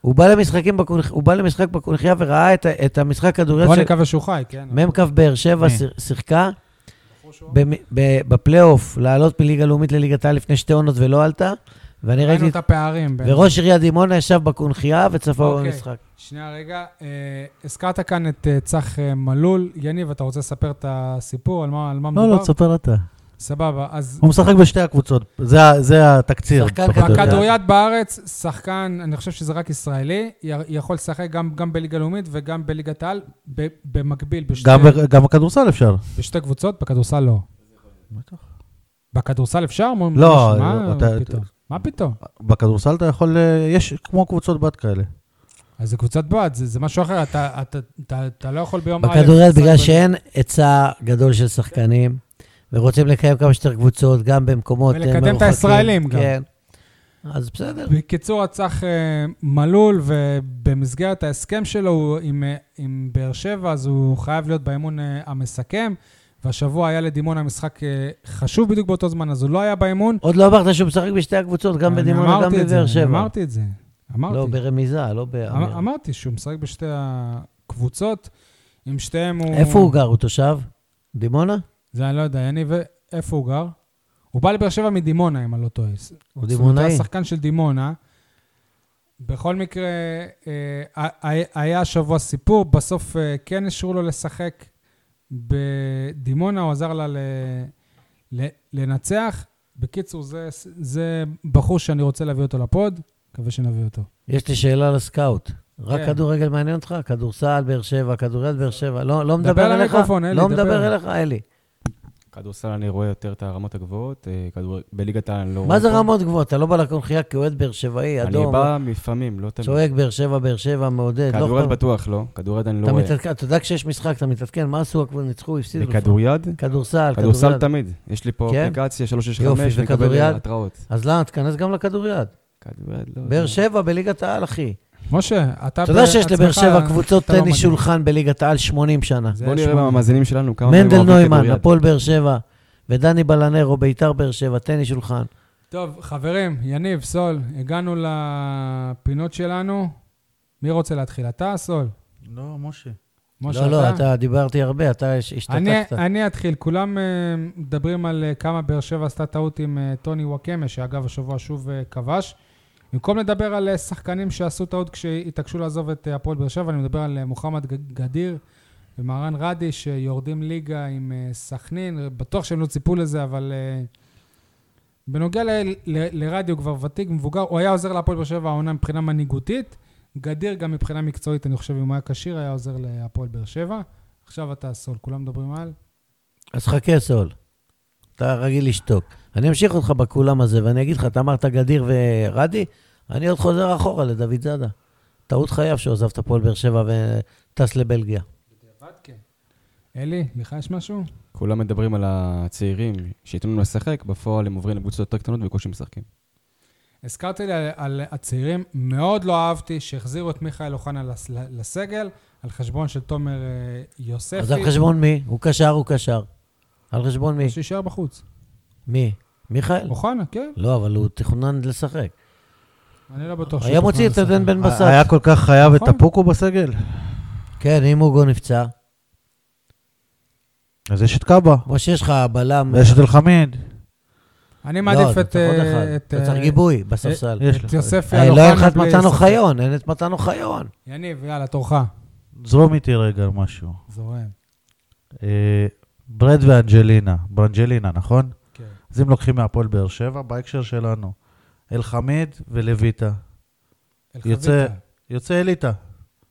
הוא בא למשחקים בקונכ- הוא בא למשחק בקונכייה וראה את ה- את המשחק כדוריד בוא של נקווה שהוא חי, כן. מ"כ באר שבע מי? שיר- שיחקה במ- ב- בפלייאוף, לעלות מליגה לאומית לליגת העל לפני שתי עונות ולא עלתה, ואני ראיתי, ראינו את הפערים. בין- וראש עיריית דימונה ישב בקונכייה וצפה אוקיי. במשחק. שנייה, רגע. אה, הזכרת כאן את אה, צח אה, מלול. יניב, אתה רוצה לספר את הסיפור? על מה על מה מדובר? לא, לא, תספר אתה. סבבה. אז הוא משחק בשתי הקבוצות, זה ה- זה התקציר. שחקן פחות או יותר. בכדורגל. בכדוריד בארץ, שחקן, אני חושב שזה רק ישראלי, י- יכול לשחק גם גם בליגה לאומית וגם בליגת העל, ב- במקביל, בשתי- גם בכ- גם בכדורסל אפשר. בשתי קבוצות, בכדורסל לא. בכדורסל אפשר? מה- לא, מה אתה- פתאום? מה פתאום? בכדורסל אתה יכול, אה, יש כמו קבוצות בת כאלה. אז זה קבוצת בת, זה זה משהו אחר, אתה- אתה- אתה- אתה לא יכול ביום א'... בכדוריד, לשחק בגלל ב- שאין היצע גדול של שחקנים, ורוצים לקיים כמה שיותר קבוצות, גם במקומות אה, מרוחקים. ולקדם את הישראלים גם. כן. אז בסדר. בקיצור, רצח אה, מלול, ובמסגרת ההסכם שלו הוא עם, אה, עם באר שבע, אז הוא חייב להיות באימון אה, המסכם. והשבוע היה לדימונה משחק אה, חשוב בדיוק באותו זמן, אז הוא לא היה באימון. עוד לא אמרת שהוא משחק בשתי הקבוצות, גם אני בדימונה, גם אמרתי את זה, בבאר אני שבע. אמרתי את זה, אמרתי. לא, ברמיזה, לא אמ- באמירה. אמרתי שהוא משחק בשתי הקבוצות, עם שתיהם הוא... איפה הוא גר? הוא תושב? דימונה? זה אני לא יודע, יניב, איפה הוא גר? הוא בא לבאר שבע מדימונה, אם אני לא טועה. זאת אומרת, דימונאי. היה שחקן של דימונה. בכל מקרה, אה, היה- היה השבוע סיפור, בסוף אה, כן אישרו לו לשחק בדימונה, הוא עזר לה ל- ל- לנצח. בקיצור, זה, זה בחור שאני רוצה להביא אותו לפוד, מקווה שנביא אותו. יש לי שאלה לסקאוט. רק כן. כדורגל מעניין אותך? כדורסל, באר שבע, כדוריד, באר שבע. לא לא דבר מדבר אליך? למיקרופון, אלי, לא דבר. מדבר אליך, אלי. כדורסל אני רואה יותר את הרמות הגבוהות, אה, כדור- בליגת העל אני לא רואה... מה זה אותו. רמות גבוהות? אתה לא בא לקונכייה כאוהד באר שבעי, אני אדום, בא לפעמים, לא תמיד. צועק באר שבע, באר שבע, מעודד. לא כדוריד אכפת. בטוח לא, כדוריד אני לא אתה רואה. מתעדכן, אתה יודע כשיש משחק, אתה מתעדכן, מה עשו, כבר ניצחו, הפסידו. בכדוריד? כדורסל, כדורסל כדורסל. תמיד. יש לי פה כן? אפליקציה יופי, 365, אני מקבל וכדוריד? התראות. אז למה, תיכנס גם לכדוריד. כדוריד, לא. באר זה- שבע בליגת העל, אחי. משה, אתה... אתה יודע שיש לבאר בעצמך- שבע קבוצות אתה לא טניס מדהים. שולחן בליגת העל 80 שנה. זה בוא היה נראה שמונה. מהמאזינים שלנו, כמה פעמים מנדל אוהבים נוימן, כדוריד. הפועל באר שבע, ודני בלנרו, ביתר באר שבע, טניס שולחן. טוב, חברים, יניב, סול, הגענו לפינות שלנו. מי רוצה להתחיל? אתה, סול? לא, משה. משה, לא, לא, אתה דיברתי הרבה, אתה הש- אני, השתתפת. אני אתחיל. כולם אה, מדברים על אה, כמה באר שבע עשתה טעות עם אה, טוני וואקמה, שאגב, השבוע שוב אה, כבש. במקום לדבר על אה, שחקנים שעשו טעות כשהתעקשו לעזוב את אה, הפועל באר שבע, אני מדבר על אה, מוחמד ג- גדיר ומהרן רדי, שיורדים ליגה עם אה, סכנין. בטוח שהם לא ציפו לזה, אבל... אה, בנוגע ל- ל- לרדי, הוא כבר ותיק, מבוגר, הוא היה עוזר להפועל באר שבע העונה מבחינה מנהיגותית. גדיר גם מבחינה מקצועית, אני חושב, אם הוא היה כשיר, היה עוזר להפועל באר שבע. עכשיו אתה סול, כולם מדברים על? אז חכה, סול. אתה רגיל לשתוק. אני אמשיך אותך בכולם הזה, ואני אגיד לך, אתה אמרת גדיר ורדי, אני עוד חוזר אחורה לדוד זאדה. טעות חייו שעוזב את הפועל באר שבע וטס לבלגיה. אלי, לך יש משהו? כולם מדברים על הצעירים שייתנו להם לשחק, בפועל הם עוברים לקבוצות יותר קטנות ובקושי משחקים. הזכרתי לי על, על הצעירים, מאוד לא אהבתי שהחזירו את מיכאל אוחנה לס, לסגל, על חשבון של תומר אה, יוספי. אז על חשבון מי? הוא קשר, הוא קשר. על חשבון מי? שיישאר בחוץ. מי? מיכאל? אוחנה, כן. לא, אבל הוא תכונן לשחק. אני לא בטוח היה מוציא את עדן בן בסט. היה כל כך חייב את נכון. הפוקו בסגל? כן, אם אוגו נפצע. אז יש את קאבה, כמו שיש לך בלם... ויש את אלחמיד. אני לא, מעדיף זה את... פחות אה, אחד. את, אתה צריך אה, גיבוי בספסל. יש את לך. יוספי אה, על לא אוחנה אין לך את בלי מתן ספק. אוחיון, אין את מתן אוחיון. יניב, יאללה, תורך. זרום איתי רגע על משהו. זורם. אה, ברד ואנג'לינה, ברנג'לינה, נכון? כן. אז אם לוקחים מהפועל באר שבע, בהקשר שלנו, אלחמיד ולויטה. יוצא- אלחביתה. יוצא אליטה,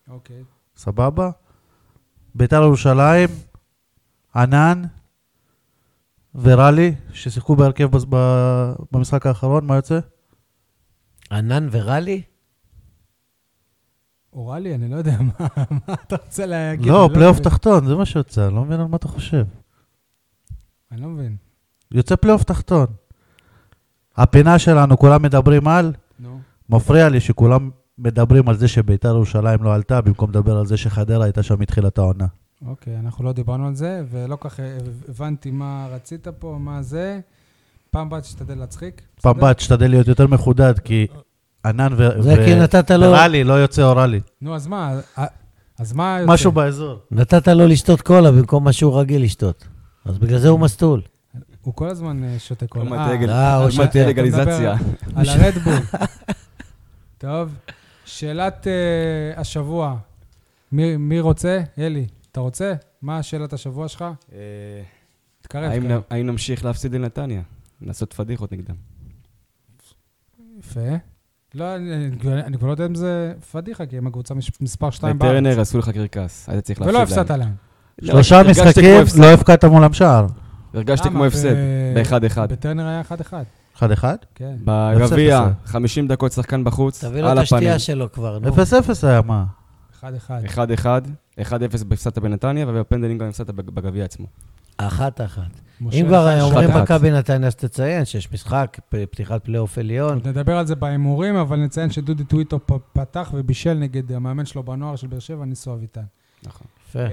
אוקיי. סבבה? ביתר ירושלים, ענן ורלי, ששיחקו בהרכב בס- ב- במשחק האחרון, מה יוצא? ענן ורלי? אורלי, אני לא יודע מה *laughs* מה אתה רוצה להגיד. לא, אני פלייאוף מבין. תחתון, זה מה שיוצא, אני לא מבין על מה אתה חושב. אני לא מבין. יוצא פלייאוף תחתון. הפינה שלנו, כולם מדברים על, נו. מפריע לי שכולם מדברים על זה שביתר ירושלים לא עלתה, במקום לדבר על זה שחדרה הייתה שם מתחילת העונה. אוקיי, אנחנו לא דיברנו על זה, ולא כך אה, הבנתי מה רצית פה, מה זה. פעם באת תשתדל להצחיק. פעם בסדר? הבאה תשתדל להיות יותר מחודד, כי ענן ו... זה כי נתת לו- אוקיי. אוראלי, לא יוצא אוראלי. נו, אז מה? אה, אז מה יוצא? משהו באזור. נתת לו לשתות קולה במקום מה שהוא רגיל לשתות. אז בגלל זה הוא מסטול. הוא כל הזמן אה, שותה קול. עוד מעט תהיה גל- אה, עוד הוא מעט תהיה שותה. לגליזציה. *laughs* על הרדבול. טוב, שאלת אה, השבוע. מי מי רוצה? אלי, אתה רוצה? מה שאלת השבוע שלך? אה, תקרב. האם תקרב. נ- האם נמשיך להפסיד לנתניה? לעשות פדיחות נגדם. יפה. לא, אני אני כבר לא יודע אם זה פדיחה, כי הם הקבוצה מש- מספר 2 בארץ. לטרנר עשו לך קרקס, היית צריך להפסיד ולא להם. הפסדת להם. לא, שלושה הרגשתי כמו משחקים, הפסד. לא הבקעת מולם שער. הרגשתי למה? כמו הפסד, ב- ב-1-1. בטרנר היה 1-1, אחד אחד? כן. בגביע, אפס אפס. 50 דקות שחקן בחוץ, תביא לו על את הפנים. השתייה שלו כבר, נו. אפס אפס היה מה? 1-1. 1-1, 1-0 הפסדת בנתניה, ובפנדלים גם הפסדת בג- בגביע עצמו. אחת אחת. משה, אם כבר אה, אומרים אחת. מכבי נתניה, אז תציין שיש משחק, פ- פתיחת פלייאוף עליון. עוד נדבר על זה בהימורים, אבל נציין שדודי טוויטו פ- פתח ובישל נגד המאמן שלו בנוער של באר שבע, ניסו אביטן. נכון. יפה. אה,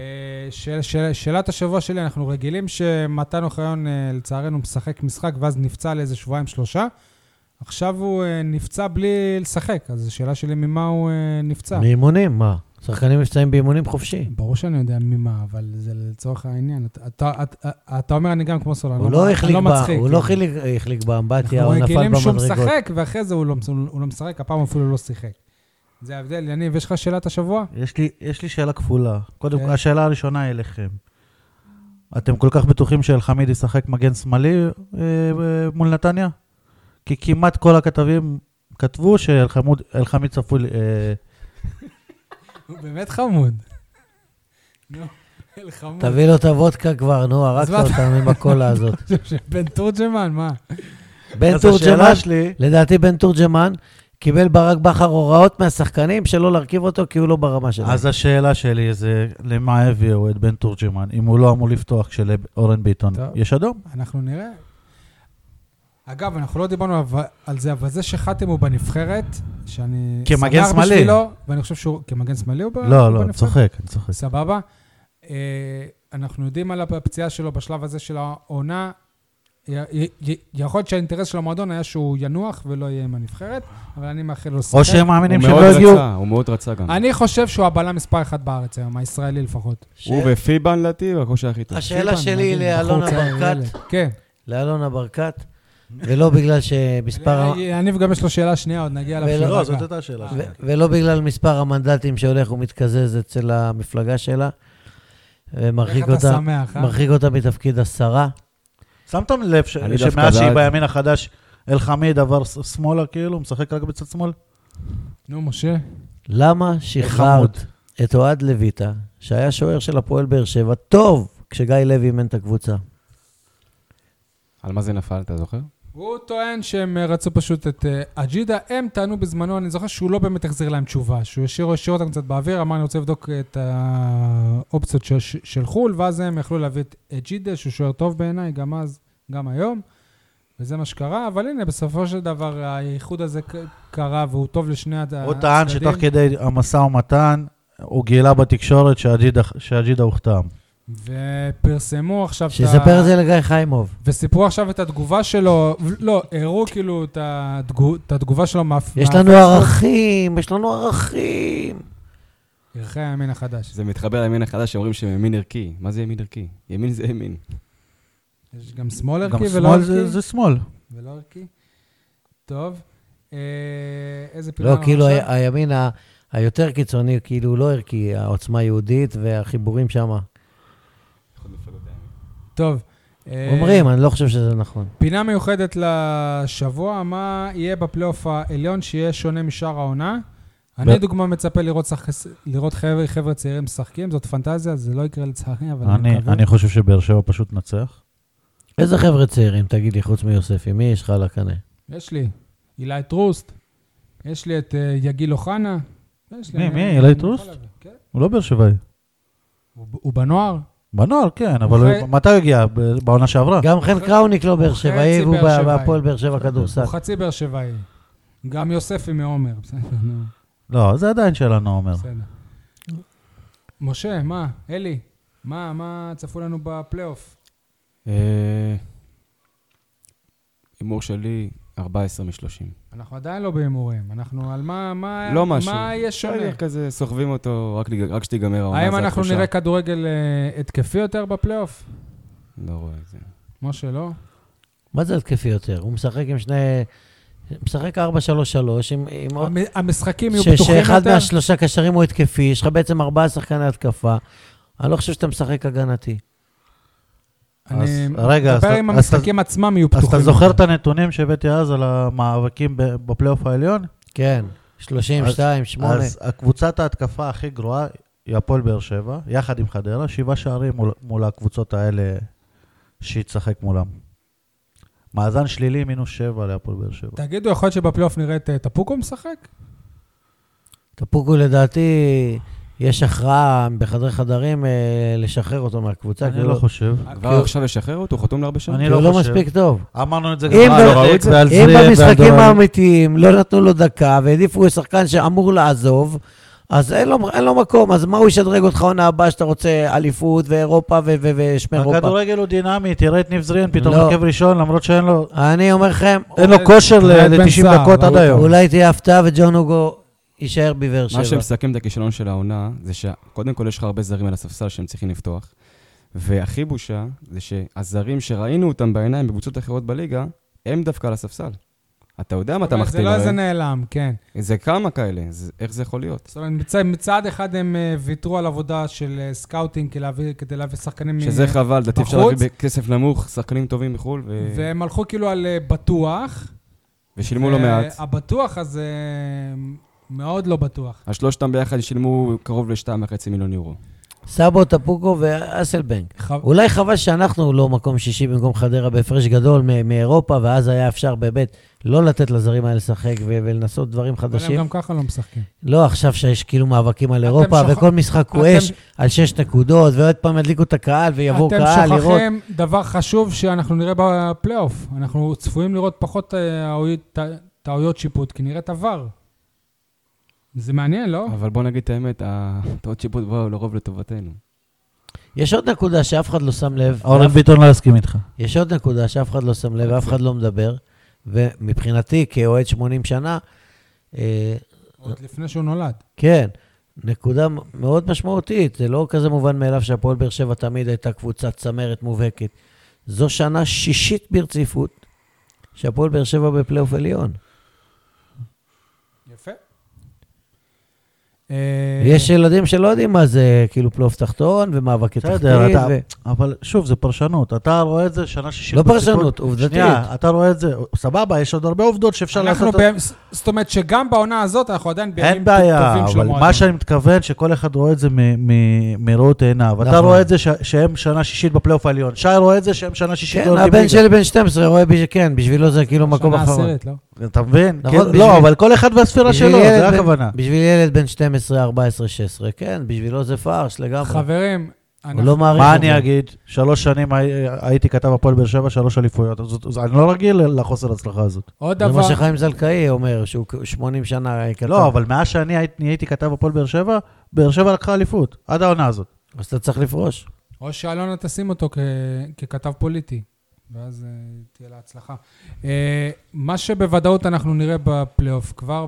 שאל- שאל- שאלת השבוע שלי, אנחנו רגילים שמתן אוחיון, אה, לצערנו, משחק משחק ואז נפצע לאיזה שבועיים-שלושה. עכשיו הוא אה, נפצע בלי לשחק, אז השאלה שלי, ממה הוא אה, נפצע? מאימונים, מה? שחקנים נפצעים באימונים חופשי. ברור שאני יודע ממה, אבל זה לצורך העניין. אתה- אתה- אתה- אתה אומר, אני גם כמו סולן, הוא לא החליק אני ב- מצחיק. כן. הוא לא חיליק- החליק באמבטיה, אנחנו הוא נפל רגילים כאילו שהוא במדרגות. משחק, ואחרי זה הוא לא, הוא לא משחק, הפעם אפילו לא שיחק. זה ההבדל. יניב, יש לך שאלת השבוע? יש לי- יש לי שאלה כפולה. קודם כן. כל, השאלה הראשונה היא אליכם. אתם כל כך בטוחים שאלחמיד ישחק מגן שמאלי אה, אה, מול נתניה? כי כמעט כל הכתבים כתבו שאלחמיד צפוי... אה, הוא באמת חמוד. נו, אל חמוד. תביא לו את הוודקה כבר, נו, הרגת מה אתה- אותנו עם הקולה *laughs* הזאת. בן תורג'מן, מה? בן אז תורג'מן, השאלה שלי... לדעתי בן תורג'מן, קיבל ברק בכר הוראות מהשחקנים שלא להרכיב אותו כי הוא לא ברמה שלו. אז השאלה שלי זה, למה הביאו את בן תורג'מן, אם הוא לא אמור לפתוח כשלאורן ביטון טוב. יש אדום? אנחנו נראה. אגב, אנחנו לא דיברנו אבל- על זה, אבל זה שחתם הוא בנבחרת, שאני... כמגן שמח שמאלי. בשבילו, ואני חושב שהוא... כמגן שמאלי הוא ב- הוא לא, לא, אני בנבחרת? צוחק, אני צוחק. סבבה. אה, אנחנו יודעים על הפציעה שלו בשלב הזה של העונה. י- י- י- יכול להיות שהאינטרס של המועדון היה שהוא ינוח ולא יהיה עם הנבחרת, אבל אני מאחל לו לשחק. או שהם מאמינים הוא שהם מאוד לא הגיעו. רצה, הוא מאוד רצה גם. אני חושב שהוא הבלם מספר אחת בארץ היום, הישראלי לפחות. הוא ופיבן לדעתי, הוא הכושר הכי טוב. השאלה פיבן, שלי מדהים, לאלונה בחור צעיר, ברקת, ילד. כן. לאלונה ברקת, ולא בגלל שמספר... ה- יניב גם אה, יש לו שאלה שנייה, עוד נגיע ולא, לפשרה. לא, זאת הייתה השאלה. ו- ולא בגלל מספר המנדטים שהולך ומתקזז אצל המפלגה שלה, ומרחיק איך אתה אותה, שמח, אה? מרחיק אותה מתפקיד השרה. שמתם לב ש- אני דווקא שמאז שהיא בעד. בימין החדש, אלחמיד עבר ש- שמאלה כאילו, הוא משחק רק בצד שמאל? נו, משה. למה חמוד. שחררת את אוהד לויטה, שהיה שוער של הפועל באר שבע, טוב, כשגיא לוי אימן את הקבוצה. על מה זה נפל, אתה זוכר? הוא טוען שהם אה, רצו פשוט את אה, אג'ידה, הם טענו בזמנו, אני זוכר שהוא לא באמת החזיר להם תשובה, שהוא השאיר, השאיר אותם קצת באוויר, אמר אני רוצה לבדוק את האופציות של, של חו"ל, ואז הם יכלו להביא את אג'ידה, שהוא שוער טוב בעיניי, גם אז, גם היום, וזה מה שקרה, אבל הנה, בסופו של דבר האיחוד הזה ק- קרה, והוא טוב לשני הצדדים. הוא טען שתוך כדי המשא ומתן, הוא גילה בתקשורת שאג'ידה- שאג'ידה הוחתם. ופרסמו עכשיו שיספר את זה לגיא חיימוב. וסיפרו עכשיו את התגובה שלו, לא, הראו כאילו את התגו- את התגובה שלו מה... יש מה- לנו ערכים, יש לנו ערכים. ערכי הימין החדש. זה מתחבר לימין החדש שאומרים שהם ימין ערכי. מה זה ימין ערכי? ימין זה ימין. יש גם שמאל גם ערכי ולא שמאל זה- ערכי. זה שמאל. ולא ערכי. טוב. אה, איזה פינה לא, אנחנו כאילו אה, עכשיו? ה- הימין ה- היותר קיצוני, כאילו הוא לא ערכי, העוצמה היהודית והחיבורים שם. טוב. אה, אומרים, אני לא חושב שזה נכון. פינה מיוחדת לשבוע, מה יהיה בפלייאוף העליון שיהיה שונה משאר העונה? אני, דוגמה, מצפה לראות, שחק... לראות חבר'ה, חבר'ה צעירים משחקים, זאת פנטזיה, זה לא יקרה לצערי, אבל אני, אני- מקווה. אני חושב שבאר שבע פשוט נצח. איזה חבר'ה צעירים, תגיד לי, חוץ מיוספי, מי יש לך על הקנה? יש לי אילי טרוסט, יש לי את אה, יגיל אוחנה. יש לי- מי, אני- מי? אני אילי יכול טרוסט? להביא, כן. הוא לא באר שבעי. הוא הוא בנוער? בנוער, כן, אבל אחרי- הוא- מתי הוא הגיע? ב- בעונה שעברה? גם חן קראוניק לא באר שבעי, חצי והוא באר שבעי. בהפועל באר שבע נכון. כדורסל. הוא חצי באר שבעי. גם יוספי מעומר, *laughs* אה. בסדר, נו, לא, זה עדיין שלנו, עומר. בסדר. משה, מה? אלי, מה, מה צפו לנו בפלייאוף? אה, הימור שלי, 14 מ-30. אנחנו עדיין לא בהימורים, אנחנו על מה, מה, לא משהו. מה יהיה שונה? בסדר, כזה סוחבים אותו רק לג- רק שתיגמר העונה. האם זה אנחנו התחושה. נראה כדורגל אה, התקפי יותר בפלייאוף? לא רואה את זה. משה, לא? מה זה התקפי יותר? הוא משחק עם שני... משחק 4-3-3, עם... עם אה. עוד- המ- המשחקים יהיו ש- פתוחים שאחד יותר? מהשלושה קשרים הוא התקפי, יש לך בעצם ארבעה שחקני התקפה. אני לא חושב שאתה משחק הגנתי. אני אז- רגע, מדבר אז- אם אז- המשחקים עצמם יהיו אז פתוחים. אתה זוכר יותר. את הנתונים שהבאתי אז על המאבקים ב- בפלייאוף העליון? כן, 30, אז- 2, 8. אז קבוצת ההתקפה הכי גרועה היא הפועל באר שבע, יחד עם חדרה, שבעה שערים מול, מול הקבוצות האלה שהיא תשחק מולם. מאזן שלילי מינוס שבע להפועל באר שבע. תגידו, יכול להיות שבפלייאוף נראה את אה, טפוקו משחק? טפוקו לדעתי, יש הכרעה בחדרי חדרים אה, לשחרר אותו מהקבוצה, כי אני הוא לא חושב. כבר עכשיו ישחרר אותו? הוא חתום להרבה שנים? אני כי הוא לא לא חושב. מספיק טוב. אמרנו את זה אם גם ב- על אורייט ועל זה אם ועל במשחקים דורון. האמיתיים לא נתנו לו דקה והעדיפו שחקן שאמור לעזוב, אז אין לו, אין לו מקום, אז מה הוא ישדרג אותך עונה הבאה שאתה רוצה אליפות ואירופה ו- ו- ושמי אירופה? הכדורגל הוא דינמי, תראה את ניב זרין, פתאום לא. הרכב ראשון, למרות שאין לו... אני אומר לכם, אין לו כושר אולי בן ל-90 סער, דקות עד אבל- היום. אולי תהיה הפתעה וג'ון הוגו יישאר בבאר מה שבע. שמסכם את הכישלון של העונה, זה שקודם כל יש לך הרבה זרים על הספסל שהם צריכים לפתוח, והכי בושה זה שהזרים שראינו אותם בעיניים בקבוצות אחרות בליגה, הם דווקא על הספסל. אתה יודע מה אתה אה? אבל מחטיא זה לא איזה להם. נעלם, כן. זה כמה כאלה, זה- איך זה יכול להיות? זאת אומרת, מצד, מצד אחד הם אה, ויתרו על עבודה של אה, סקאוטינג כדי להביא, כדי להביא שחקנים... מ- שזה חבל, לדעתי אפשר בחוץ? להביא בכסף נמוך, שחקנים טובים מחו"ל, ו- והם הלכו כאילו על אה, בטוח. אה, ושילמו לא מעט. הבטוח הזה אה, מאוד לא בטוח. השלושתם ביחד שילמו קרוב ל-2.5 מיליון יורו. סאבו, טפוקו ואסלבנק. ח... אולי חבל שאנחנו לא מקום שישי במקום חדרה בהפרש גדול מ- מאירופה, ואז היה אפשר באמת לא לתת לזרים האלה לשחק ו- ולנסות דברים אבל הם חדשים. גם ככה לא משחקים. לא עכשיו שיש כאילו מאבקים על אירופה, שוכ- וכל משחק הוא אתם- אש על שש נקודות, ועוד פעם ידליקו את הקהל ויבוא אתם קהל לראות. שוכחים דבר חשוב שאנחנו נראה בפלייאוף. אנחנו צפויים לראות פחות אה, האוי- טע- טעויות שיפוט, כי נראה את עבר. זה מעניין, לא? אבל בוא נגיד את האמת, הטעות שיפוט באו לרוב לטובתנו. יש עוד נקודה שאף אחד לא שם לב, אורן ביטון לא יסכים איתך. יש עוד נקודה שאף אחד לא שם לב ואף אחד לא מדבר, ומבחינתי, כאוהד 80 שנה, אה, עוד לפני שהוא נולד. כן, נקודה מ- מאוד משמעותית. זה לא כזה מובן מאליו שהפועל באר שבע תמיד הייתה קבוצת צמרת מובהקת. זו שנה שישית ברציפות שהפועל באר שבע בפלייאוף עליון. יפה. אה, יש ילדים שלא יודעים מה זה, כאילו פלייאוף תחתון ומאבקי תחתית. בסדר, אתה- ו- אבל שוב, זה פרשנות. אתה רואה את זה שנה שישית. לא ברציפות. פרשנות, עובדתית. שנייה, אתה רואה את זה, סבבה, יש עוד הרבה עובדות שאפשר אנחנו לעשות. ב... זאת אומרת שגם בעונה הזאת אנחנו עדיין בימים אין בעיה, טובים של אבל המועדון. מה שאני מתכוון, שכל אחד רואה את זה מ- מ- מראות עיניו. אתה נכון. רואה את זה ש- שהם שנה שישית בפלייאוף העליון. שי רואה את זה שהם שנה שישית. לא כן, יורדים הבן ליגה. שלי בן 12 רואה, בי- כן, בשבילו זה כאילו מקום שנה אחרון. עשירית, לא? אתה מבין? נכון, כן, בשביל- לא, אבל כל אחד והספירה בשביל שלו, ילד זה בן- הכוונה. בשביל ילד בן 12, 14, 16, כן, בשבילו זה פרש לגמרי. חברים, הוא אנחנו... לא מעריך מה את זה. אני אגיד? שלוש שנים הי- הייתי כתב הפועל באר שבע, שלוש אליפויות. אז זאת- אז אני לא רגיל לחוסר הצלחה הזאת. עוד זה דבר... מה שחיים זלקאי אומר, שהוא כ- 80 שנה כתב. לא, אבל מאז שאני הייתי- נהייתי כתב הפועל באר שבע, באר שבע לקחה אליפות, עד העונה הזאת. אז אתה צריך לפרוש. או שאלונה תשים אותו כ... ככתב פוליטי, ואז אה, תהיה לה הצלחה. אה, מה שבוודאות אנחנו נראה בפלייאוף, כבר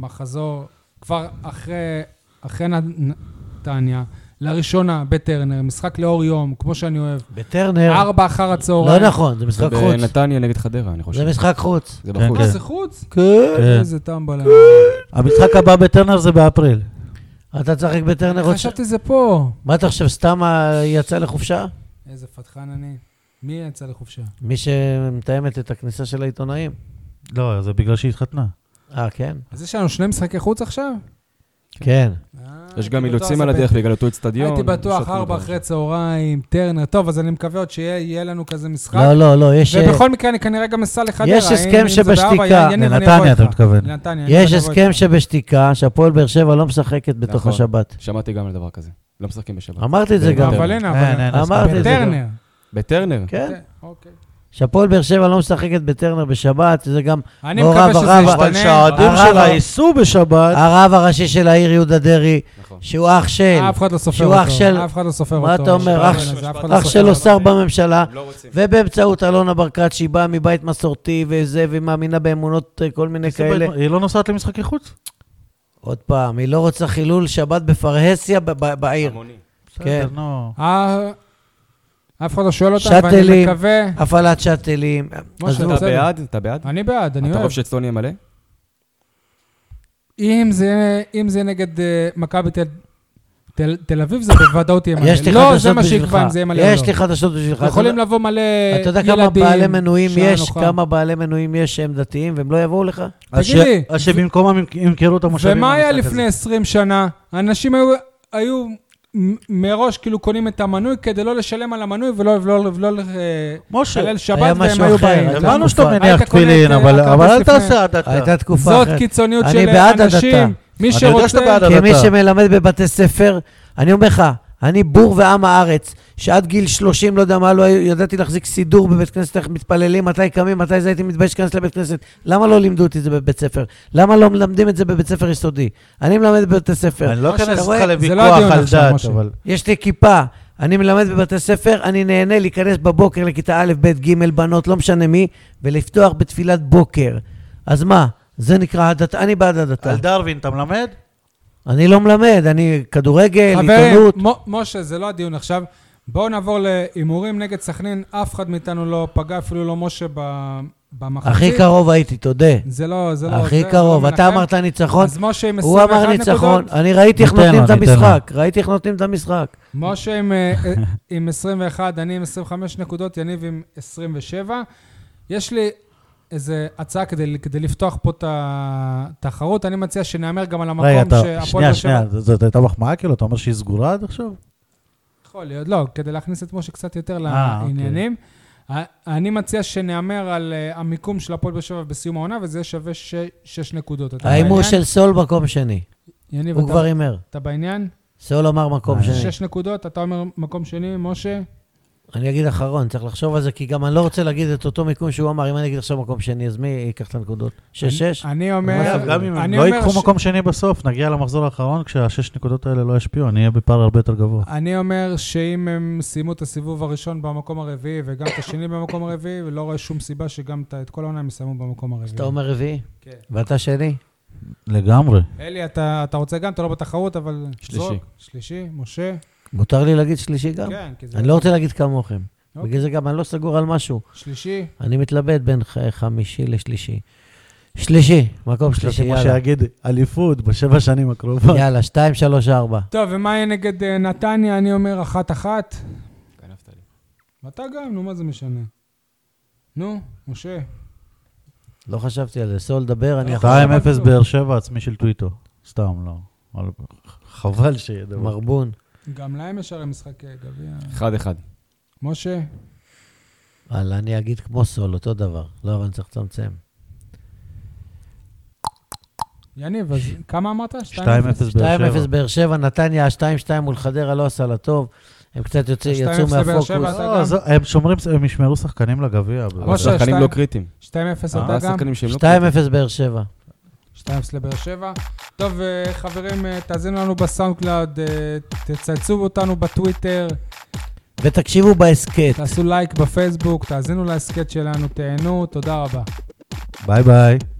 במחזור, כבר אחרי, אחרי נ- נתניה, לראשונה בטרנר, משחק לאור יום, כמו שאני אוהב, בטרנר, אה, ארבע אחר כן. לא אוקיי. הצהריים. נכון, זה משחק חוץ. בנתניה נגד חדרה, אני זה חושב. משחק חוץ. זה כן, בחוץ. אה, זה חוץ? כן. איזה טמבלה. אה. המשחק הבא בטרנר זה באפריל. אתה צריך רק בטרנר עוד... חשבתי זה פה. מה אתה חושב, סתם אה, יצא לחופשה? איזה פתחן אני. מי יצא לחופשה? מי שמתאמת את הכניסה של העיתונאים. לא, זה בגלל שהיא התחתנה. אה, כן? אז יש לנו שני משחקי חוץ עכשיו? כן. אה, יש כאילו, גם אילוצים תואר על הדרך ספק. בגלל אותו אצטדיון. הייתי יש בטוח, עוד ארבע דברים. אחרי צהריים, טרנר. טוב, אז אני מקווה עוד שיהיה יהיה לנו כזה משחק. לא, לא, לא, יש... אה, ובכל מקרה, אני כנראה גם אסע לחדרה. יש הסכם אם זה שבשתיקה. בארבע, יניב, אני לנתניה, אבוא אתה איתך. מתכוון. לנתניה. יניב, יש אני אבוא הסכם איתך. שבשתיקה, שהפועל באר שבע לא משחקת בתוך נכון. השבת. שמעתי גם על דבר כזה. לא משחקים בשבת. אמרתי את זה גם. נכון. כן, אה, אבל הנה, אבל... אין, אין, אז- אמרתי את זה גם. בטרנר. בטרנר? כן. אוקיי. שהפועל באר שבע לא משחקת בטרנר בשבת, זה גם אני נורא מקווה ברב, שזה אבל אבל ישתנה. שהאוהדים הרב- שלה ייסעו בשבת, הרב הראשי של העיר יהודה דרי, נכון. שהוא אח של, אף אחד לא סופר שהוא אח של- אותו. אף אחד לא סופר אותו. מה אתה אומר, אח- זה אף אחד לא אח סופר שלו אותו. שר בממשלה, לא רוצים. ובאמצעות אלונה ברקת, שהיא באה מבית מסורתי וזה, והיא מאמינה באמונות אה, כל מיני כאלה. היא לא נוסעת למשחקי חוץ. עוד פעם, היא לא רוצה חילול שבת בפרהסיה ב- ב- בעיר. כן. בסדר, נו. אה, אף אחד לא שואל אותם, ואני שאטלים. מקווה... הפעלת שאטלים. משה, עזבו. אתה בסדר. בעד? אתה בעד? אני בעד, לא. אני אתה אוהב. חושב שאצטון יהיה מלא? אם זה, אם זה נגד אה, מכבי תל, תל, תל אביב, זה בוודאות יהיה מלא. יש לי לא, זה חדשות מה בשבילך. שיקבע אם זה יהיה מלא או לא. יש לי חדשות בשבילך. יכולים אתה- לבוא מלא ילדים, אתה יודע כמה בעלי מנויים שעה יש, נוחה. כמה בעלי מנויים יש שהם דתיים והם לא יבואו לך? אז תגיד ש- לי. אז שבמקומם ימכ- ימכרו את המושבים. ומה היה במשחק הזה. לפני 20 שנה? אנשים היו, היו מ- מראש כאילו קונים את המנוי כדי לא לשלם על המנוי ולא, ולא, ולא, ולא אה, משה, לחלל היה שבת, משהו והם היו אחר, באים. היה הבנו שאתה היית מניח קונה את, תפילין, אה, אבל הכרטיס אבל אל לפני. תעשה הדתה. הייתה תקופה זאת אחרת. קיצוניות אני של בעד הדתה. אנשים. מי אני יודע שרוצה... שאתה בעד הדתה. כמי שמלמד בבתי ספר, אני אומר לך, אני בור ועם הארץ, שעד גיל 30, לא יודע מה, לא היו- ידעתי להחזיק סידור בבית כנסת, איך מתפללים, מתי קמים, מתי זה הייתי מתבייש להיכנס לבית כנסת. למה לא לימדו אותי את זה בבית ספר? למה לא מלמדים את זה בבית ספר יסודי? אני מלמד בבתי ספר. אני לא משה, אתה אכנס איתך רואה? זה לא לוויכוח הדיון על עכשיו, דת, משה. אבל... יש לי כיפה, אני מלמד בבתי ספר, אני נהנה להיכנס בבוקר לכיתה א', ב', ג', בנות, לא משנה מי, ולפתוח בתפילת בוקר. אז מה, זה נקרא הדתה, אני בעד הדתה. על דרווין אתה מלמד? אני לא מלמד, אני כדורגל, חברים, עיתונות. מ- משה, זה לא הדיון עכשיו. בואו נעבור להימורים נגד סכנין. אף אחד מאיתנו לא פגע, אפילו לא משה ב- במחצית. הכי קרוב הייתי, תודה. זה לא... זה לא הכי זה קרוב, לא אתה מנחם. אמרת ניצחון, אז משה עם 21 הוא נקודות. אמר ניצחון, אני ראיתי איך ניתן נותנים לו, את ניתן לו. המשחק, ראיתי איך נותנים את המשחק. משה עם, אה, אה, עם 21, אני עם 25 נקודות, יניב עם 27. יש לי איזה הצעה כדי, כדי לפתוח פה את התחרות. אני מציע שנהמר גם על המקום רגע, אתה... שהפועל באר שבע- שנייה, שנייה, ז- זאת הייתה מחמאה כאילו? אתה אומר שהיא סגורה עד עכשיו? יכול להיות, לא, כדי להכניס את משה קצת יותר אה, לעניינים. ה- אני מציע שנהמר על אה, המיקום של הפועל באר שבע בסיום העונה, וזה יהיה שווה ש- שש נקודות. אתה ההימור בעניין? של סול מקום שני, יניב, הוא אתה- כבר אה, הימר. אתה בעניין? סול אמר אה, מקום שני. שש נקודות, אתה אומר מקום שני, משה? אני אגיד אחרון, צריך לחשוב על זה, כי גם אני לא רוצה להגיד את אותו מיקום שהוא אמר, אם אני אגיד עכשיו מקום שני, אז מי ייקח את הנקודות? שש, שש? אני אני אומר... אגב, גם אם הם אני לא אומר ייקחו ש- מקום שני בסוף, נגיע למחזור האחרון, כשהשש נקודות האלה לא ישפיעו, אני אהיה בפער הרבה יותר גבוה. אני אומר שאם הם סיימו את הסיבוב הראשון במקום הרביעי וגם את השני במקום הרביעי, ולא רואה שום סיבה שגם את- את כל העונה הם יסיימו במקום הרביעי. אז אתה אומר רביעי, כן. ואתה שני? לגמרי. אלי, אתה אתה רוצה גם? אתה לא בתחרות, אבל... שלישי. זרוק. שלישי, משה? מותר לי להגיד שלישי גם? כן, כי זה... אני לא רוצה להגיד כמוכם. אוקיי. בגלל זה גם אני לא סגור על משהו. שלישי? אני מתלבט בין ח- חמישי לשלישי. שלישי, מקום שלישי, כמו יאללה. שיגיד, אליפות בשבע שנים הקרובות. יאללה, שתיים, שלוש, ארבע. טוב, ומה יהיה נגד אה, נתניה? אני אומר אחת-אחת. גנבת לי. ואתה גם, נו, מה זה משנה? נו, משה. לא חשבתי על זה. סול לדבר, אני יכול... 2-0 באר שבע, עצמי של טוויטו. סתם, לא. אבל חבל שיהיה דבר. מרבון. גם להם יש הרי משחק אה, גביע. אחד אחד. משה, וואלה, אני אגיד כמו סול, אותו דבר. לא, אבל אני צריך לצמצם. יניב, אז כמה אמרת? 2-0 באר 2-0 שבע. באר שבע, נתניה, 2-2 מול חדרה, לא עשה לה טוב. הם קצת יוצא- 2-0 יצאו לבאר שבע, מהפוקוס. אתה לא, גם? זו- הם שומרים, הם ישמרו שחקנים לגביע. אבל- משה, השחקנים שתיים. לא קריטיים. 2-0 אתה אה, ארבעה גם? שחקנים שהם לא 2-0 באר שבע. 2-0 לבאר שבע. טוב, אה, חברים, אה, תאזינו לנו בסאונדקלאוד, אה, תצייצו אותנו בטוויטר, ותקשיבו בהסכת. תעשו לייק בפייסבוק, תאזינו להסכת שלנו, תהנו, תודה רבה. ביי ביי.